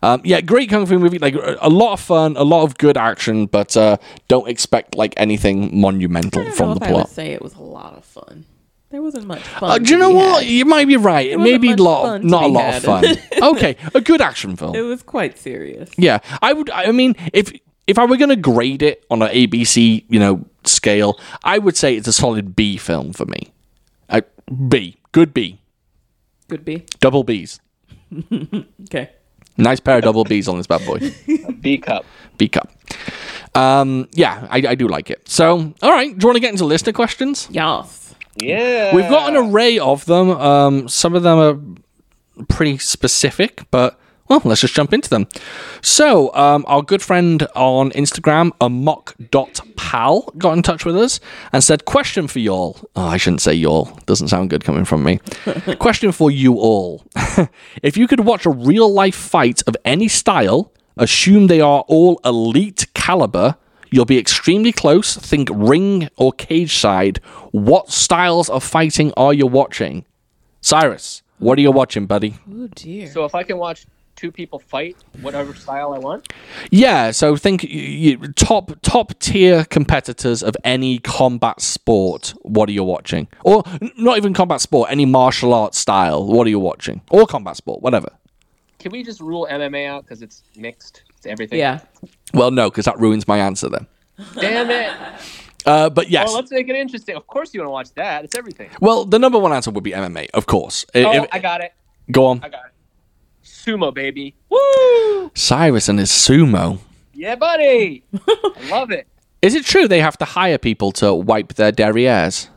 Um, yeah, great kung fu movie. Like a a lot of fun, a lot of good action, but uh, don't expect like anything I monumental don't from know the if I would plot. say it was a lot of fun. There wasn't much fun. Uh, to do you know be what? had. You might be right. It may wasn't be much lot, fun to not a be lot of fun. had. okay, a good action film. It was quite serious. Yeah, I would. I mean, if if I were going to grade it on an ABC, you know, scale, I would say it's a solid B film for me. A B, good B, Could be double Bs. okay. Nice pair of double Bs on this bad boy. B cup. B cup. Um, yeah, I, I do like it. So, all right, do you want to get into listener questions? Yes. Yeah. We've got an array of them. Um, some of them are pretty specific, but well, let's just jump into them. So, um, our good friend on Instagram, amok.pal, got in touch with us and said, Question for y'all. Oh, I shouldn't say y'all. Doesn't sound good coming from me. Question for you all. if you could watch a real life fight of any style, assume they are all elite caliber, You'll be extremely close. Think ring or cage side. What styles of fighting are you watching? Cyrus, what are you watching, buddy? Oh dear. So if I can watch two people fight, whatever style I want, Yeah, so think y y top top tier competitors of any combat sport. What are you watching? Or n- not even combat sport, any martial arts style. What are you watching? Or combat sport, whatever. can we just rule MMA out because it's mixed? It's everything. Yeah. Well, no, because that ruins my answer then. Damn it. Uh, but yes. Well, let's make it interesting. Of course you want to watch that. It's everything. well, the number one answer would be MMA, of course. I- Oh, if- I got it. go on. I got it. Sumo, baby. Woo! Cyrus and his sumo. Yeah, buddy. I love it. Is it true they have to hire people to wipe their derrieres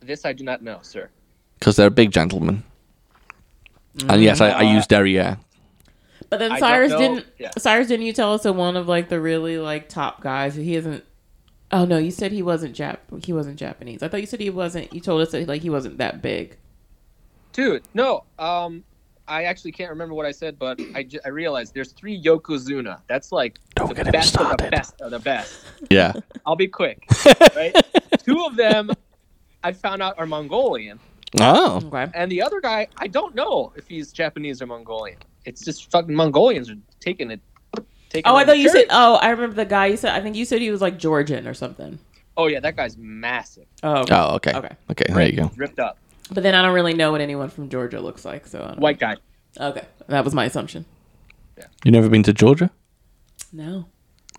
This I do not know, sir. because they're a big gentleman? And yes, I, I Mm, use uh, derriere. But then I don't Cyrus know. didn't. Yeah. Cyrus didn't you tell us that one of like the really like top guys? He isn't. Oh no, you said he wasn't Jap. He wasn't Japanese. I thought you said he wasn't. You told us that like he wasn't that big. Dude, no. Um, I actually can't remember what I said, but I, ju- I realized there's three Yokozuna. That's like Don't the get him best of the started. best of the best. Yeah. I'll be quick. Right? Two of them I found out are Mongolian, oh. Okay. and the other guy I don't know if he's Japanese or Mongolian. It's just fucking Mongolians are taking it. Taking Oh, I over thought you Sure. said. Oh, I remember the guy you said. I think you said he was like Georgian or something. Oh yeah, that guy's massive, Oh, okay. Oh, okay. Okay. Okay, there you go. ripped up, but then I don't really know what anyone from Georgia looks like. So I don't white guy. Okay, that was my assumption. You've never been to Georgia? No,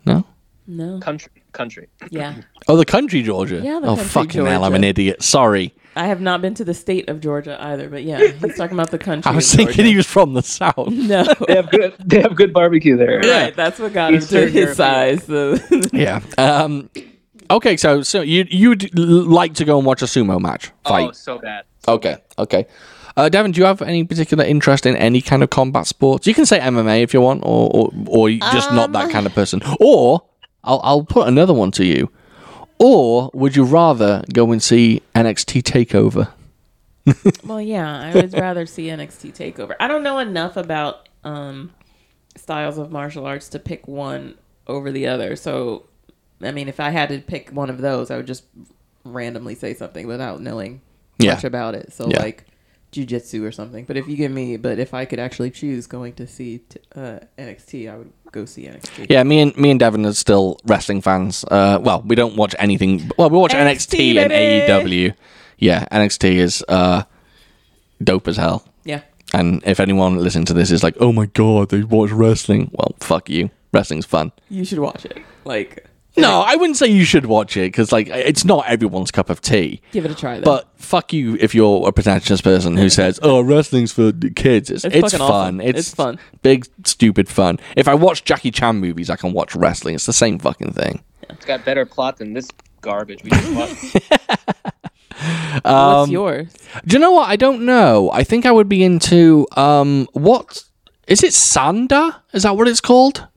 No. no. Country, country. Yeah, Oh, the country Georgia. Yeah, the oh, country fucking hell! I'm Georgia. an idiot. Sorry. I have not been to the state of Georgia either. But yeah, he's talking about the country. I was of thinking he was from the south. Georgia. no. They have good. They have good barbecue there. Yeah. Right, that's what got him Eastern to his European. size. the- yeah. Um. Okay, so so you you'd l- like to go and watch a sumo match fight? Oh, so bad. Okay, okay. Uh, Devin, do you have any particular interest in any kind of combat sports? You can say MMA if you want, or or, or you just not Um. that kind of person. Or I'll I'll put another one to you. Or would you rather go and see NXT Takeover? well, yeah, I would rather see NXT Takeover. I don't know enough about um, styles of martial arts to pick one over the other. So, I mean, if I had to pick one of those, I would just randomly say something without knowing Yeah. much about it. So, Yeah. like jujitsu or something. But if you give me, but if I could actually choose going to see t- uh, NXT, I would go see NXT. Yeah, me and me and Devin are still wrestling fans. Uh, well, we don't watch anything. Well, we watch NXT, NXT, and baby! AEW. Yeah, NXT is uh, dope as hell. Yeah. And if anyone listening to this is like, "Oh my god, they watch wrestling," well, fuck you. Wrestling's fun. you should watch it. Like, No, I wouldn't say you should watch it because like it's not everyone's cup of tea. give it a try. Though. But fuck you if you're a pretentious person who says, "Oh, wrestling's for the kids." It's, It's it's, fucking fun. awesome. It's, It's fun. Big stupid fun. If I watch Jackie Chan movies, I can watch wrestling. It's the same fucking thing. It's got better plot than this garbage we just watched. um, what's yours? Do you know what? I don't know. I think I would be into um what is it? Sanda? Is that what it's called?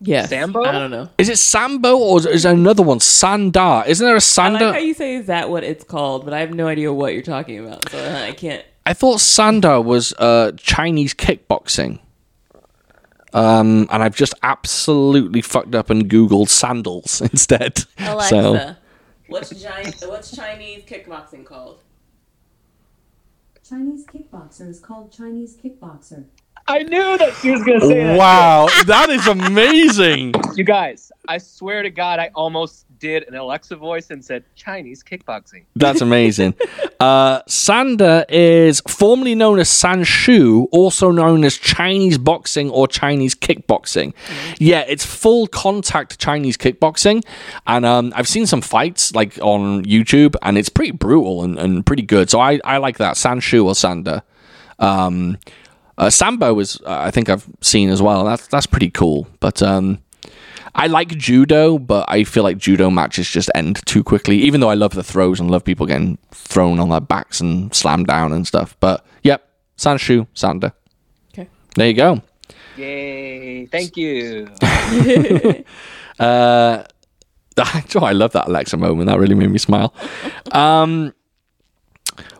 Yes. Sambo? I don't know. Is it Sambo or is- is there another one? Sanda? Isn't there a I Sanda? like how you say is that what it's called, but I have no idea what you're talking about, so uh, I can't. I thought Sanda was uh, Chinese kickboxing. Um, and I've just absolutely fucked up and Googled sandals instead. So, what's giant, what's Chinese kickboxing called? Chinese kickboxer is called Chinese kickboxer. I knew that she was gonna say that. wow, that is amazing. You guys, I swear to God, I almost did an Alexa voice and said Chinese kickboxing. That's amazing. Uh, Sanda is formerly known as Sanshu, also known as Chinese boxing or Chinese kickboxing. Yeah, it's full contact Chinese kickboxing. And um, I've seen some fights like on YouTube and it's pretty brutal and, and pretty good. So I, I like that. Sanshu or Sanda. Um, Uh, Sambo is, uh, I think, I've seen as well. That's that's pretty cool. But um, I like judo, but I feel like judo matches just end too quickly. Even though I love the throws and love people getting thrown on their backs and slammed down and stuff. But yep, Sanshu Sander. Okay. There you go. Yay! Thank you. Oh, I love that Alexa moment. That really made me smile. Um,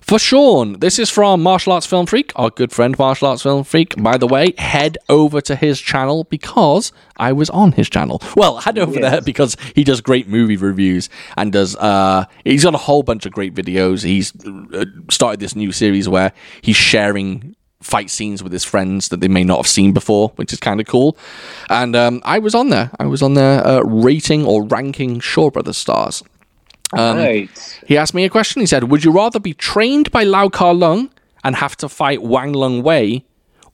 for Sean, this is from Martial Arts Film Freak, our good friend Martial Arts Film Freak. By the way, head over to his channel because I was on his channel. Well, head over there because he does great movie reviews and does. Uh, he's got a whole bunch of great videos. He's uh, started this new series where he's sharing fight scenes with his friends that they may not have seen before, which is kind of cool. And um, I was on there. I was on there uh, rating or ranking Shaw Brothers stars. Um, right. He asked me a question. He said, Would you rather be trained by Lao Kar Lung and have to fight Wang Lung Wei,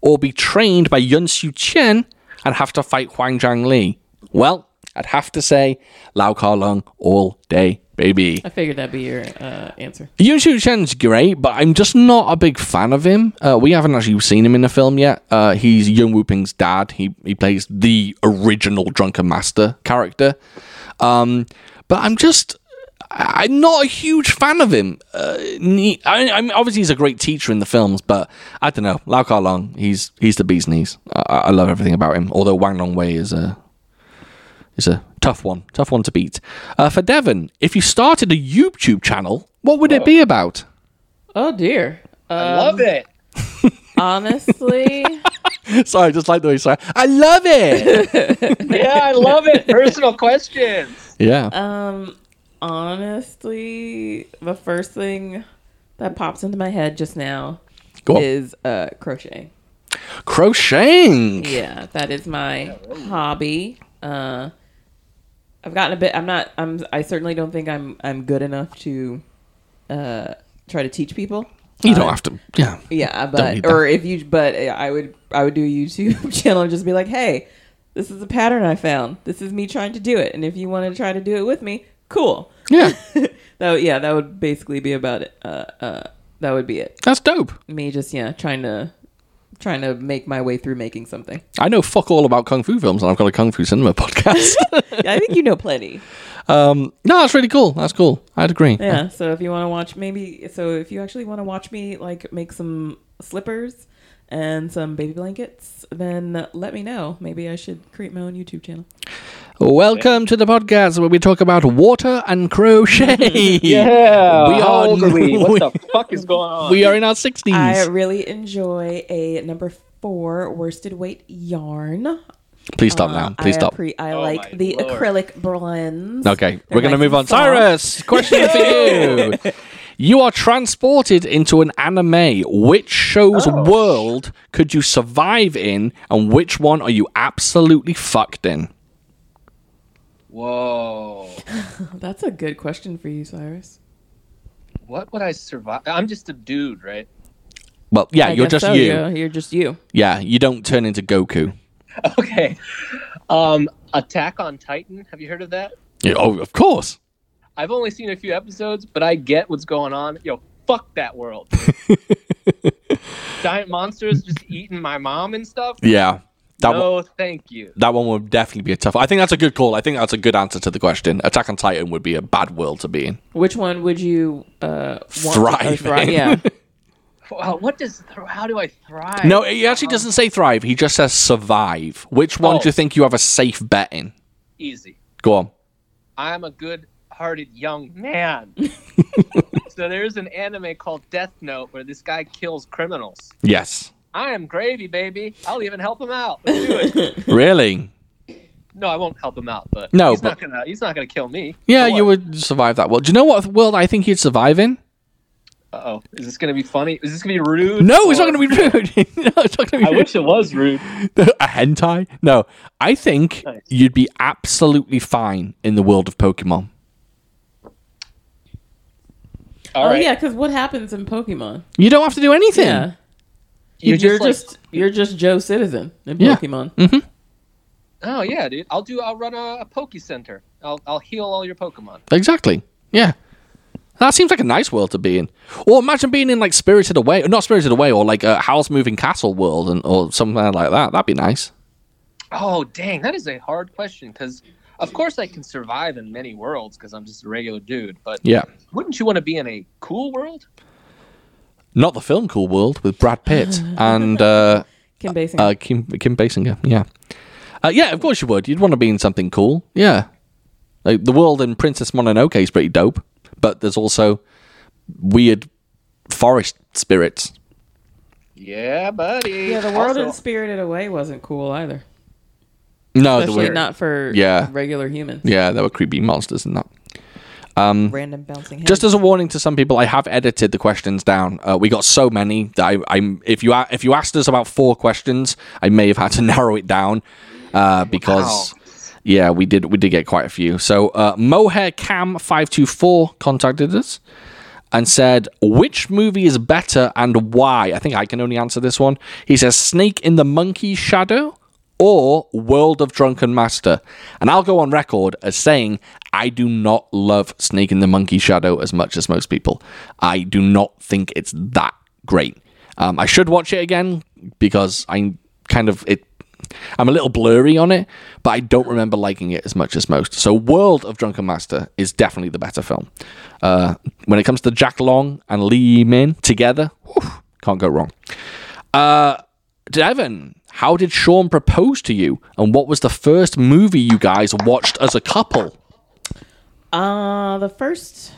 or be trained by Yun Xiu Qian and have to fight Huang Zhang Li? Well, I'd have to say Lao Kar Lung all day, baby. I figured that'd be your uh, answer. Yun Xiu Qian's great, but I'm just not a big fan of him. Uh, we haven't actually seen him in a film yet. Uh, he's Yun Wu Ping's dad. He, he plays the original Drunken Master character. Um, but I'm just. I- I'm not a huge fan of him. Uh, ne- I, I mean, obviously he's a great teacher in the films, but I don't know. Lao Kar Long, he's he's the bee's knees. I, I I love everything about him. Although Wang Long Wei is a is a tough one, tough one to beat. Uh, for Devon, if you started a YouTube channel, what would it be about? Oh dear. I Uh, um, love it. honestly, Sorry, I just like the way you say. I love it. Yeah, I love it. Personal questions. yeah, Uh, um, honestly, the first thing that pops into my head just now go on. is uh, crocheting. Crocheting. Yeah, that is my hobby. Uh, I've gotten a bit. I'm not. I'm. I certainly don't think I'm. I'm good enough to uh, try to teach people. You don't have to. Yeah. Yeah, need but that. or if you, but I would. I would do a YouTube channel and just be like, hey, this is a pattern I found. This is me trying to do it, and if you want to try to do it with me, cool. Yeah, that would- yeah, that would basically be about it. Uh, uh, that would be it. that's dope. Me just yeah, trying to trying to make my way through making something. I know fuck all about kung fu films, and I've got a kung fu cinema podcast. I think you know plenty. um, no, that's really cool. That's cool. I'd agree. Yeah. So if you want to watch, maybe so if you actually want to watch me like make some slippers and some baby blankets, then let me know. Maybe I should create my own YouTube channel. Welcome to the podcast where we talk about water and crochet. Yeah. We how are- old are we? we- What the fuck is going on? We are in our sixties. I really enjoy a number four worsted weight yarn. Please stop now. Please I stop. appre- I Oh like my the lord. acrylic blends. Okay, They're we're going to nice move and on. soft. Cyrus, question for you. You are transported into an anime. Which show's world could you survive in, and which one are you absolutely fucked in? Whoa. That's a good question for you, Cyrus. What would I survive? I'm just a dude, right? Well, yeah, I you're guess just so. you. You're, you're just you. Yeah, you don't turn into Goku. Okay. Um, Attack on Titan. Have you heard of that? Yeah, oh, of course. I've only seen a few episodes, but I get what's going on. Yo, fuck that world. Giant monsters just eating my mom and stuff. Yeah, that one, no, thank you. that one would definitely be a tough. I think that's a good call. I think that's a good answer to the question. Attack on Titan would be a bad world to be in. Which one would you uh, want to- or Thrive thri- in. Yeah. Wow, what does? Th- how do I thrive? No, he actually doesn't say thrive. He just says survive. Which one Oh. do you think you have a safe bet in? Easy. Go on. I'm a good-hearted young man. so there's an anime called Death Note where this guy kills criminals. Yes. I am gravy, baby. I'll even help him out. Let's do it. Really? no, I won't help him out, but No, he's but- not gonna. He's not gonna kill me. Yeah, you would survive that world. Do you know what world I think you'd survive in? Uh oh, is this gonna be funny? Is this gonna be rude? No, it's not Or- going to be rude. no, it's not going to I be rude. wish it was rude. A hentai? No, I think Nice. you'd be absolutely fine in the world of Pokemon. All Oh right. yeah, because what happens in Pokemon? You don't have to do anything. Yeah. You're You're, just just, like- you're just Joe Citizen in Yeah. Pokemon. Oh yeah, dude. I'll do. I'll run a, a Poke Center. I'll I'll heal all your Pokemon. Exactly. Yeah. That seems like a nice world to be in. Or imagine being in like Spirited Away, not Spirited Away, or like a House Moving Castle world, and or something like that. That'd be nice. Oh, dang, that is a hard question because, of course, I can survive in many worlds because I'm just a regular dude. But Yeah, wouldn't you want to be in a cool world? not the film Cool World with Brad Pitt and uh, Kim Basinger. uh, Kim Kim Basinger. Yeah, uh, yeah. Of course you would. You'd want to be in something cool. Yeah, like the world in Princess Mononoke is pretty dope, but there's also weird forest spirits. Yeah, buddy. yeah, the world Also- in Spirited Away wasn't cool either. No, the Especially weird. not for Yeah. regular humans. Yeah, there were creepy monsters in that. Random bouncing heads. Mm-hmm. Just as a warning to some people, I have edited the questions down. Uh, we got so many that I, I'm. If you a- if you asked us about four questions, I may have had to narrow it down uh, because yeah, we did we did get quite a few. So uh, Mohair Cam five two four contacted us and said, "Which movie is better and why?" I think I can only answer this one. He says, "Snake in the Monkey's Shadow." Or World of Drunken Master. And I'll go on record as saying I do not love Snake in the Monkey Shadow as much as most people. I do not think it's that great. Um, I should watch it again because I kind of it I'm a little blurry on it, but I don't remember liking it as much as most. So, World of Drunken Master is definitely the better film. Uh, when it comes to Jack Long and Lee Yee Min together, whew, can't go wrong. Uh, Devin, how did Sean propose to you, and what was the first movie you guys watched as a couple? Uh, the first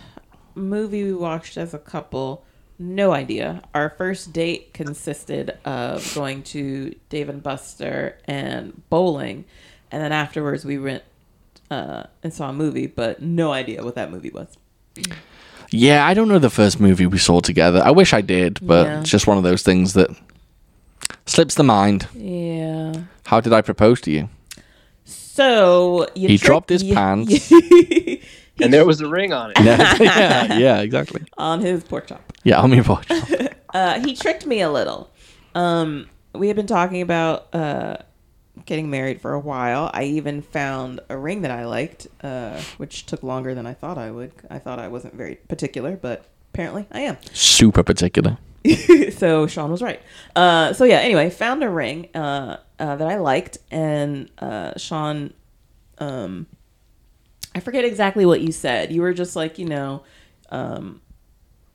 movie we watched as a couple, no idea. Our first date consisted of going to Dave and Buster and bowling, and then afterwards we went uh, and saw a movie, but no idea what that movie was. Yeah, I don't know the first movie we saw together. I wish I did, but Yeah. it's just one of those things that slips the mind. Yeah. How did I propose to you? So you He tricked- dropped his you- pants. And there was a ring on it. yeah, yeah, exactly. on his pork chop. Yeah, on your watch. Uh, he tricked me a little. Um, we had been talking about uh, getting married for a while. I even found a ring that I liked, uh, which took longer than I thought I would. I thought I wasn't very particular, but apparently I am. Super particular. so Sean was right. Uh, so yeah. Anyway, found a ring uh, uh, that I liked, and uh, Sean, um, I forget exactly what you said. You were just like, you know, um,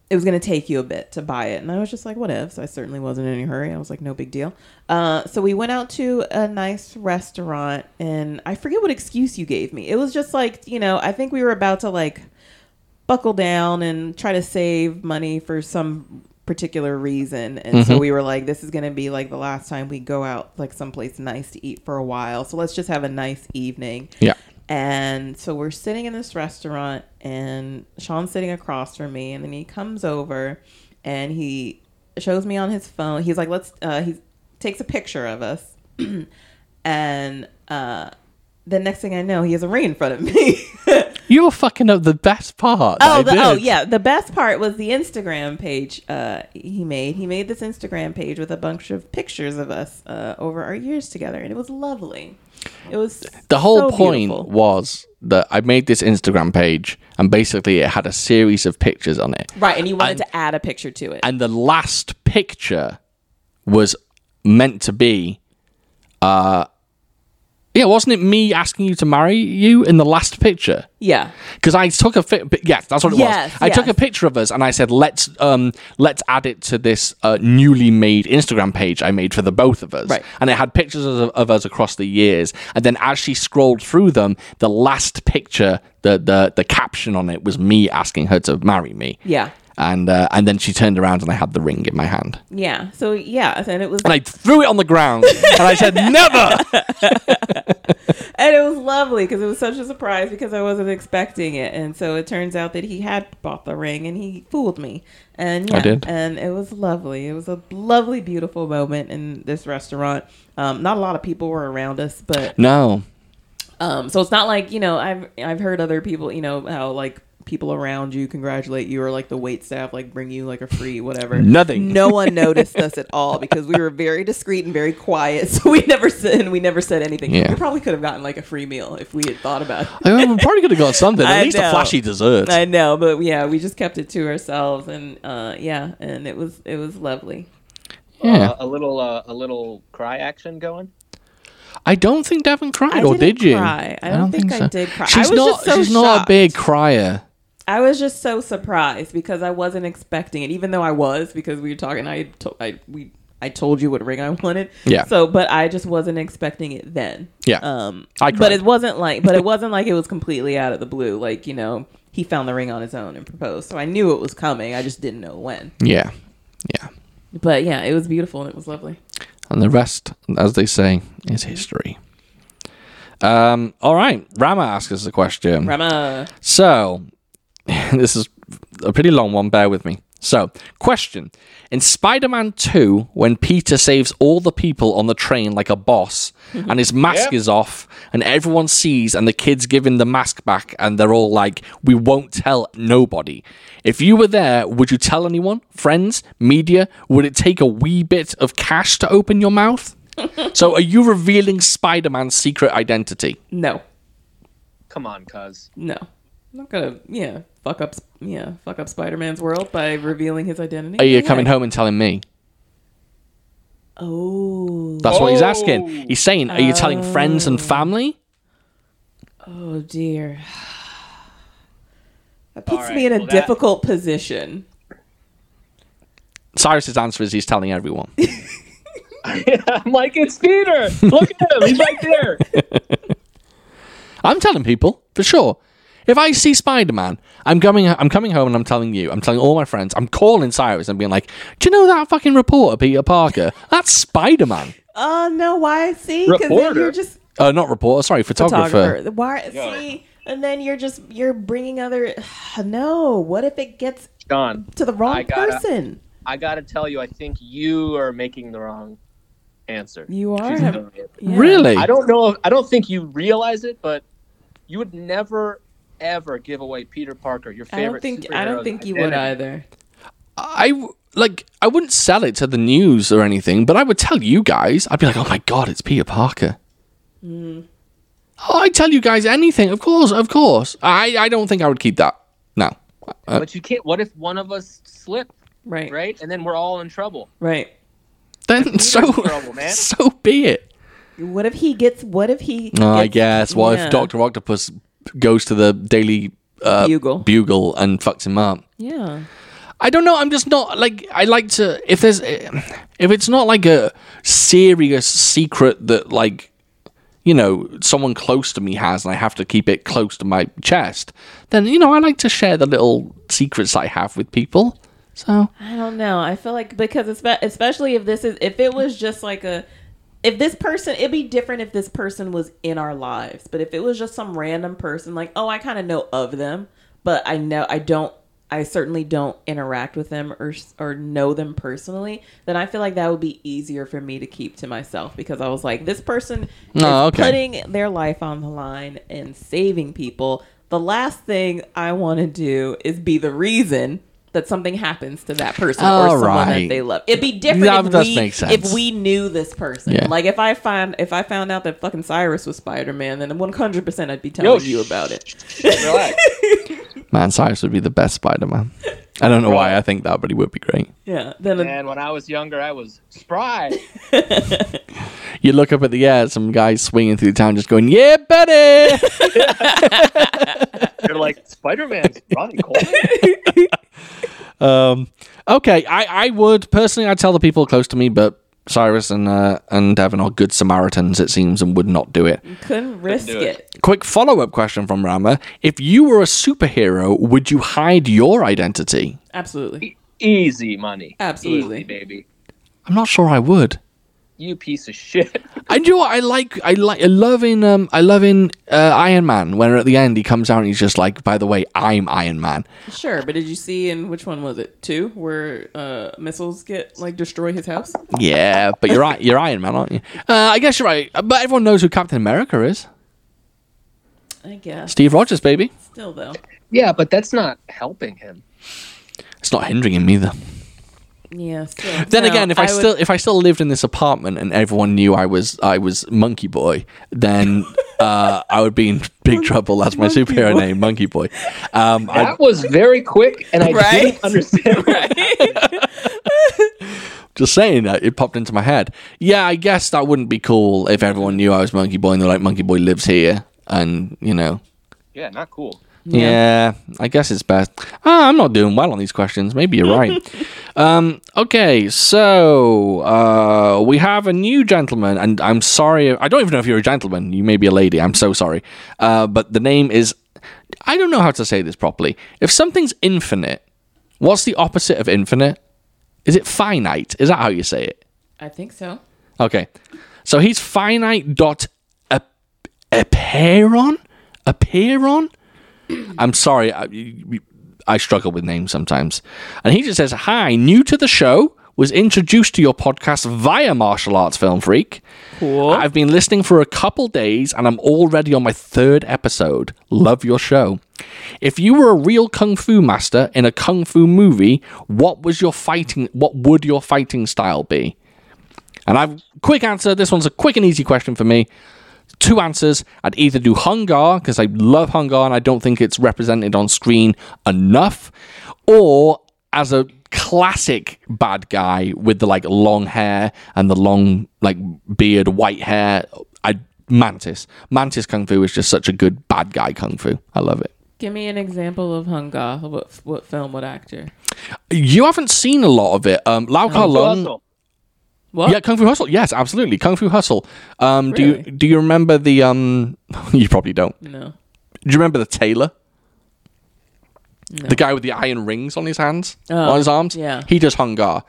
it was going to take you a bit to buy it, and I was just like, what if? So I certainly wasn't in any hurry. I was like, no big deal. Uh, so we went out to a nice restaurant, and I forget what excuse you gave me. It was just like, you know, I think we were about to like buckle down and try to save money for some particular reason. And so we were like, this is going to be like the last time we go out like someplace nice to eat for a while. So let's just have a nice evening. Yeah. And so we're sitting in this restaurant, and Sean's sitting across from me, and then he comes over, and he shows me on his phone. He's like, "Let's." Uh, he takes a picture of us, and uh, the next thing I know, he has a ring in front of me. You were fucking up the best part. that I Oh, the, oh did. yeah. The best part was the Instagram page uh, he made. He made this Instagram page with a bunch of pictures of us uh, over our years together, and it was lovely. It was The whole so point beautiful. was that I made this Instagram page and basically it had a series of pictures on it. right? And you wanted to add a picture to it. And the last picture was meant to be uh yeah, wasn't it me asking you to marry you in the last picture? yeah, because I took a fi- but yes, that's what it Yes, was. I took yes. a picture of us and I said, "Let's um, let's add it to this uh, newly made Instagram page I made for the both of us." Right. And it had pictures of, of us across the years. And then as she scrolled through them, the last picture, the the the caption on it was me asking her to marry me. yeah, And uh, and then she turned around and I had the ring in my hand yeah. So yeah, and it was and I threw it on the ground and I said, "Never." and it was lovely because it was such a surprise because I wasn't expecting it, and so it turns out that he had bought the ring and he fooled me, and yeah, I did. and it was lovely. It was a lovely, beautiful moment in this restaurant. Um, not a lot of people were around us, but No. um, so it's not like you know I've I've heard other people you know how like people around you congratulate you or like the wait staff like bring you like a free whatever. Nothing. No one noticed us at all because we were very discreet and very quiet. So we never said and we never said anything. Yeah. We probably could have gotten like a free meal if we had thought about it. I mean, we probably could have got something. I At least a know. flashy dessert. I know, but yeah, we just kept it to ourselves and uh yeah, and it was it was lovely. yeah. Uh, a little uh, a little cry action going. I don't think Devon cried, I or didn't did you? cry. I don't think I did cry. I She's was not. just so she's not a shocked. big crier. I was just so surprised because I wasn't expecting it, even though I was because we were talking. I to, I we I told you what ring I wanted. Yeah. So, but I just wasn't expecting it then. Yeah. Um. I cried. but it wasn't like, but it wasn't like it was completely out of the blue. Like you know, he found the ring on his own and proposed. So I knew it was coming. I just didn't know when. Yeah, yeah. But yeah, it was beautiful and it was lovely. And the rest, as they say, is history. Um. All right. Rama asks us a question. Mm-hmm. Rama. So, this is a pretty long one, bear with me. So, question. In Spider Man 2, when Peter saves all the people on the train like a boss, and his mask Yep. is off, and everyone sees, and the kids give him the mask back, and they're all like, We won't tell nobody. If you were there, would you tell anyone? Friends? Media? Would it take a wee bit of cash to open your mouth? so, are you revealing Spider Man's secret identity? No. Come on, cuz. No. I'm not gonna. Yeah. Fuck up. Yeah. Fuck up Spider Man's world by revealing his identity. Are you No coming way. home and telling me? Oh. That's what he's Oh. asking. He's saying, "Are you telling friends and family?" Oh dear. That puts All right, me in a well, that- difficult position. Cyrus's answer is he's telling everyone. I'm like it's Peter. Look at him. He's right there. I'm telling people for sure. If I see Spider-Man, I'm coming. I'm coming home and I'm telling you. I'm telling all my friends. I'm calling Cyrus and being like, "Do you know that fucking reporter, Peter Parker? That's Spider-Man. Oh no! Why see? Because then Reporter. you're just Uh, not reporter. Sorry, photographer. photographer. Why Yeah. see? And then you're just you're bringing other. No. What if it gets John, to the wrong I gotta- person? I gotta tell you, I think you are making the wrong answer. You are. She's having- doing it. yeah. Really? I don't know. I don't think you realize it, but you would never, ever give away Peter Parker, your I favorite. don't think I don't superhero's think you would identity. either. I w- like. I wouldn't sell it to the news or anything, but I would tell you guys. I'd be like, "Oh my god, it's Peter Parker." Hmm. Oh, I'd tell you guys anything. Of course, of course. I I don't think I would keep that. No. Uh, But you can't. What if one of us slip, Right. Right. right? And then we're all in trouble. Right. Then so trouble, man. so be it. What if he gets? What if he? No, Oh, I gets- guess. What yeah. if Doctor Octopus goes to the Daily uh, Bugle? Bugle and fucks him up? Yeah. I don't know. I'm just not like I like to. If there's if it's not like a serious secret that like you know someone close to me has and I have to keep it close to my chest, then you know I like to share the little secrets I have with people. So I don't know. I feel like because espe- especially if this is if it was just like a if this person it'd be different if this person was in our lives, but if it was just some random person like, "Oh, I kind of know of them, but I know I don't I certainly don't interact with them or s- or know them personally," then I feel like that would be easier for me to keep to myself because I was like, this person No, is okay. putting their life on the line and saving people. The last thing I want to do is be the reason that something happens to that person or All someone right. that they love. It'd be different That if, does we, make sense. if we knew this person. Yeah. Like if I find if I found out that fucking Cyrus was Spider Man, then one hundred percent I'd be telling Yo, you about it. Relax. man, Cyrus would be the best Spider-Man. I don't know why I think that, but he would be great. Yeah. Then and when I was younger, I was spry. You look up at the air, some guy swinging through town, just going, "Yeah, buddy." You're like Spider Man's Ronnie Coleman. Um, okay, I, I would personally I'd tell the people close to me, but Cyrus and uh, and Devon are good Samaritans, it seems, and would not do it. couldn't risk do it. it. Quick follow up question from Rama: If you were a superhero, would you hide your identity? Absolutely. Easy money. Absolutely. Easy, baby. I'm not sure I would. You piece of shit. I do. what I like. I like. I love in. Um. I love in uh, Iron Man. When at the end he comes out and he's just like, "By the way, I'm Iron Man." Sure, but did you see in which one was it? Two, where uh, missiles get like destroy his house. Yeah, but you're right. You're Iron Man, aren't you? Uh, I guess you're right. But everyone knows who Captain America is. I guess Steve Rogers, baby. Still though, Yeah, but that's not helping him. It's not hindering him either. yeah. Still. Then No, again, if I, would- still if I still lived in this apartment and everyone knew I was I was Monkey Boy, then uh, I would be in big trouble. That's my Monkey superhero Boy. name, Monkey Boy. Um, I, That was very quick, and I Right? didn't understand. just saying that it popped into my head. Yeah, I guess that wouldn't be cool if everyone knew I was Monkey Boy and they're like, Monkey Boy lives here, and you know. Yeah, not cool. Yeah. I guess it's best. Ah, I'm not doing well on these questions. Maybe you're right. um, okay, so uh, we have a new gentleman, and I'm sorry. I don't even know if you're a gentleman. You may be a lady. I'm so sorry. Uh, but the name is. I don't know how to say this properly. If something's infinite, what's the opposite of infinite? Is it finite? Is that how you say it? I think so. Okay. So he's finite dot ap- apeiron? Apeiron? I'm sorry. I, you- I struggle with names sometimes. And he just says, Hi, new to the show. Was introduced to your podcast via Martial Arts Film Freak. Cool. I've been listening for a couple days and I'm already on my third episode. Love your show. If you were a real kung fu master in a kung fu movie, what was your fighting what would your fighting style be? And I've quick answer. This one's a quick and easy question for me. Two answers. I'd either do Hungar because I love Hungar and I don't think it's represented on screen enough, or as a classic bad guy with the like long hair and the long like beard, white hair. I Mantis. Mantis Kung Fu is just such a good bad guy Kung Fu. I love it. Give me an example of Hunga. What what film? What actor? You haven't seen a lot of it. Um, Lau Kar Lung. Hustle. What? Yeah, Kung Fu Hustle. Yes, absolutely. Kung Fu Hustle. Um, Do you Really? do you remember the um? You probably don't. No. Do you remember the tailor? The guy with the iron rings on his hands, Oh, on his arms. yeah. Oh. he does hungar.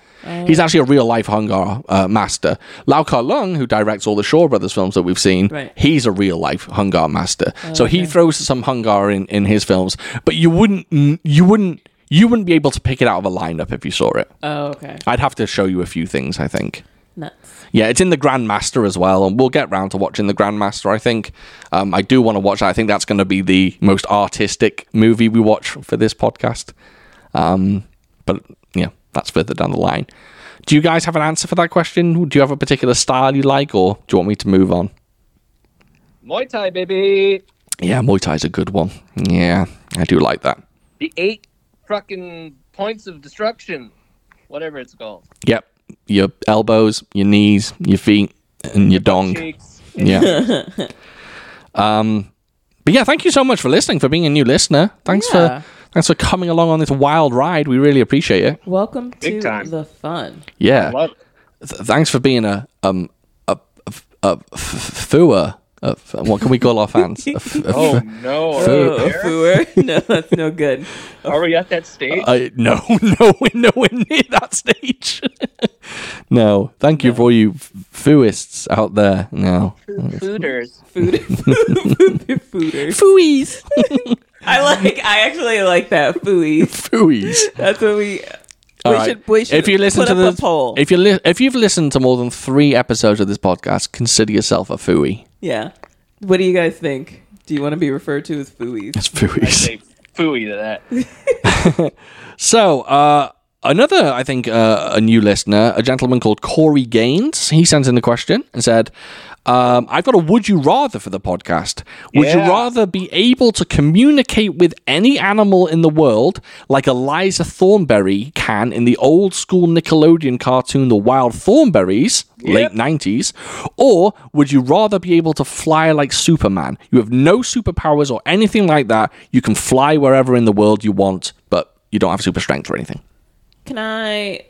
He's actually a real life hungar uh, master. Lau Kar Lung, who directs all the Shaw Brothers films that we've seen, Right. he's a real life hungar master. so he throws some hungar in in his films, but you wouldn't mm, you wouldn't you wouldn't be able to pick it out of a lineup if you saw it. Oh, okay. I'd have to show you a few things, I think. Nuts. Yeah, it's in the Grandmaster as well, and we'll get round to watching the Grandmaster. I think um, I do want to watch. that. I think that's going to be the most artistic movie we watch for this podcast. Um, but yeah, that's further down the line. Do you guys have an answer for that question? Do you have a particular style you like, or do you want me to move on? Muay Thai, baby. Yeah, Muay Thai's a good one. Yeah, I do like that. The eight fucking points of destruction, whatever it's called. Yep, your elbows, your knees, your feet, and your dong. Cheeks. Yeah. um, but yeah, thank you so much for listening, for being a new listener. Thanks Yeah. for thanks for coming along on this wild ride. We really appreciate it. Welcome to Big time. the fun. Yeah. Love it. Th- thanks for being a um a f- a f- f- fooer. A f- what can we call our fans? A f- a f- Oh no! Are, Food. Uh, we Oh, there? Fuer? No, that's no good. Are we at that stage? I- no, no, we're nowhere near that stage. no, thank you for all you f- fooists out there. No, Fooders. Food, food, fooders. fooies, I like. I actually like that. Fooey. fooies. That's what we. All we right. should. We should. if you listen put to up the a poll. if you li- if you've listened to more than three episodes of this podcast, consider yourself a fooey. yeah. What do you guys think? Do you want to be referred to as fooies? It's fooeys. Say fooey to that. So uh, another, I think, uh, a new listener, a gentleman called Corey Gaines, he sends in the question and said. Um, I've got a would you rather for the podcast. Would Yeah. you rather be able to communicate with any animal in the world like Eliza Thornberry can in the old school Nickelodeon cartoon The Wild Thornberries, late Yep. 90s, or would you rather be able to fly like Superman? You have no superpowers or anything like that. You can fly wherever in the world you want, but you don't have super strength or anything. Can I?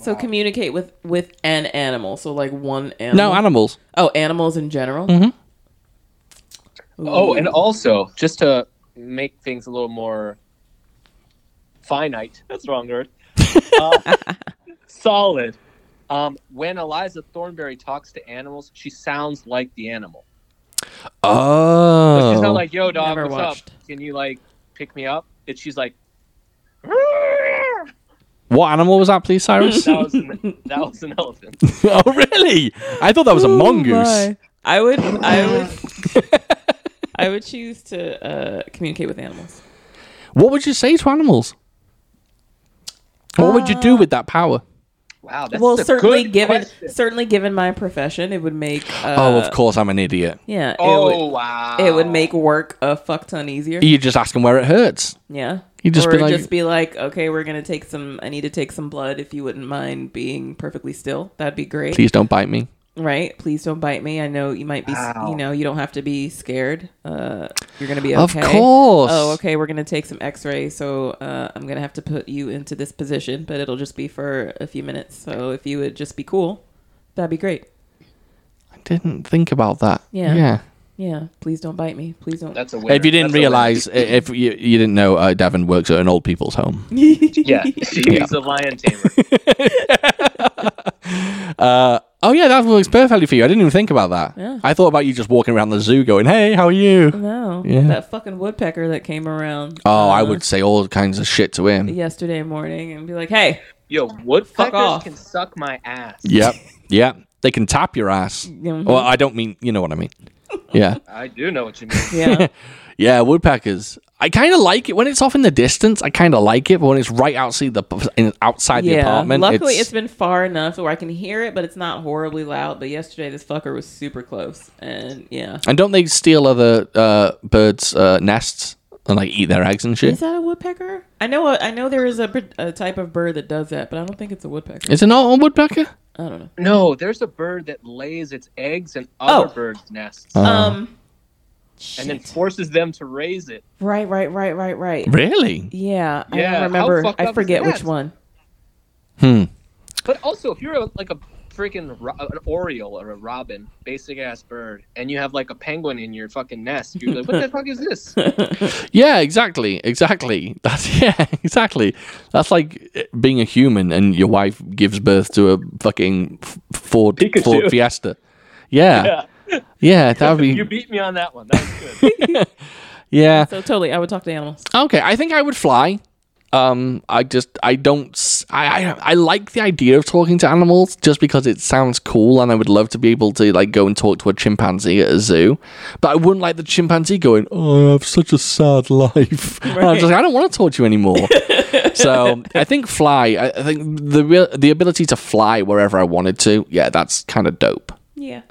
So communicate with with an animal. So like one animal. No animals. Oh, animals in general. Mm-hmm. Oh, and also just to make things a little more finite. That's the wrong word. Uh, solid. Um, when Eliza Thornberry talks to animals, she sounds like the animal. Oh. She's not like, "Yo, dog, Never what's watched. up? Can you like pick me up?" And she's like, what animal was that, please, Cyrus? "That was an, that was an elephant." oh, Oh really? I thought that was a Ooh, mongoose. my. I would. I would. I would choose to uh, communicate with animals. What would you say to animals? What would you do with that power? Wow, that's well, a certainly good given question. certainly given my profession, it would make uh, oh, of course, I'm an idiot. yeah, it Oh would wow, it would make work a fuck ton easier. You just ask them where it hurts. Yeah. You just or be like- just be like, okay, we're gonna take some. I need to take some blood. If you wouldn't mind being perfectly still, that'd be great. Please don't bite me. Right? Please don't bite me. I know you might be. Wow. You know, you don't have to be scared. Uh, you're gonna be Of okay. course. Oh, okay. We're gonna take some X-rays, so uh, I'm gonna have to put you into this position, but it'll just be for a few minutes. So if you would just be cool, that'd be great. I didn't think about that. Yeah. Yeah. Yeah. Please don't bite me. Please don't. That's a winner. If you didn't That's a winner. realize, i- if you, you didn't know, uh, Devin works at an old people's home. yeah, she's a lion tamer. Oh yeah, that works perfectly for you. I didn't even think about that. Yeah. I thought about you just walking around the zoo, going, "Hey, how are you?" no. Yeah. That fucking woodpecker that came around. Oh, I uh, would say all kinds of shit to him. yesterday morning and be like, hey, Yo, woodpeckers off. can suck my ass. Yep. yep. They can tap your ass. Mhm. Well, I don't mean, you know what I mean. Yeah. I do know what you mean. yeah, Yeah, woodpeckers. I kind of like it when it's off in the distance. I kind of like it, but when it's right outside the in- outside the yeah. apartment, Luckily, it's, it's been far enough where I can hear it, but it's not horribly loud. But yesterday, this fucker was super close, and yeah, and don't they steal other uh, birds' uh, nests and like eat their eggs and shit? is that a woodpecker? I know, a, I know there is a, bir- a type of bird that does that, but I don't think it's a woodpecker. Is it not a woodpecker? I don't know. No, there's a bird that lays its eggs in other Oh. birds' nests Uh-huh. um, and then shit. forces them to raise it. right, right, right, right, right. Really? Yeah, I Yeah, don't how remember. fucked up I is forget which that? one. Hmm. But also, if you're a, like a freaking ro- an oriole or a robin, basic ass bird, and you have like a penguin in your fucking nest, you're like, what the fuck is this? Yeah, exactly, exactly. That's yeah, exactly. That's like eh, being a human and your wife gives birth to a fucking f- Ford Pikachu. Ford Fiesta. Yeah, yeah, that would you be beat me on that one. That was good. yeah. So totally, I would talk to animals. Okay, I think I would fly. Um, I just I don't s- I, I I like the idea of talking to animals just because it sounds cool and I would love to be able to like go and talk to a chimpanzee at a zoo, but I wouldn't like the chimpanzee going, "Oh, I have such a sad life." And I'm just like, I don't want to talk to you anymore. so I think fly. I, I think the real the ability to fly wherever I wanted to. Yeah, that's kind of dope. Yeah.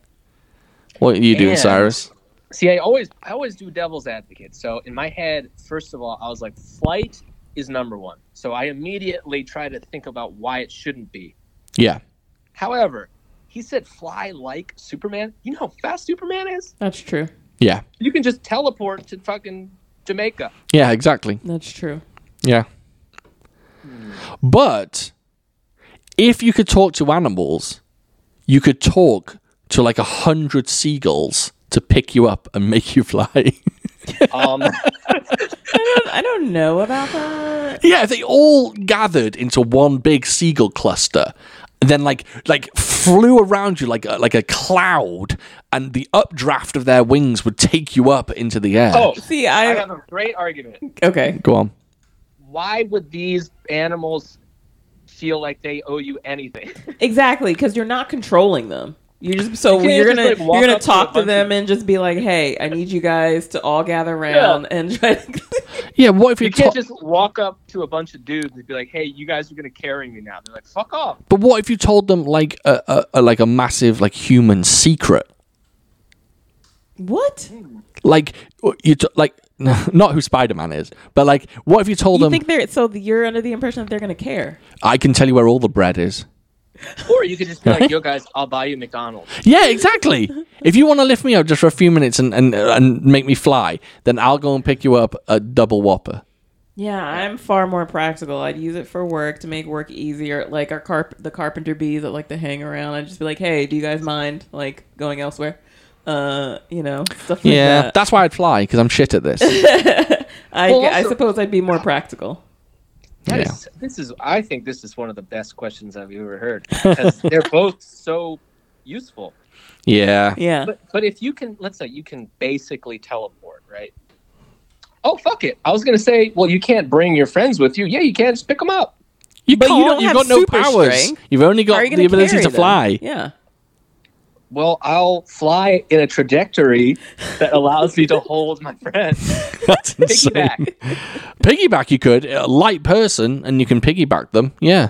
What are you doing, And- Cyrus? See, I always I always do devil's advocate. So in my head, first of all, I was like, flight is number one. So I immediately try to think about why it shouldn't be. Yeah, However, he said fly like Superman. You know how fast Superman is? That's true. yeah, You can just teleport to fucking Jamaica. yeah. Exactly. That's true. Yeah. But if you could talk to animals, you could talk to like a hundred seagulls to pick you up and make you fly. Um, I don't, I don't know about that. yeah, if they all gathered into one big seagull cluster. And then, like, like flew around you like a, like a cloud, and the updraft of their wings would take you up into the air. oh, See, I I, have a great argument. okay. go on! Why would these animals feel like they owe you anything? Exactly, because you're not controlling them. You just so You can't you're just, gonna like, walk you're gonna up to a talk to, bunch them and just be like, "Hey, I need you guys to all gather around and try." To... Yeah, what if you You can't talk? just walk up to a bunch of dudes and be like, "Hey, you guys are gonna carry me now." They're like, "Fuck off." But what if you told them like a, a, a like a massive like human secret? what? like you t- like not who Spider-Man is, but like what if you told You them think they're so you're under the impression that they're gonna care? I can tell you where all the bread is? Or you could just be like, "Yo, guys, I'll buy you McDonald's." Yeah, exactly. if you want to lift me up just for a few minutes and and, and make me fly, then I'll go and pick you up a double whopper. Yeah, I'm far more practical. I'd use it for work to make work easier. Like our carp the carpenter bees that like to hang around. I'd just be like, "Hey, do you guys mind like going elsewhere?" Uh, you know, stuff like Yeah, that. that's why I'd fly because I'm shit at this. I, Well, I also- suppose I'd be more practical. That Yeah. is, this is, I think this is one of the best questions I've ever heard because they're both so useful. yeah, Yeah. But, but if you can, let's say you can basically teleport, right? Oh, fuck it. I was going to say, well, you can't bring your friends with you. Yeah, you can. Just pick them up. you But you can't. don't You have have got no super powers. strength. You've only How got are you the gonna ability carry to them? fly. Yeah. well, I'll fly in a trajectory that allows me to hold my friend. That's insane. Piggyback. Piggyback, you could. A light person, and you can piggyback them. Yeah.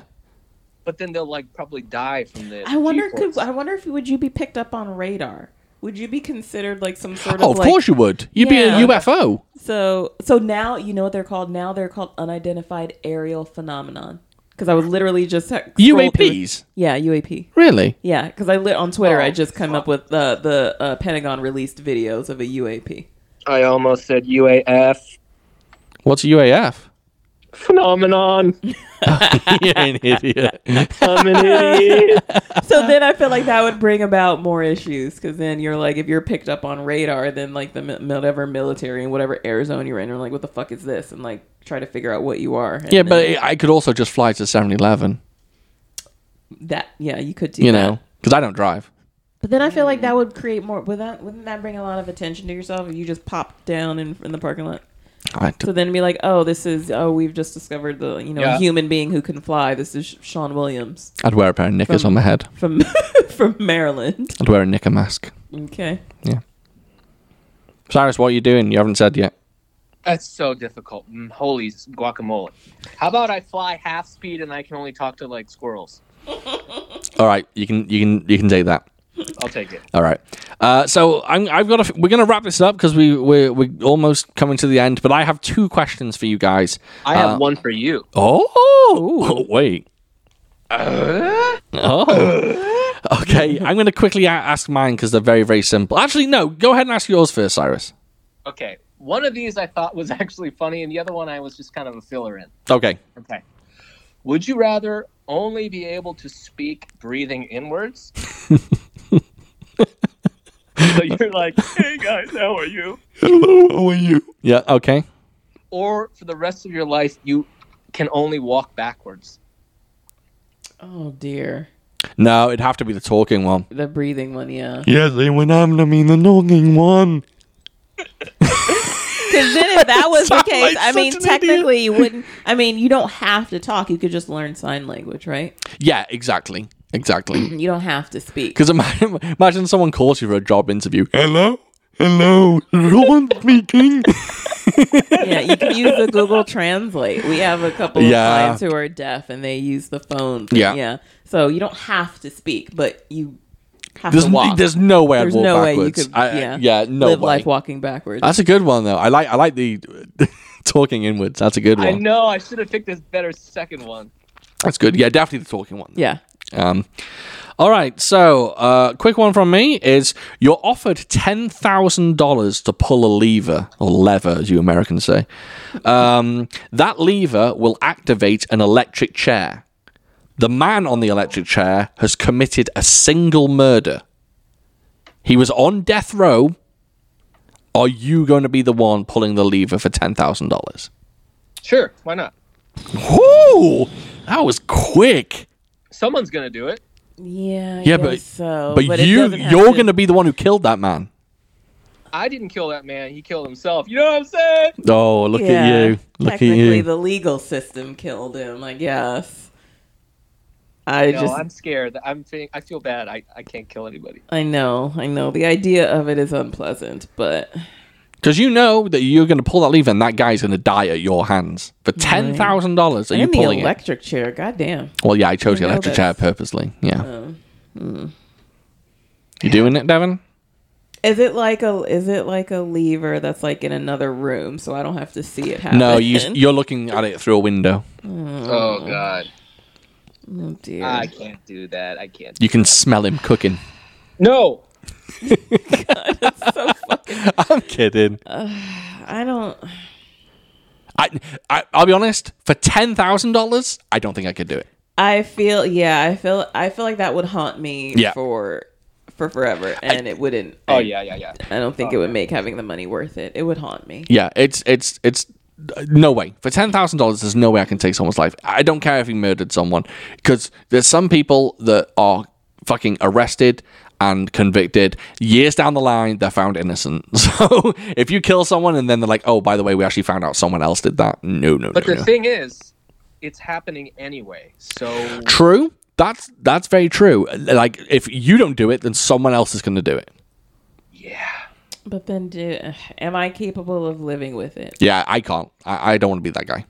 But then they'll like probably die from the. I wonder. G-force. Could, I wonder if would you be picked up on radar? Would you be considered like some sort of? Oh, of like, course you would. You'd Yeah. be a UFO. So so now you know what they're called. Now they're called unidentified aerial phenomenon. Because I was literally just scrolled through- UAPs. Yeah, UAP. Really? Yeah, because I lit on Twitter. I Oh, just come up with uh, the uh, Pentagon released videos of a UAP. I almost said UAF What's a UAF? phenomenon. You're an idiot. I'm an idiot. So then I feel like that would bring about more issues because then you're like, if you're picked up on radar, then like the mi- whatever military and whatever air zone you're in, you're like, what the fuck is this? And like try to figure out what you are. And Yeah, then but I could also just fly to 7 Eleven, that yeah, you could do. you that. know, because I don't drive. But then I feel like that would create more. Would that wouldn't that bring a lot of attention to yourself if you just popped down in, in the parking lot? I d- So then be like, oh, this is oh, we've just discovered the you know Yeah. human being who can fly. This is Sean Williams I'd wear a pair of knickers From- on my head. from from Maryland. I'd wear a knicker mask. Okay. Cyrus, what are you doing? You haven't said yet. That's so difficult. Mm, Holy guacamole! How about I fly half speed and I can only talk to like squirrels? All right, you can you can you can take that. I'll take it. All right. Uh, so I'm, I've got. A, we're going to wrap this up because we we're, we're almost coming to the end. But I have two questions for you guys. I have one for you. Oh, wait. Uh? oh. Okay, I'm going to quickly a- ask mine because they're very very simple. Actually, no. Go ahead and ask yours first, Cyrus. Okay, one of these I thought was actually funny, and the other one I was just kind of a filler in. Okay. Okay. Would you rather only be able to speak breathing inwards? so you're like, hey guys, how are you? Hello. How are you? Yeah. Okay. Or for the rest of your life, you can only walk backwards. Oh dear, No, it'd have to be the talking one. the breathing one, yeah. Yes, when I'm I mean the talking one. Because then if that was the Sound case, like I mean, such an idiot. technically you wouldn't. I mean, you don't have to talk. You could just learn sign language, right? Yeah. Exactly. Exactly. You don't have to speak. Because imagine, imagine someone calls you for a job interview. Hello, hello, Rowan speaking. yeah, you can use the Google Translate. We have a couple of Yeah. clients who are deaf and they use the phone. thing. Yeah. yeah. So you don't have to speak, but you have There's, to walk. there's no way There's I'd walk no way you backwards. could. I- yeah, no live way. life walking backwards. That's a good one though. I like I like the talking inwards. That's a good I one. know, I should have picked this better second one. That's good. Yeah, definitely the talking one. yeah. Um, all right. So, uh, quick one from me is you're offered ten thousand dollars to pull a lever or lever, as you Americans say. Um, that lever will activate an electric chair. The man on the electric chair has committed a single murder. He was on death row. Are you going to be the one pulling the lever for ten thousand dollars? Sure, why not? Whoo! That was quick. Someone's going to do it. Yeah. I Yeah, but guess so but, Oh, it you doesn't have you're gonna be the one who killed that man. I didn't kill that man, he killed himself. You know what I'm saying? Oh, look Yeah, at you! Look at technically you! the legal system killed him. I guess. I no, just. I'm scared. I'm fe- I feel bad. I, I can't kill anybody. I know. I know. The idea of it is unpleasant, but Because you know that you're gonna pull that lever, and that guy's gonna die at your hands for ten thousand dollars. Are you and the pulling electric chair. Goddamn. it? Well, yeah, I chose I the know electric this. Oh. Hmm. chair purposely. Yeah. You doing it, Devin? Is it like a is it like a lever that's like in another room so I don't have to see it happen? No, you, you're looking at it through a window. Oh, Mm-hmm. God. oh dear. I can't do that. I can't. You can smell him cooking. No! I'm kidding. I don't. I, I I'll be honest. For ten thousand dollars, I don't think I could do it. I feel yeah. I feel I feel like that would haunt me Yeah. for for forever, and it wouldn't. Oh, I- yeah, yeah, yeah. I don't think it would make having the money worth it. It would haunt me. Yeah, it's it's it's uh, no way for ten thousand dollars. There's no way I can take someone's life. I don't care if he murdered someone because there's some people that are fucking arrested and convicted years down the line. They're found innocent. So if you kill someone and then they're like, oh, by the way, we actually found out someone else did that. No, no, But no. the no. thing is, it's happening anyway. So True, That's that's very true. Like if you don't do it, then someone else is going to do it. Yeah. But then, do, am I capable of living with it? Yeah, I can't. I, I don't want to be that guy.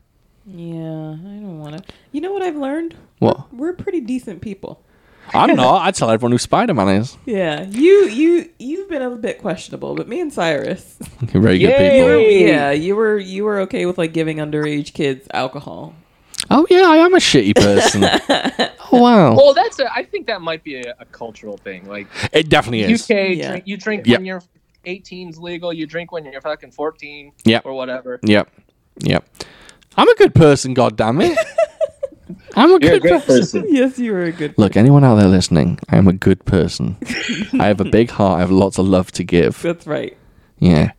Yeah, I don't want to. You know what I've learned? What? We're pretty decent people. I'm not. I tell everyone who Spider Man is. Yeah, you you you've been a bit questionable, but me and Cyrus, You're very good Yay! people. Hey. yeah, you were you were okay with like giving underage kids alcohol. Oh yeah, I am a shitty person. oh wow, Well, that's a, I think that might be a, a cultural thing. Like it definitely is. UK, Yeah. drink, you drink Yep. when you're 18's legal. You drink when you're fucking 14 Yep. or whatever. Yep, yep. I'm a good person. God damn it. I'm a You're a good great person. Yes, you were a good. Look, anyone out there listening, I am a good person. I have a big heart. I have lots of love to give. That's right. Yeah.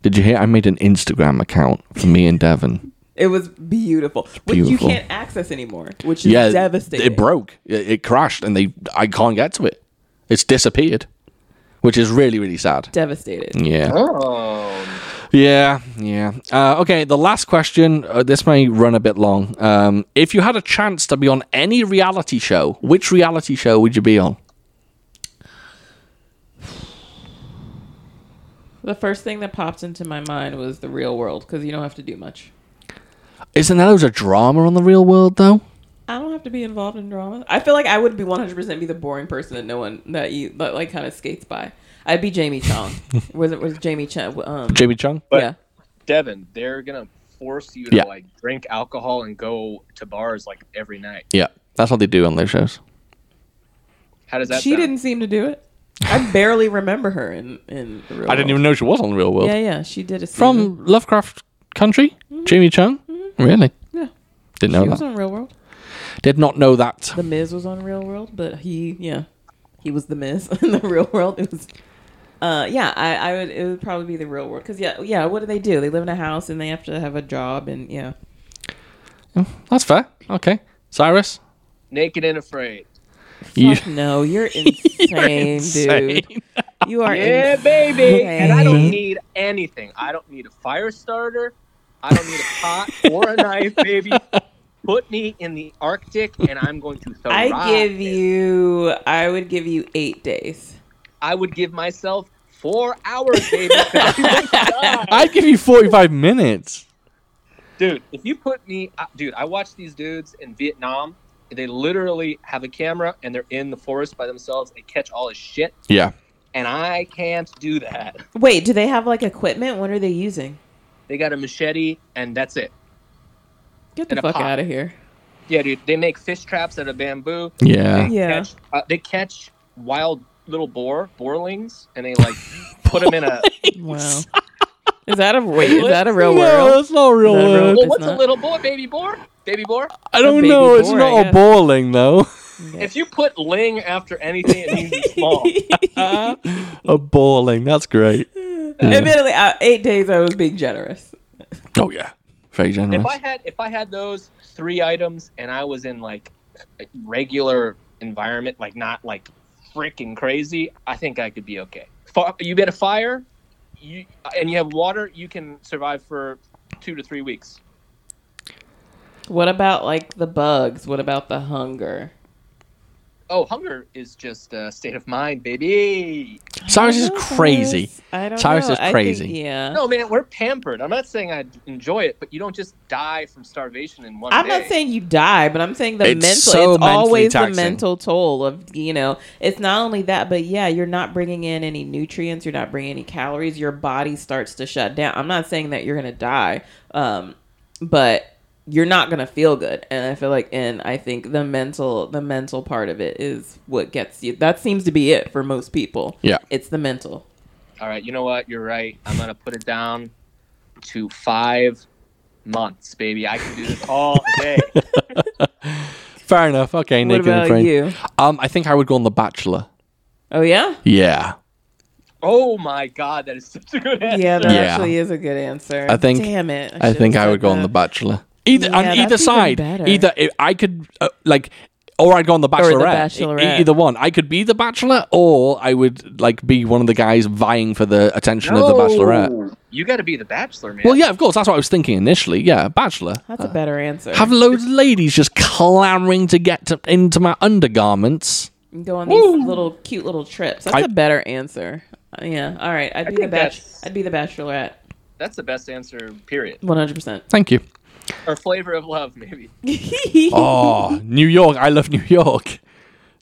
Did you hear? I made an Instagram account for me and Devon. It was beautiful, which you Beautiful. can't access anymore, which is devastating. It broke. It, it crashed, and they I can't get to it. It's disappeared, which is really really sad. devastated. Yeah. Oh, Yeah, yeah. Uh, okay, the last question. Uh, this may run a bit long. Um, if you had a chance to be on any reality show, which reality show would you be on? The first thing that popped into my mind was the real world because you don't have to do much. Isn't that always a drama on the real world, though? I don't have to be involved in drama. I feel like I would be 100% be the boring person that no one that you that like kind of skates by. I'd be Jamie Chong. was it was Jamie Chong? Um, Jamie Chung? But- yeah. Devin, they're gonna force you to Yeah. like drink alcohol and go to bars like every night. Yeah, that's what they do on those shows. How does that? She sound? didn't seem to do it. I barely remember her in in the real. I didn't world. even know she was on the real world. Yeah, yeah, she did a season. From Lovecraft Country? Jamie Chung? Really? Mm-hmm. yeah. Didn't She know was that. on Real World. Did not know that. The Miz was on Real World, but he, yeah, he was the Miz in the Real World. It was, uh, yeah, I, I would, it would probably be the Real World because yeah, yeah, what do they do? They live in a house and they have to have a job and yeah, Oh, That's fair. Okay. Cyrus? Naked and afraid. You- Fuck no, you're insane, dude. You are Yeah, insane. baby. And I don't Okay. need anything. I don't need a fire starter. I don't need a pot or a knife, baby. Put me in the Arctic, and I'm going to thrive. I give you, I would give you eight days. I would give myself four hours, baby. God. I'd give you 45 minutes. dude, if you put me, uh, dude, I watch these dudes in Vietnam. They literally have a camera, and they're in the forest by themselves. They catch all this shit, Yeah. and I can't do that. Wait, do they have like equipment? What are they using? They got a machete, and that's it. Get the And a fuck pot. out of here. Yeah, dude, they make fish traps out of bamboo. Yeah. They Yeah. catch, uh, they catch wild little boar, boarlings, and they like put them in a. Wow. Is that a wait? Is that a real world? that's not a real Is that world. a real world? Well, It's Oh, what's a not. little boar? Baby boar? Baby boar? I A don't baby know. It's boar, I not a guess. bowling though. If you put ling after anything, it means it's small. a bowling. That's great. Mm. Admittedly, I, eight days I was being generous. Oh yeah, very Mm. generous. If I had if I had those three items and I was in like a regular environment, like not like freaking crazy, I think I could be okay. Fa- You get a fire, you and you have water, you can survive for two to three weeks. What about like the bugs? What about the hunger? Oh, hunger is just a state of mind, baby. Cyrus is I don't know, crazy. Cyrus. I don't Cyrus know. is I think- crazy. yeah. No, man, we're pampered. I'm not saying I enjoy it, but you don't just die from starvation in one I'm day. not saying you die, but I'm saying the It's mental. so it's mentally always taxing. the mental toll of you know. It's not only that, but yeah, you're not bringing in any nutrients. You're not bringing any calories. Your body starts to shut down. I'm not saying that you're gonna die, um, but you're not gonna feel good. And I feel like, and I think the mental, the mental part of it is what gets you. That seems to be it for most people. Yeah. it's the mental. All right, you know what? You're right. I'm gonna put it down to five months, baby. I can do this all day. Fair enough. Okay, What naked and about afraid. you? Um, I think I would go on The Bachelor. Oh yeah, Yeah, oh my god, that is such a good answer. yeah. That Yeah. actually is a good answer. I think- Damn I, it. should've think I said would go on that. The Bachelor. Either Yeah, on that's either even side, better. either I- I could uh, like or I'd go on the Bachelorette. the E- Bachelorette. either one. I could be the Bachelor, or I would like be one of the guys vying for the attention of the Bachelorette. You got to be the Bachelor, man. Well, yeah, of course. That's what I was thinking initially. Yeah, Bachelor. That's a better answer. Have loads of ladies just clamoring to get to, into my undergarments. go on these little cute little trips. That's I- a better answer. Yeah. All right. I'd be the think bach- that's- I'd be the bachelorette. That's the best answer, period. One hundred percent. Thank you. Or flavor of love, maybe. Oh, New York. I love New York.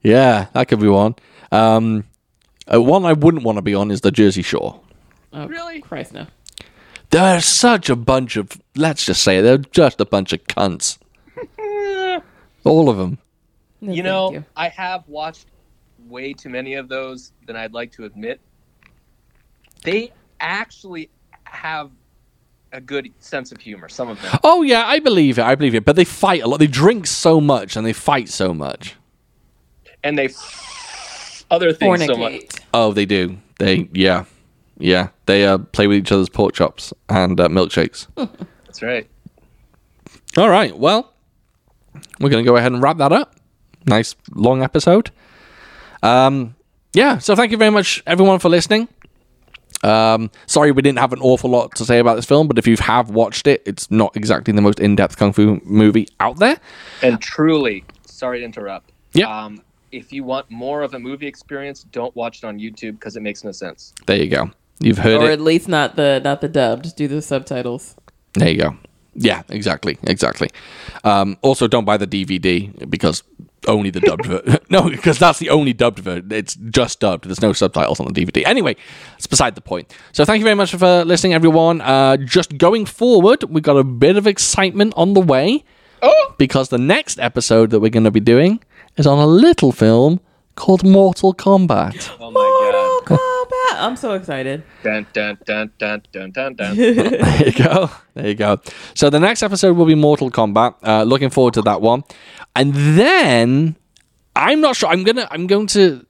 Yeah, that could be one. Um, uh, one I wouldn't want to be on is the Jersey Shore. Really? Christ no. They're such a bunch of, let's just say, it, they're just a bunch of cunts. All of them. No, you thank know, I have watched way too many of those than I'd like to admit. They actually have a good sense of humor, some of them. Oh, yeah, I believe it. I believe it. But they fight a lot. They drink so much and they fight so much. And they other things so much. fornicate. Oh, they do. They, yeah. Yeah. They uh, play with each other's pork chops and uh, milkshakes. That's right. All right. Well, we're going to go ahead and wrap that up. Nice long episode. Um, yeah. So thank you very much, everyone, for listening. Um, sorry we didn't have an awful lot to say about this film, but if you have watched it, it's not exactly the most in-depth kung fu movie out there. And truly, sorry to interrupt. Yeah. Um, if you want more of a movie experience, don't watch it on YouTube because it makes no sense. There you go. You've heard Or it. at least not the not the dubbed. Do the subtitles. There you go. Yeah, exactly, exactly. Um, also, don't buy the DVD because only the dubbed version. No, because that's the only dubbed version. It's just dubbed. There's no subtitles on the DVD. Anyway, it's beside the point. So, thank you very much for uh, listening, everyone. Uh, just going forward, we got a bit of excitement on the way because the next episode that we're going to be doing is on a little film called Mortal Kombat. Oh my god. Kombat. I'm so excited. Dun, dun, dun, dun, dun, dun, dun. There you go. There you go. So the next episode will be Mortal Kombat. Uh, looking forward to that one. And then I'm not sure. I'm gonna. I'm going to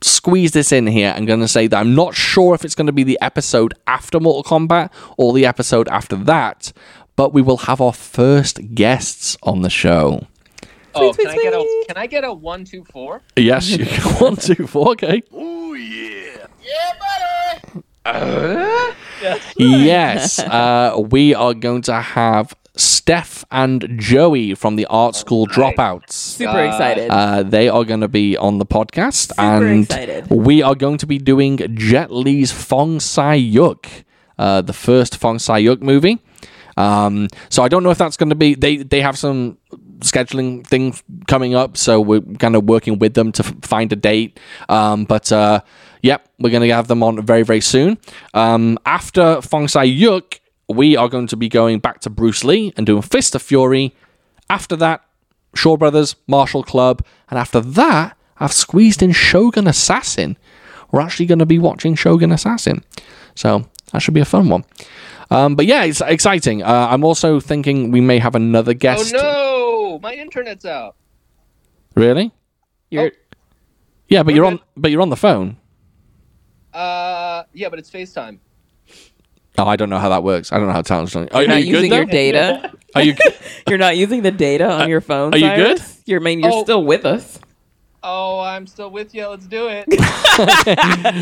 squeeze this in here. I'm gonna say that I'm not sure if it's gonna be the episode after Mortal Kombat or the episode after that. But we will have our first guests on the show. oh, Sweet, can I get a sweet, can I get a one, two, four? Yes, you one, two, four. Okay. Uh? yes, uh, we are going to have Steph and Joey from the Art School Dropouts. Super excited. Uh, they are going to be on the podcast, Super and excited. we are going to be doing Jet Li's Fong Sai Yuk, uh, the first Fong Sai Yuk movie. Um, so I don't know if that's going to be they. They have some scheduling things coming up, so we're kind of working with them to f- find a date. Um, but uh, yep, we're going to have them on very very soon. Um, after Fong Sai Yuk, we are going to be going back to Bruce Lee and doing Fist of Fury. After that, Shaw Brothers, Marshall Club, and after that, I've squeezed in Shogun Assassin. We're actually going to be watching Shogun Assassin, so that should be a fun one. Um, but yeah, it's exciting. Uh, I'm also thinking we may have another Oh guest. no, my internet's out. Really? You're Yeah, but you're on. good. But you're on the phone. Uh, yeah, but it's FaceTime. Oh, I don't know how that works. I don't know how Talon's doing. Are, are not you using good your though? data. Are you? You're not using the data on your phone. are you Cyrus? good? You're I mean you're Oh. still with us. Oh, I'm still with you. Let's do it.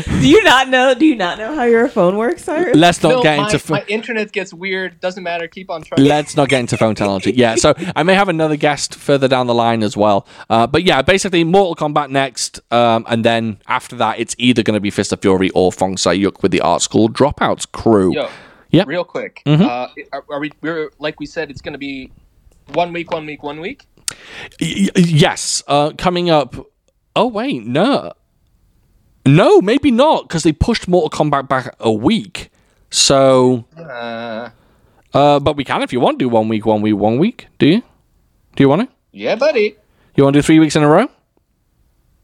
Do you not know? Do you not know how your phone works, Cyrus? Let's not No, get my, into. pho- my internet gets weird. Doesn't matter. Keep on trying. Let's not get into phone technology. Yeah, so I may have another guest further down the line as well. Uh, but yeah, basically Mortal Kombat next, um, and then after that, it's either going to be Fist of Fury or Fong Sai Yuk with the Art School Dropouts crew. Yo, Yep. Mm-hmm. real quick. Uh, are, are we? We're like we said. It's gonna be one week, one week, one week. Y- y- yes, uh, coming up. Oh wait, no, no, maybe not because they pushed Mortal Kombat back a week. So, Uh, uh, but we can if you want do one week, one week, one week. Do you? Do you want to? yeah, buddy. You want to do three weeks in a row?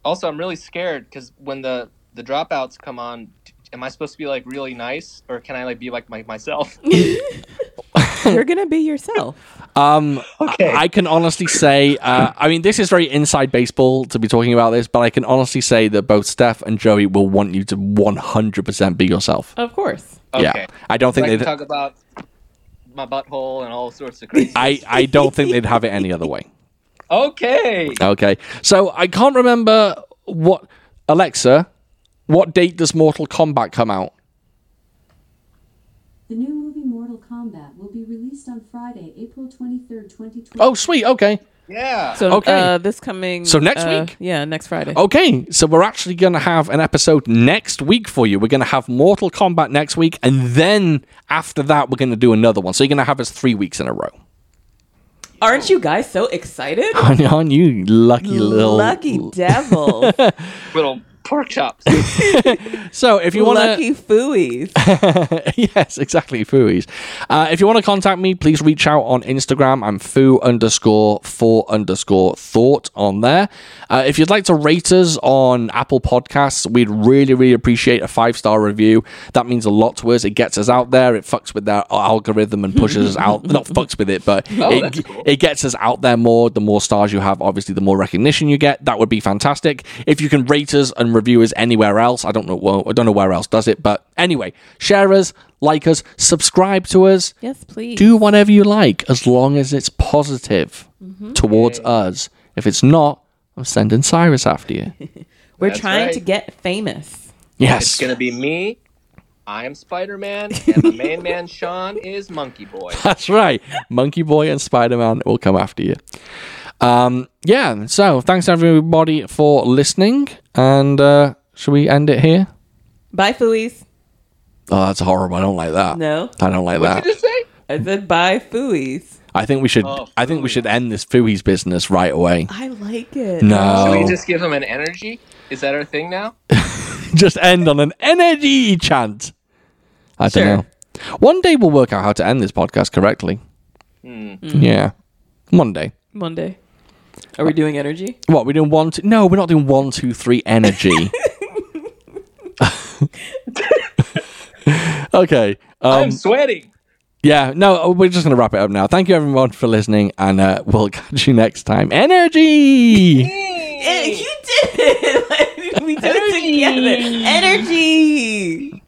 Also, I'm really scared because when the the dropouts come on, d- am I supposed to be like really nice or can I like be like my, myself? you're gonna be yourself. Okay. I can honestly say, uh, I mean, this is very inside baseball to be talking about this, but I can honestly say that both Steph and Joey will want you to 100% be yourself. Of course. Yeah, I don't I think can they'd. talk about my butthole and all sorts of crazy. I, I don't think they'd have it any other way. Okay. Okay. So I can't remember what Alexa, what date does Mortal Kombat come out? The new movie Mortal Kombat will be released on Friday, April 23rd, 2020. Oh, sweet. Okay. Yeah. So Okay. uh, this coming. So next uh, week? Oh. Yeah, next Friday. Okay. So we're actually going to have an episode next week for you. We're going to have Mortal Kombat next week. And then after that, we're going to do another one. So you're going to have us three weeks in a row. Aren't you guys so excited? Aren't you lucky little. Lucky devils. Little pork chops. So if you want to. Lucky fooies. yes, exactly, Fooies. Uh, if you want to contact me, please reach out on Instagram. I'm foo underscore for underscore thought on there. Uh, if you'd like to rate us on Apple Podcasts, we'd really, really appreciate a five star review. That means a lot to us. It gets us out there. It fucks with their algorithm and pushes us out. Not fucks with it, but Oh, that's it, cool. it gets us out there more. The more stars you have, obviously, the more recognition you get. That would be fantastic. If you can rate us and review us anywhere else, I don't know. Well, I don't know where else does it, but anyway, share us, like us, subscribe to us. yes, please. Do whatever you like, as long as it's positive Mm-hmm. towards us. If it's not, I'm sending Cyrus after you. We're That's trying right. to get famous. It's Yes. gonna be me. I'm Spider Man, and the main man Sean is Monkey Boy. That's right. Monkey Boy and Spider Man will come after you. Um, yeah. So thanks everybody for listening, and uh, should we end it here? Bye, fooies. Oh, that's horrible. I don't like that. No, I don't like What that. did you just say? I said bye, fooies. I think we should. Oh, I think we should end this Fooey's business right away. I like it. No. Should Oh. we just give him an energy? Is that our thing now? Just end on an energy chant. I Sure. don't know. One day we'll work out how to end this podcast correctly. Hmm. Yeah, one day. Monday. Are we doing energy? What we're doing one? Two, no, we're not doing one, two, three. Energy. okay. Um, I'm sweating. yeah. No, we're just gonna wrap it up now. Thank you everyone for listening, and uh, we'll catch you next time. Energy. Eh, you did it. we did it together. Energy.